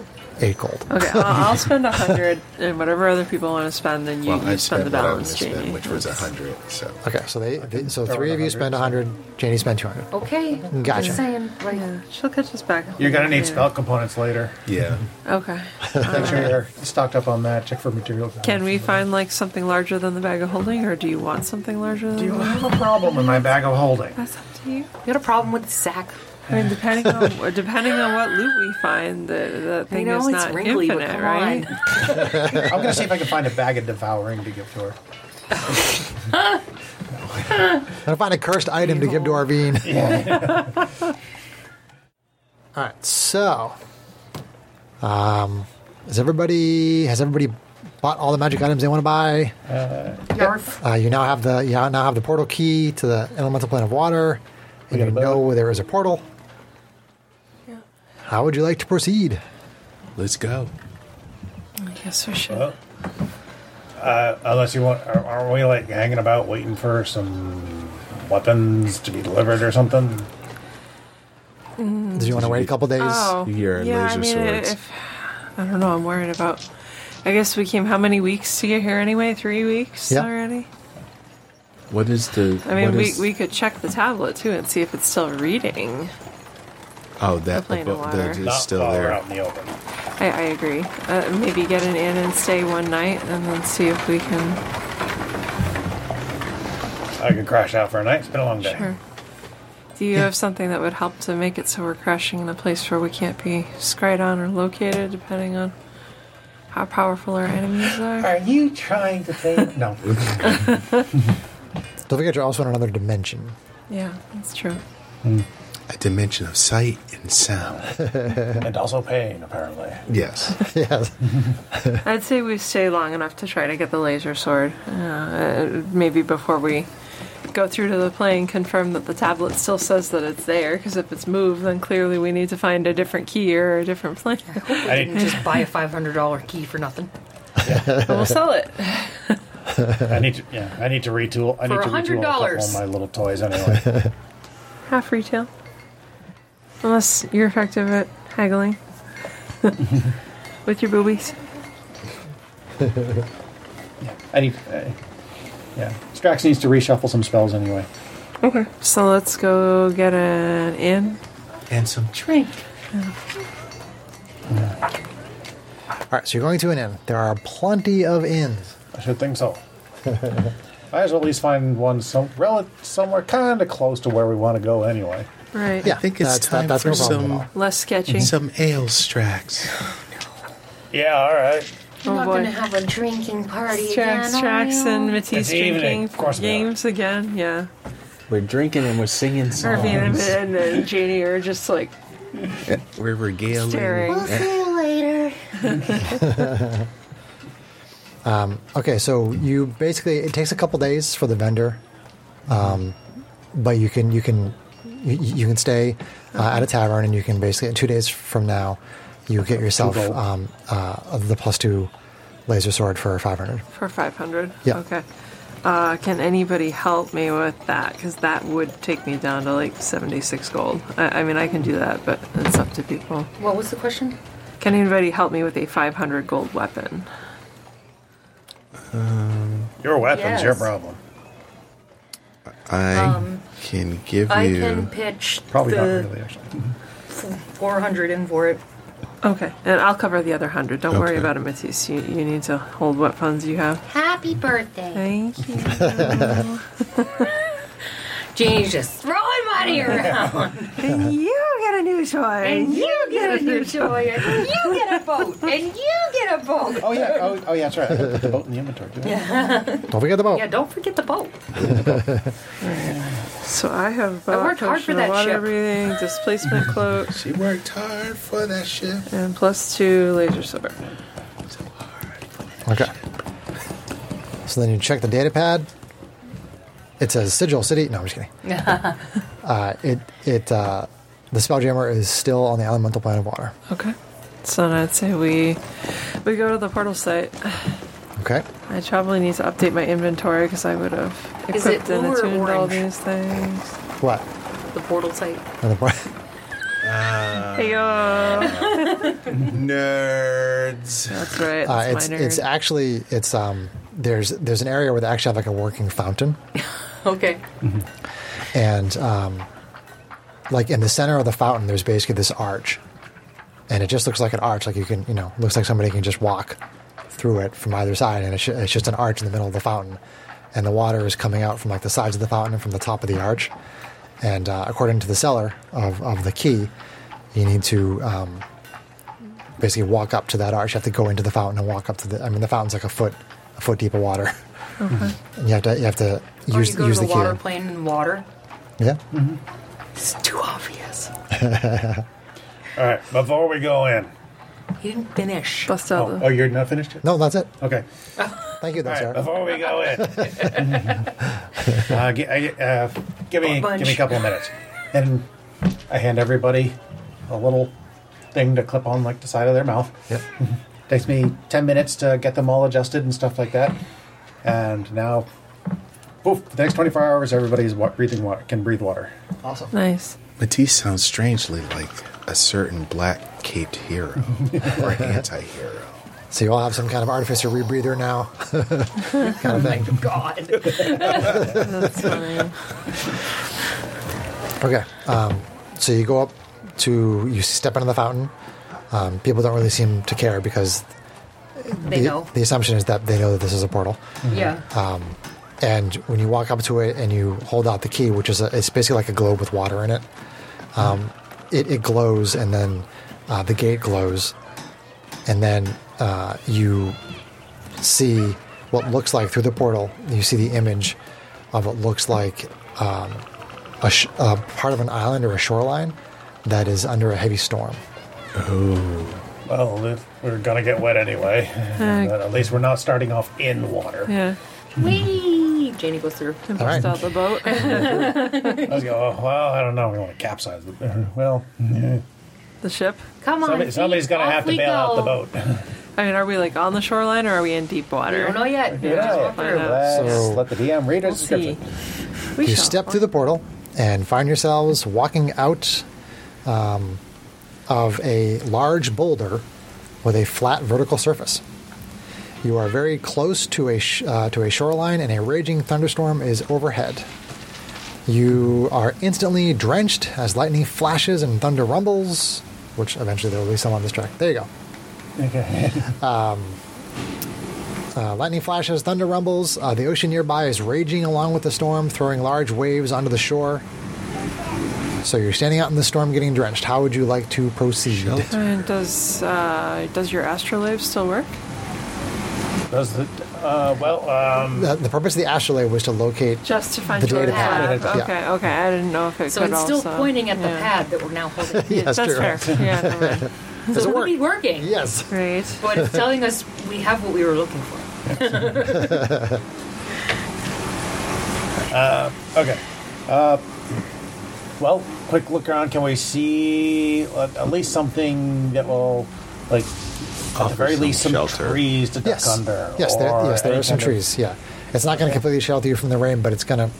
[SPEAKER 1] eight gold.
[SPEAKER 3] Okay, I'll, I'll spend a hundred, and whatever other people want to spend, then you,
[SPEAKER 7] well, I
[SPEAKER 3] you spend the
[SPEAKER 7] spent what I
[SPEAKER 3] balance,
[SPEAKER 7] was
[SPEAKER 3] Janie.
[SPEAKER 7] spent, which was a hundred. So
[SPEAKER 1] Okay, so they, they- so
[SPEAKER 2] throw
[SPEAKER 1] three
[SPEAKER 2] in
[SPEAKER 1] of you
[SPEAKER 2] 100,
[SPEAKER 1] spend
[SPEAKER 2] so-
[SPEAKER 1] hundred. Janie spent two hundred.
[SPEAKER 4] Okay.
[SPEAKER 1] Gotcha.
[SPEAKER 4] Just saying. Like,
[SPEAKER 3] She'll catch us back.
[SPEAKER 2] You're gonna need
[SPEAKER 3] Yeah.
[SPEAKER 2] spell components later.
[SPEAKER 7] yeah,
[SPEAKER 3] Okay.
[SPEAKER 2] Make sure you're stocked up on that. Check for material.
[SPEAKER 3] Can we find like something larger than the bag of holding, or do you want something larger
[SPEAKER 2] Do
[SPEAKER 3] than
[SPEAKER 2] you
[SPEAKER 3] that?
[SPEAKER 2] have a problem with my bag of holding?
[SPEAKER 3] That's up to you.
[SPEAKER 4] you got a problem with the sack.
[SPEAKER 3] I mean, depending on depending on what loot we find, the, the thing
[SPEAKER 4] know
[SPEAKER 3] is
[SPEAKER 4] it's
[SPEAKER 3] not
[SPEAKER 4] wrinkly, but
[SPEAKER 3] infinite,
[SPEAKER 4] come
[SPEAKER 3] right?
[SPEAKER 4] on.
[SPEAKER 2] I'm gonna see if I can find a bag of devouring to give to her.
[SPEAKER 1] And find a cursed item to give to Arvine. All right, so um, is everybody has everybody bought all the magic items they want to buy?
[SPEAKER 4] Yarf.
[SPEAKER 1] Uh, you now have the you now have the portal key to the elemental plane of water, and you know where there is a portal. How would you like to proceed?
[SPEAKER 7] let's go.
[SPEAKER 3] I guess we should.
[SPEAKER 2] Well, uh, unless you want, are, aren't we like hanging about waiting for some weapons to be delivered or something?
[SPEAKER 1] Do you want to wait a couple days?
[SPEAKER 3] oh,
[SPEAKER 7] your
[SPEAKER 3] yeah. I
[SPEAKER 7] laser
[SPEAKER 3] mean,
[SPEAKER 7] swords.
[SPEAKER 3] if I don't know, I'm worried about. I guess we came how many weeks to get here anyway? Three weeks
[SPEAKER 1] Yeah.
[SPEAKER 3] already.
[SPEAKER 7] What is the?
[SPEAKER 3] I mean,
[SPEAKER 7] what
[SPEAKER 3] we,
[SPEAKER 7] is-
[SPEAKER 3] we could check the tablet too and see if it's still reading.
[SPEAKER 7] Oh, that
[SPEAKER 3] plane of
[SPEAKER 7] but that
[SPEAKER 3] water.
[SPEAKER 7] is still
[SPEAKER 2] while we're
[SPEAKER 7] there.
[SPEAKER 2] out in the open.
[SPEAKER 3] I, I agree. Uh, maybe get an inn and stay one night, and then see if we can.
[SPEAKER 2] I could crash out for a night. It's been a long day.
[SPEAKER 3] Sure. Do you have something that would help to make it so we're crashing in a place where we can't be scryed on or located, depending on how powerful our enemies are?
[SPEAKER 2] Are you trying to think? no.
[SPEAKER 1] Don't forget, you're also in another dimension.
[SPEAKER 3] Yeah, that's true.
[SPEAKER 7] A dimension of sight and sound.
[SPEAKER 2] and also pain, apparently.
[SPEAKER 7] yes.
[SPEAKER 1] yes.
[SPEAKER 3] I'd say we stay long enough to try to get the laser sword. Uh, maybe before we go through to the plane, confirm that the tablet still says that it's there, because if it's moved, then clearly we need to find a different key or a different plane.
[SPEAKER 2] I
[SPEAKER 4] And
[SPEAKER 2] need,
[SPEAKER 4] just buy a $500 key for nothing.
[SPEAKER 3] but we'll sell it.
[SPEAKER 2] I need to. Yeah, I need to retool. I need
[SPEAKER 4] For
[SPEAKER 2] to retool a couple
[SPEAKER 4] $100.
[SPEAKER 2] of my little toys anyway.
[SPEAKER 3] Half retail. Unless you're effective at haggling. With your boobies.
[SPEAKER 2] I need. Uh, yeah, Strax needs to reshuffle some spells anyway.
[SPEAKER 3] Okay. So let's go get an in.
[SPEAKER 5] and some
[SPEAKER 4] Drink.
[SPEAKER 1] All right, so you're going to an inn. There are plenty of inns.
[SPEAKER 2] I should think so. I should at least find one some rel- somewhere kind of close to where we want to go anyway.
[SPEAKER 3] Right.
[SPEAKER 1] Yeah,
[SPEAKER 5] I think it's
[SPEAKER 1] that's,
[SPEAKER 5] time
[SPEAKER 1] that's no
[SPEAKER 5] for
[SPEAKER 1] problem
[SPEAKER 5] some-
[SPEAKER 1] at all.
[SPEAKER 3] Less sketchy.
[SPEAKER 5] some ale strax.
[SPEAKER 2] Yeah, all right.
[SPEAKER 6] We're
[SPEAKER 3] Oh
[SPEAKER 6] not
[SPEAKER 3] boy.
[SPEAKER 6] gonna have a drinking party
[SPEAKER 3] Tracks,
[SPEAKER 6] again,
[SPEAKER 3] tracks,
[SPEAKER 6] are you?
[SPEAKER 3] and Matisse
[SPEAKER 2] It's evening.
[SPEAKER 3] drinking
[SPEAKER 2] Of course we are.
[SPEAKER 3] games again. Yeah.
[SPEAKER 7] We're drinking and we're singing songs.
[SPEAKER 3] Irving and, and, and Janie are just like
[SPEAKER 7] We're regaling.
[SPEAKER 3] staring.
[SPEAKER 6] We'll see you later.
[SPEAKER 1] Okay, so you basically it takes a couple days for the vendor, um, but you can you can you, you can stay uh, at a tavern and you can basically two days from now you get yourself
[SPEAKER 2] gold.
[SPEAKER 1] um, uh, the plus two laser sword for five hundred.
[SPEAKER 3] For 500?
[SPEAKER 1] Yeah.
[SPEAKER 3] Okay. Uh, can anybody help me with that? Because that would take me down to like 76 gold. I, I mean, I can do that, but it's up to people.
[SPEAKER 4] What was the question?
[SPEAKER 3] Can anybody help me with a 500 gold weapon?
[SPEAKER 2] Your weapons, your
[SPEAKER 4] Yes.
[SPEAKER 2] problem.
[SPEAKER 7] I can give
[SPEAKER 4] I
[SPEAKER 7] you.
[SPEAKER 4] can pitch
[SPEAKER 2] Probably
[SPEAKER 4] the
[SPEAKER 2] not really, actually.
[SPEAKER 4] 400 in for it.
[SPEAKER 3] Okay, and I'll cover the other hundred. Don't worry
[SPEAKER 5] Okay.
[SPEAKER 3] about it, Matthias. You, you need to hold what funds you have.
[SPEAKER 6] Happy birthday.
[SPEAKER 3] Thank you.
[SPEAKER 4] Jeannie's just throwing money around.
[SPEAKER 3] and you get a new toy.
[SPEAKER 4] and you get a new toy. And you get a boat. And you get a boat.
[SPEAKER 8] Oh yeah, oh, oh yeah, that's right. I put the boat in the inventory. Too. Yeah.
[SPEAKER 1] Don't forget the boat.
[SPEAKER 4] Yeah, don't forget the boat.
[SPEAKER 3] So I have.
[SPEAKER 4] I worked hard
[SPEAKER 3] potion
[SPEAKER 4] for
[SPEAKER 3] of
[SPEAKER 4] that
[SPEAKER 3] water
[SPEAKER 4] ship.
[SPEAKER 3] breathing, displacement cloak,
[SPEAKER 5] She worked hard for that ship.
[SPEAKER 3] and plus two laser sword.
[SPEAKER 1] Okay. So then you check the data pad. It says Sigil City. No, I'm just kidding. uh, it it uh, the spelljammer is still on the elemental plane of water.
[SPEAKER 3] Okay. So then I'd say we we go to the portal site.
[SPEAKER 1] Okay.
[SPEAKER 3] I probably need to update my inventory because I would have
[SPEAKER 4] Is it
[SPEAKER 3] equipped and
[SPEAKER 4] blue or
[SPEAKER 3] attuned all
[SPEAKER 4] orange?
[SPEAKER 3] these things.
[SPEAKER 1] What?
[SPEAKER 4] The portal site.
[SPEAKER 1] Another part.
[SPEAKER 3] Hey yo,
[SPEAKER 5] Nerds.
[SPEAKER 3] that's right.
[SPEAKER 1] Uh,
[SPEAKER 3] That's
[SPEAKER 1] it's
[SPEAKER 3] minor.
[SPEAKER 1] it's actually it's um there's there's an area where they actually have like a working fountain
[SPEAKER 4] Okay.
[SPEAKER 1] and um like in the center of the fountain there's basically this arch and it just looks like an arch like you can you know looks like somebody can just walk through it from either side and it's, ju- it's just an arch in the middle of the fountain and the water is coming out from like the sides of the fountain and from the top of the arch and uh, according to the seller of, of the key you need to um, basically walk up to that arch you have to go into the fountain and walk up to the i mean the fountain's like a foot a foot deep of water and you have to you have to
[SPEAKER 4] Or
[SPEAKER 1] use
[SPEAKER 4] you go
[SPEAKER 1] use
[SPEAKER 4] to the,
[SPEAKER 1] the
[SPEAKER 4] water
[SPEAKER 1] key
[SPEAKER 4] plane and water.
[SPEAKER 1] yeah
[SPEAKER 4] It's too obvious.
[SPEAKER 2] All right, before we go in.
[SPEAKER 4] He didn't finish.
[SPEAKER 3] bust out
[SPEAKER 2] Oh,
[SPEAKER 3] the
[SPEAKER 2] oh, you're not finished yet?
[SPEAKER 1] no that's it
[SPEAKER 2] Okay.
[SPEAKER 1] thank you though,
[SPEAKER 2] All right,
[SPEAKER 1] Sarah.
[SPEAKER 2] before we go in. uh, gi- I- uh, give, me,
[SPEAKER 4] Bunch.
[SPEAKER 2] give me a couple of minutes. And I hand everybody a little thing to clip on like the side of their mouth.
[SPEAKER 1] Yep.
[SPEAKER 2] Takes me 10 minutes to get them all adjusted and stuff like that. And now, poof, the next 24 hours, everybody's wa- breathing water, can breathe water.
[SPEAKER 3] nice.
[SPEAKER 7] Matisse sounds strangely like a certain black caped hero or anti hero.
[SPEAKER 1] So you all have some kind of artificer rebreather now.
[SPEAKER 4] God.
[SPEAKER 3] That's funny.
[SPEAKER 1] okay. Um, so you go up to you step into the fountain. Um, people don't really seem to care because
[SPEAKER 4] They
[SPEAKER 1] the,
[SPEAKER 4] know.
[SPEAKER 1] the assumption is that they know that this is a portal.
[SPEAKER 4] Yeah.
[SPEAKER 1] And when you walk up to it and you hold out the key, which is a, it's basically like a globe with water in it, um, it, it glows and then uh, the gate glows. And then uh, you see what looks like through the portal, you see the image of what looks like um, a, sh- a part of an island or a shoreline that is under a heavy storm.
[SPEAKER 2] Well, if we're going to get wet anyway. But at least we're not starting off in water.
[SPEAKER 3] Yeah,
[SPEAKER 4] Whee! Janie goes through.
[SPEAKER 3] and
[SPEAKER 1] All right.
[SPEAKER 3] bust out the boat.
[SPEAKER 2] I was going, oh, well, I don't know. We want to capsize. the Well,
[SPEAKER 3] the ship.
[SPEAKER 6] Come on.
[SPEAKER 2] somebody, somebody's
[SPEAKER 6] Pete,
[SPEAKER 2] going to
[SPEAKER 6] off
[SPEAKER 2] have to
[SPEAKER 6] we
[SPEAKER 2] bail out the
[SPEAKER 6] go.
[SPEAKER 2] boat.
[SPEAKER 3] I mean, are we like on the shoreline or are we in deep
[SPEAKER 4] We
[SPEAKER 3] water?
[SPEAKER 4] don't know yet.
[SPEAKER 2] Yeah.
[SPEAKER 4] Just walk through.
[SPEAKER 3] out.
[SPEAKER 1] So-
[SPEAKER 2] Let's let the DM read
[SPEAKER 3] We'll
[SPEAKER 2] his description.
[SPEAKER 3] see. We
[SPEAKER 1] you
[SPEAKER 3] shall
[SPEAKER 1] step through the portal and find yourselves walking out um, of a large boulder with a flat vertical surface. You are very close to a sh- uh, to a shoreline, and a raging thunderstorm is overhead. You are instantly drenched as lightning flashes and thunder rumbles, which eventually there will be some on this track. There you go. Um, Uh, lightning flashes, thunder rumbles. Uh, the ocean nearby is raging along with the storm, throwing large waves onto the shore. So you're standing out in the storm, getting drenched. How would you like to proceed?
[SPEAKER 3] And does uh, does your astrolabe still work?
[SPEAKER 2] Does the, uh, well, um,
[SPEAKER 1] The, the purpose of the astrolabe was to locate.
[SPEAKER 3] Just to find
[SPEAKER 1] The
[SPEAKER 3] your
[SPEAKER 1] data pad.
[SPEAKER 3] lab.
[SPEAKER 1] Yeah.
[SPEAKER 3] Okay, okay. I didn't know if it
[SPEAKER 4] So
[SPEAKER 3] could
[SPEAKER 4] it's still
[SPEAKER 3] also-
[SPEAKER 4] pointing at the
[SPEAKER 3] yeah.
[SPEAKER 4] pad that we're now holding.
[SPEAKER 1] Yes,
[SPEAKER 3] That's
[SPEAKER 1] true.
[SPEAKER 3] fair. Yeah, never mind.
[SPEAKER 1] Does
[SPEAKER 4] so
[SPEAKER 1] it
[SPEAKER 4] it'll
[SPEAKER 1] work?
[SPEAKER 4] be working.
[SPEAKER 1] Yes.
[SPEAKER 3] Great.
[SPEAKER 4] But it's telling us we have what we were looking for.
[SPEAKER 2] okay. Uh, well, quick look around. Can we see at at least something that will, like, at the
[SPEAKER 7] Offer
[SPEAKER 2] very
[SPEAKER 7] some
[SPEAKER 2] least, some
[SPEAKER 7] shelter.
[SPEAKER 2] trees to duck
[SPEAKER 1] Yes.
[SPEAKER 2] under?
[SPEAKER 1] yes. There,
[SPEAKER 2] or
[SPEAKER 1] yes. There
[SPEAKER 2] any
[SPEAKER 1] are some
[SPEAKER 2] kind of-
[SPEAKER 1] trees. Yeah. It's not going to completely shelter you from the rain, but it's going to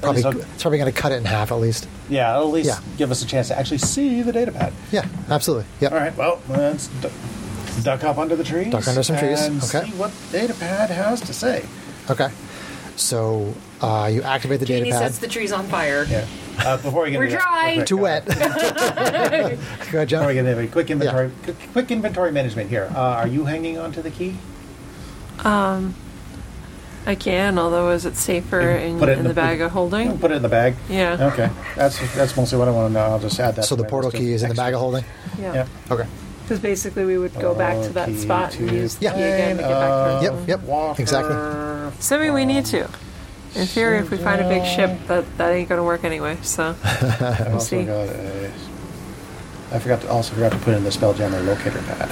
[SPEAKER 1] probably
[SPEAKER 2] not-
[SPEAKER 1] it's probably going to cut it in half at least.
[SPEAKER 2] yeah, at least
[SPEAKER 1] Yeah.
[SPEAKER 2] give us a chance to actually see the data pad.
[SPEAKER 1] Yeah. Absolutely. Yep.
[SPEAKER 2] All right. Well, let's du- duck up under the trees.
[SPEAKER 1] Duck under some trees,
[SPEAKER 2] and
[SPEAKER 1] okay.
[SPEAKER 2] See what data pad has to say.
[SPEAKER 1] Okay. So uh, you activate the
[SPEAKER 4] Janie
[SPEAKER 1] data pad.
[SPEAKER 4] sets the trees on fire.
[SPEAKER 2] Yeah. Uh, before we get
[SPEAKER 4] We're
[SPEAKER 2] into that,
[SPEAKER 4] dry.
[SPEAKER 2] real quick,
[SPEAKER 4] Too
[SPEAKER 2] uh,
[SPEAKER 1] wet. Go,
[SPEAKER 2] Before we
[SPEAKER 1] John.
[SPEAKER 2] get into it, quick inventory, quick- quick inventory management here. Uh, are you hanging on to the key?
[SPEAKER 3] I can, although is it safer in,
[SPEAKER 2] put it
[SPEAKER 3] in,
[SPEAKER 2] in
[SPEAKER 3] the,
[SPEAKER 2] the-
[SPEAKER 3] bag of holding?
[SPEAKER 2] Put it in the bag.
[SPEAKER 3] Yeah.
[SPEAKER 2] Okay. That's that's mostly what I want to know. I'll just add that.
[SPEAKER 1] So
[SPEAKER 2] to
[SPEAKER 1] the
[SPEAKER 2] my
[SPEAKER 1] portal
[SPEAKER 2] list of
[SPEAKER 1] key is in the
[SPEAKER 2] extra-
[SPEAKER 1] bag of holding?
[SPEAKER 3] Yeah.
[SPEAKER 2] Yeah.
[SPEAKER 1] Okay.
[SPEAKER 3] Because basically we would go back to that
[SPEAKER 2] Okay, uh,
[SPEAKER 3] spot and
[SPEAKER 2] to
[SPEAKER 3] use the
[SPEAKER 1] Yeah.
[SPEAKER 3] key again to get back to
[SPEAKER 1] Yep,
[SPEAKER 3] it.
[SPEAKER 1] yep. Exactly.
[SPEAKER 2] Water.
[SPEAKER 3] Assuming we need to. In theory, if we find a big ship, that, that ain't going to work anyway, so.
[SPEAKER 2] I also
[SPEAKER 3] see.
[SPEAKER 2] got a- I forgot to also forgot to put in the spelljammer locator pad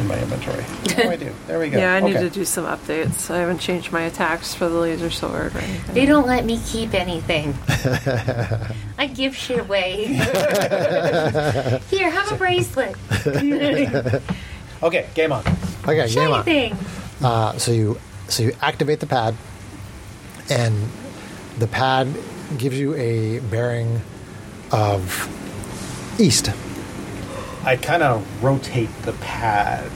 [SPEAKER 2] in my inventory. Oh, I do. There we go.
[SPEAKER 3] Yeah, I need
[SPEAKER 2] Okay.
[SPEAKER 3] to do some updates. I haven't changed my attacks for the laser sword or anything.
[SPEAKER 6] They don't let me keep anything. I give shit away. Here, have a bracelet.
[SPEAKER 2] Okay, game on.
[SPEAKER 1] Okay, game
[SPEAKER 6] Shiny
[SPEAKER 1] on.
[SPEAKER 6] thing.
[SPEAKER 1] Uh, so you so you activate the pad, and the pad gives you a bearing of east.
[SPEAKER 2] I kind of rotate the pad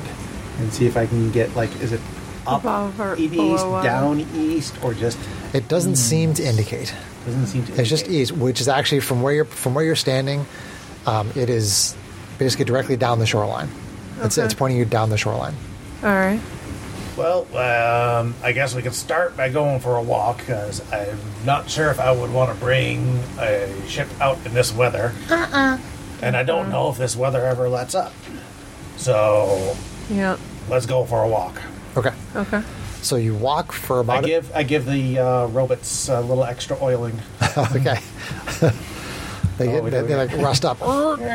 [SPEAKER 2] and see if I can get like, is it up
[SPEAKER 3] Above or
[SPEAKER 2] east,
[SPEAKER 3] below, uh,
[SPEAKER 2] down east, or just
[SPEAKER 1] It doesn't
[SPEAKER 2] Hmm.
[SPEAKER 1] seem to indicate.
[SPEAKER 2] doesn't seem to.
[SPEAKER 1] It's just
[SPEAKER 2] indicate.
[SPEAKER 1] east, which is actually from where you're from where you're standing. Um, it is basically directly down the shoreline. It's
[SPEAKER 3] Okay.
[SPEAKER 1] it's pointing you down the shoreline.
[SPEAKER 3] All right.
[SPEAKER 2] Well, um, I guess we could start by going for a walk because I'm not sure if I would want to bring a ship out in this weather. Uh-uh. And I don't know if this weather ever lets up. So
[SPEAKER 3] Yeah.
[SPEAKER 2] let's go for a walk.
[SPEAKER 1] Okay,
[SPEAKER 3] Okay.
[SPEAKER 1] so you walk for
[SPEAKER 2] I
[SPEAKER 1] about a-
[SPEAKER 2] give I give the uh, robots a little extra oiling.
[SPEAKER 1] okay. they
[SPEAKER 2] Oh,
[SPEAKER 1] get
[SPEAKER 2] we
[SPEAKER 1] they,
[SPEAKER 2] do-
[SPEAKER 1] they like rust up.
[SPEAKER 6] Why don't you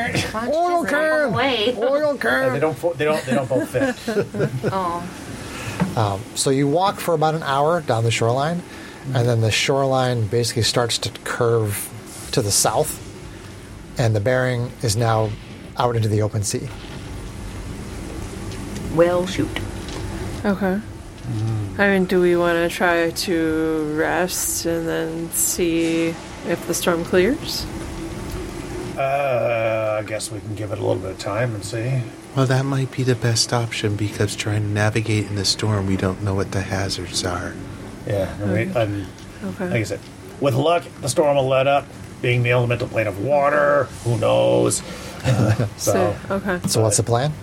[SPEAKER 1] Oil
[SPEAKER 6] just run
[SPEAKER 1] can,
[SPEAKER 6] away?
[SPEAKER 1] oil
[SPEAKER 2] And
[SPEAKER 1] can.
[SPEAKER 2] they don't fo- they don't they don't both fit.
[SPEAKER 6] Oh,
[SPEAKER 1] So you walk for about an hour down the shoreline, and then the shoreline basically starts to curve to the south, and the bearing is now out into the open sea.
[SPEAKER 4] Well, shoot.
[SPEAKER 3] Okay.
[SPEAKER 2] Mm-hmm.
[SPEAKER 3] I mean, do we want to try to rest and then see if the storm clears?
[SPEAKER 2] Uh, I guess we can give it a little bit of time and see.
[SPEAKER 5] Well, that might be the best option because trying to navigate in the storm, we don't know what the hazards are.
[SPEAKER 2] Yeah, I mean, I'm,
[SPEAKER 3] Okay.
[SPEAKER 2] like I said, with luck, the storm will let up. Being the elemental plane of water, who knows? Uh, so,
[SPEAKER 3] okay.
[SPEAKER 1] So what's the plan?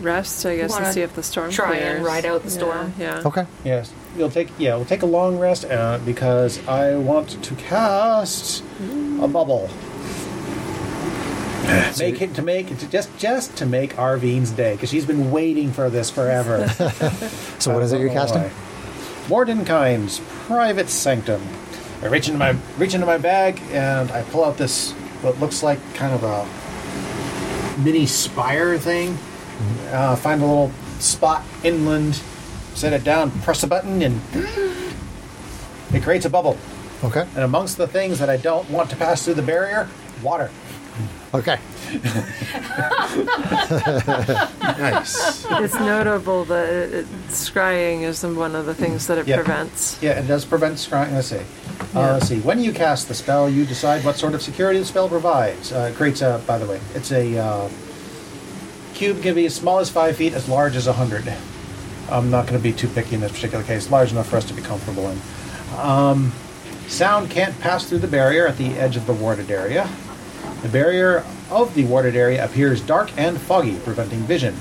[SPEAKER 3] Rest, I guess, and
[SPEAKER 4] wanna
[SPEAKER 3] see if the storm
[SPEAKER 4] try
[SPEAKER 3] clears.
[SPEAKER 4] and ride out the storm?
[SPEAKER 3] Yeah. yeah.
[SPEAKER 1] Okay.
[SPEAKER 2] yes, you'll take yeah, we'll take a long rest uh, because I want to cast a bubble. Make it to make to just just to make Arvine's day because she's been waiting for this forever.
[SPEAKER 1] So what is it you're casting?
[SPEAKER 2] Mordenkind's private sanctum. I reach into my reach into my bag and I pull out this what looks like kind of a mini spire thing. Uh, find a little spot inland, set it down, press a button, and it creates a bubble.
[SPEAKER 1] Okay.
[SPEAKER 2] And amongst the things that I don't want to pass through the barrier, water.
[SPEAKER 1] Okay.
[SPEAKER 5] Nice.
[SPEAKER 3] It's notable that it, it, scrying is one of the things that it
[SPEAKER 2] Yeah.
[SPEAKER 3] prevents.
[SPEAKER 2] Yeah, it does prevent scrying. Let's see. Uh, let's see. When you cast the spell, you decide what sort of security the spell provides. Uh, it creates a. By the way, it's a uh, cube can be as small as five feet, as large as a hundred. I'm not going to be too picky in this particular case. Large enough for us to be comfortable in. Um, sound can't pass through the barrier at the edge of the warded area. The barrier of the warded area appears dark and foggy, preventing vision.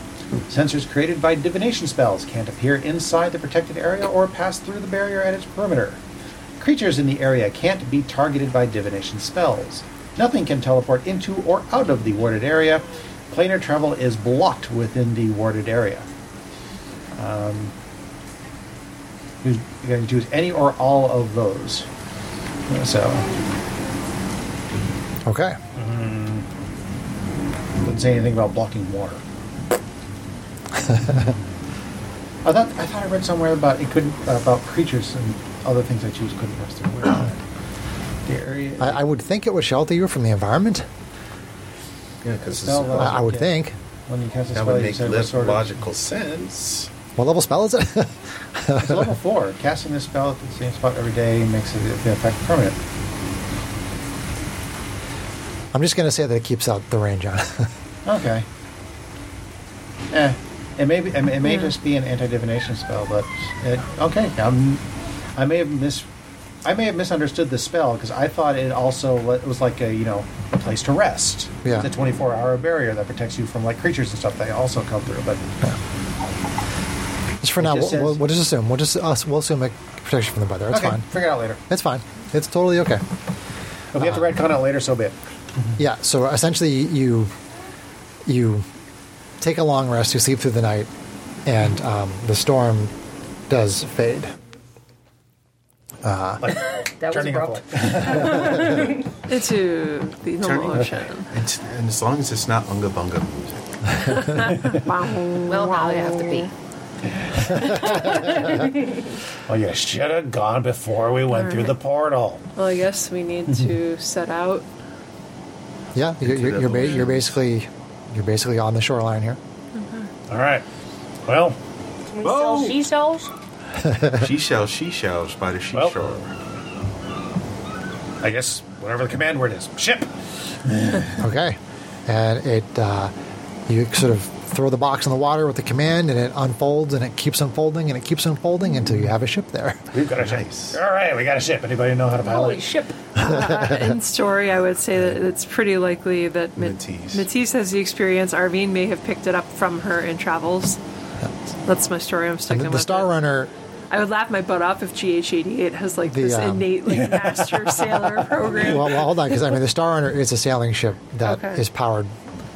[SPEAKER 2] Sensors created by divination spells can't appear inside the protected area or pass through the barrier at its perimeter. Creatures in the area can't be targeted by divination spells. Nothing can teleport into or out of the warded area. Planar travel is blocked within the warded area. Um, you you can choose any or all of those. So,
[SPEAKER 1] Okay.
[SPEAKER 2] Didn't say anything about blocking water. I thought I thought I read somewhere about it couldn't uh, about creatures and other things I choose couldn't pass through. Where is that? the area.
[SPEAKER 1] I, I would think it would shelter you from the environment.
[SPEAKER 5] Yeah, because
[SPEAKER 2] Spell level.
[SPEAKER 1] I, I would
[SPEAKER 2] Yeah.
[SPEAKER 1] think.
[SPEAKER 2] when you cast a
[SPEAKER 5] that
[SPEAKER 2] spell,
[SPEAKER 5] would
[SPEAKER 2] you
[SPEAKER 5] make
[SPEAKER 2] said what
[SPEAKER 5] lis-
[SPEAKER 2] sort of,
[SPEAKER 5] logical sense.
[SPEAKER 1] What level spell is it?
[SPEAKER 2] it's level four. Casting this spell at the same spot every day makes it the effect permanent.
[SPEAKER 1] I'm just going to say that it keeps out the rain, John.
[SPEAKER 2] Okay. Eh, it may be, it may, it may
[SPEAKER 3] Yeah.
[SPEAKER 2] eh, just be an anti divination spell, but it, okay, I'm, I may have mis I may have misunderstood the spell because I thought it also le- it was like a you know a place to rest.
[SPEAKER 1] Yeah.
[SPEAKER 2] The twenty four hour barrier that protects you from like creatures and stuff that also come through. But
[SPEAKER 1] Just for now, we'll,
[SPEAKER 2] just says-
[SPEAKER 1] we'll, we'll just assume. We'll just us. We'll assume it protection from the weather. It's
[SPEAKER 2] okay, Mm-hmm.
[SPEAKER 1] fine.
[SPEAKER 2] figure it out later.
[SPEAKER 1] It's fine. It's totally okay.
[SPEAKER 2] If we have to retcon it later, so be it.
[SPEAKER 1] Yeah. So essentially, you you take a long rest. You sleep through the night, and um, the storm does fade.
[SPEAKER 4] That was
[SPEAKER 2] Turning up
[SPEAKER 4] abrupt.
[SPEAKER 2] light.
[SPEAKER 3] Into the normal ocean.
[SPEAKER 5] And, and as long as it's not Unga Bunga music.
[SPEAKER 4] Well, now I have to be.
[SPEAKER 2] Oh, you should have gone before we went through the portal.
[SPEAKER 3] Well, I guess we need to
[SPEAKER 1] Mm-hmm.
[SPEAKER 3] set out.
[SPEAKER 1] Yeah. You're, you're, you're, ba- you're basically you're basically on the shoreline here.
[SPEAKER 2] All right. Well,
[SPEAKER 6] Can we sell she sells?
[SPEAKER 5] she shells, she shells by the she
[SPEAKER 2] Well.
[SPEAKER 5] shore.
[SPEAKER 2] I guess whatever the command word is, ship.
[SPEAKER 1] Okay. And it, uh, you sort of throw the box in the water with the command, and it unfolds, and it keeps unfolding, and it keeps unfolding until you have a ship there.
[SPEAKER 2] We've got a ship. All right, we got a ship. Anybody know how to
[SPEAKER 4] Holy
[SPEAKER 2] pilot?
[SPEAKER 4] ship.
[SPEAKER 3] Uh, in story, I would say that it's pretty likely that Ma-
[SPEAKER 5] Matisse.
[SPEAKER 3] Matisse has the experience. Arvine may have picked it up from her in travels. That's my story. I'm
[SPEAKER 1] And
[SPEAKER 3] sticking
[SPEAKER 1] the, the
[SPEAKER 3] with
[SPEAKER 1] Star
[SPEAKER 3] it.
[SPEAKER 1] Runner,
[SPEAKER 3] I would laugh my butt off if GH88 has like
[SPEAKER 1] The,
[SPEAKER 3] this
[SPEAKER 1] um,
[SPEAKER 3] innate like master sailor program.
[SPEAKER 1] well, well, hold on, because I mean, the Star Runner is a sailing ship that is
[SPEAKER 3] Okay.
[SPEAKER 1] powered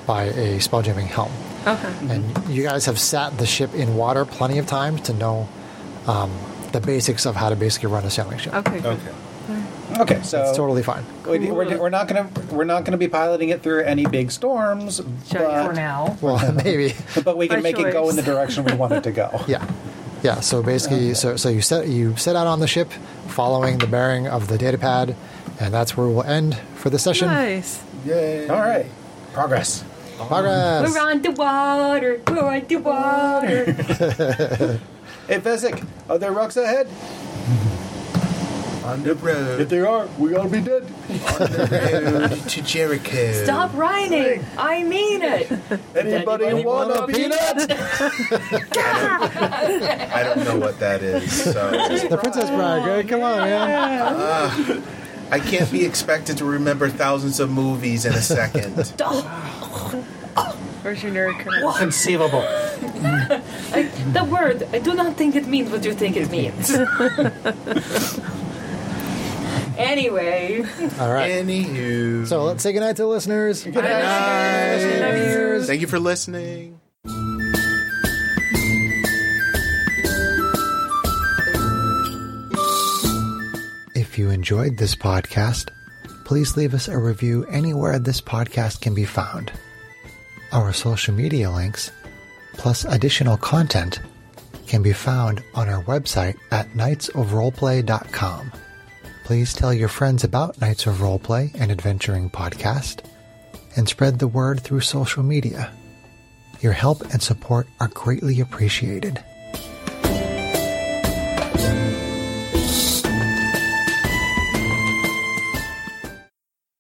[SPEAKER 1] by a spelljamming helm.
[SPEAKER 3] okay.
[SPEAKER 1] And you guys have sat the ship in water plenty of times to know um, the basics of how to basically run a sailing ship.
[SPEAKER 3] Okay. good.
[SPEAKER 2] Okay. Okay, so
[SPEAKER 1] It's totally fine.
[SPEAKER 2] we- we're, we're not gonna we're not gonna be piloting it through any big storms,
[SPEAKER 4] For
[SPEAKER 2] but,
[SPEAKER 4] now.
[SPEAKER 1] Well, maybe.
[SPEAKER 2] but we can
[SPEAKER 3] By
[SPEAKER 2] make it go in the
[SPEAKER 3] choice.
[SPEAKER 2] direction we want it to go.
[SPEAKER 1] Yeah, yeah. So basically, so so you set you set out on the ship, following the bearing of the data pad, and that's where we'll end for the session.
[SPEAKER 3] Nice.
[SPEAKER 2] All right. Progress.
[SPEAKER 1] Progress.
[SPEAKER 6] We're on the water. We're on the water.
[SPEAKER 2] Hey, Vesic, are there rocks ahead?
[SPEAKER 5] On the road,
[SPEAKER 2] there are, we gotta be dead.
[SPEAKER 5] on the road to Jericho.
[SPEAKER 4] Stop rhyming. I mean it.
[SPEAKER 2] Anybody want a peanut?
[SPEAKER 5] I don't know what that is, so
[SPEAKER 1] The Princess Bride. eh? Come on, man.
[SPEAKER 5] I can't be expected to remember thousands of movies in a second.
[SPEAKER 3] Where's your nerd current?
[SPEAKER 2] Conceivable.
[SPEAKER 4] The word, I do not think it means what you think it means. anyway,
[SPEAKER 1] All right.
[SPEAKER 5] Anywho,
[SPEAKER 1] So let's say goodnight to the listeners.
[SPEAKER 5] thank you for listening.
[SPEAKER 1] If you enjoyed this podcast, please leave us a review anywhere this podcast can be found. Our social media links, plus additional content, can be found on our website at knightsofroleplay.com. Please tell your friends about Knights of Roleplay and Adventuring Podcast and spread the word through social media. Your help and support are greatly appreciated.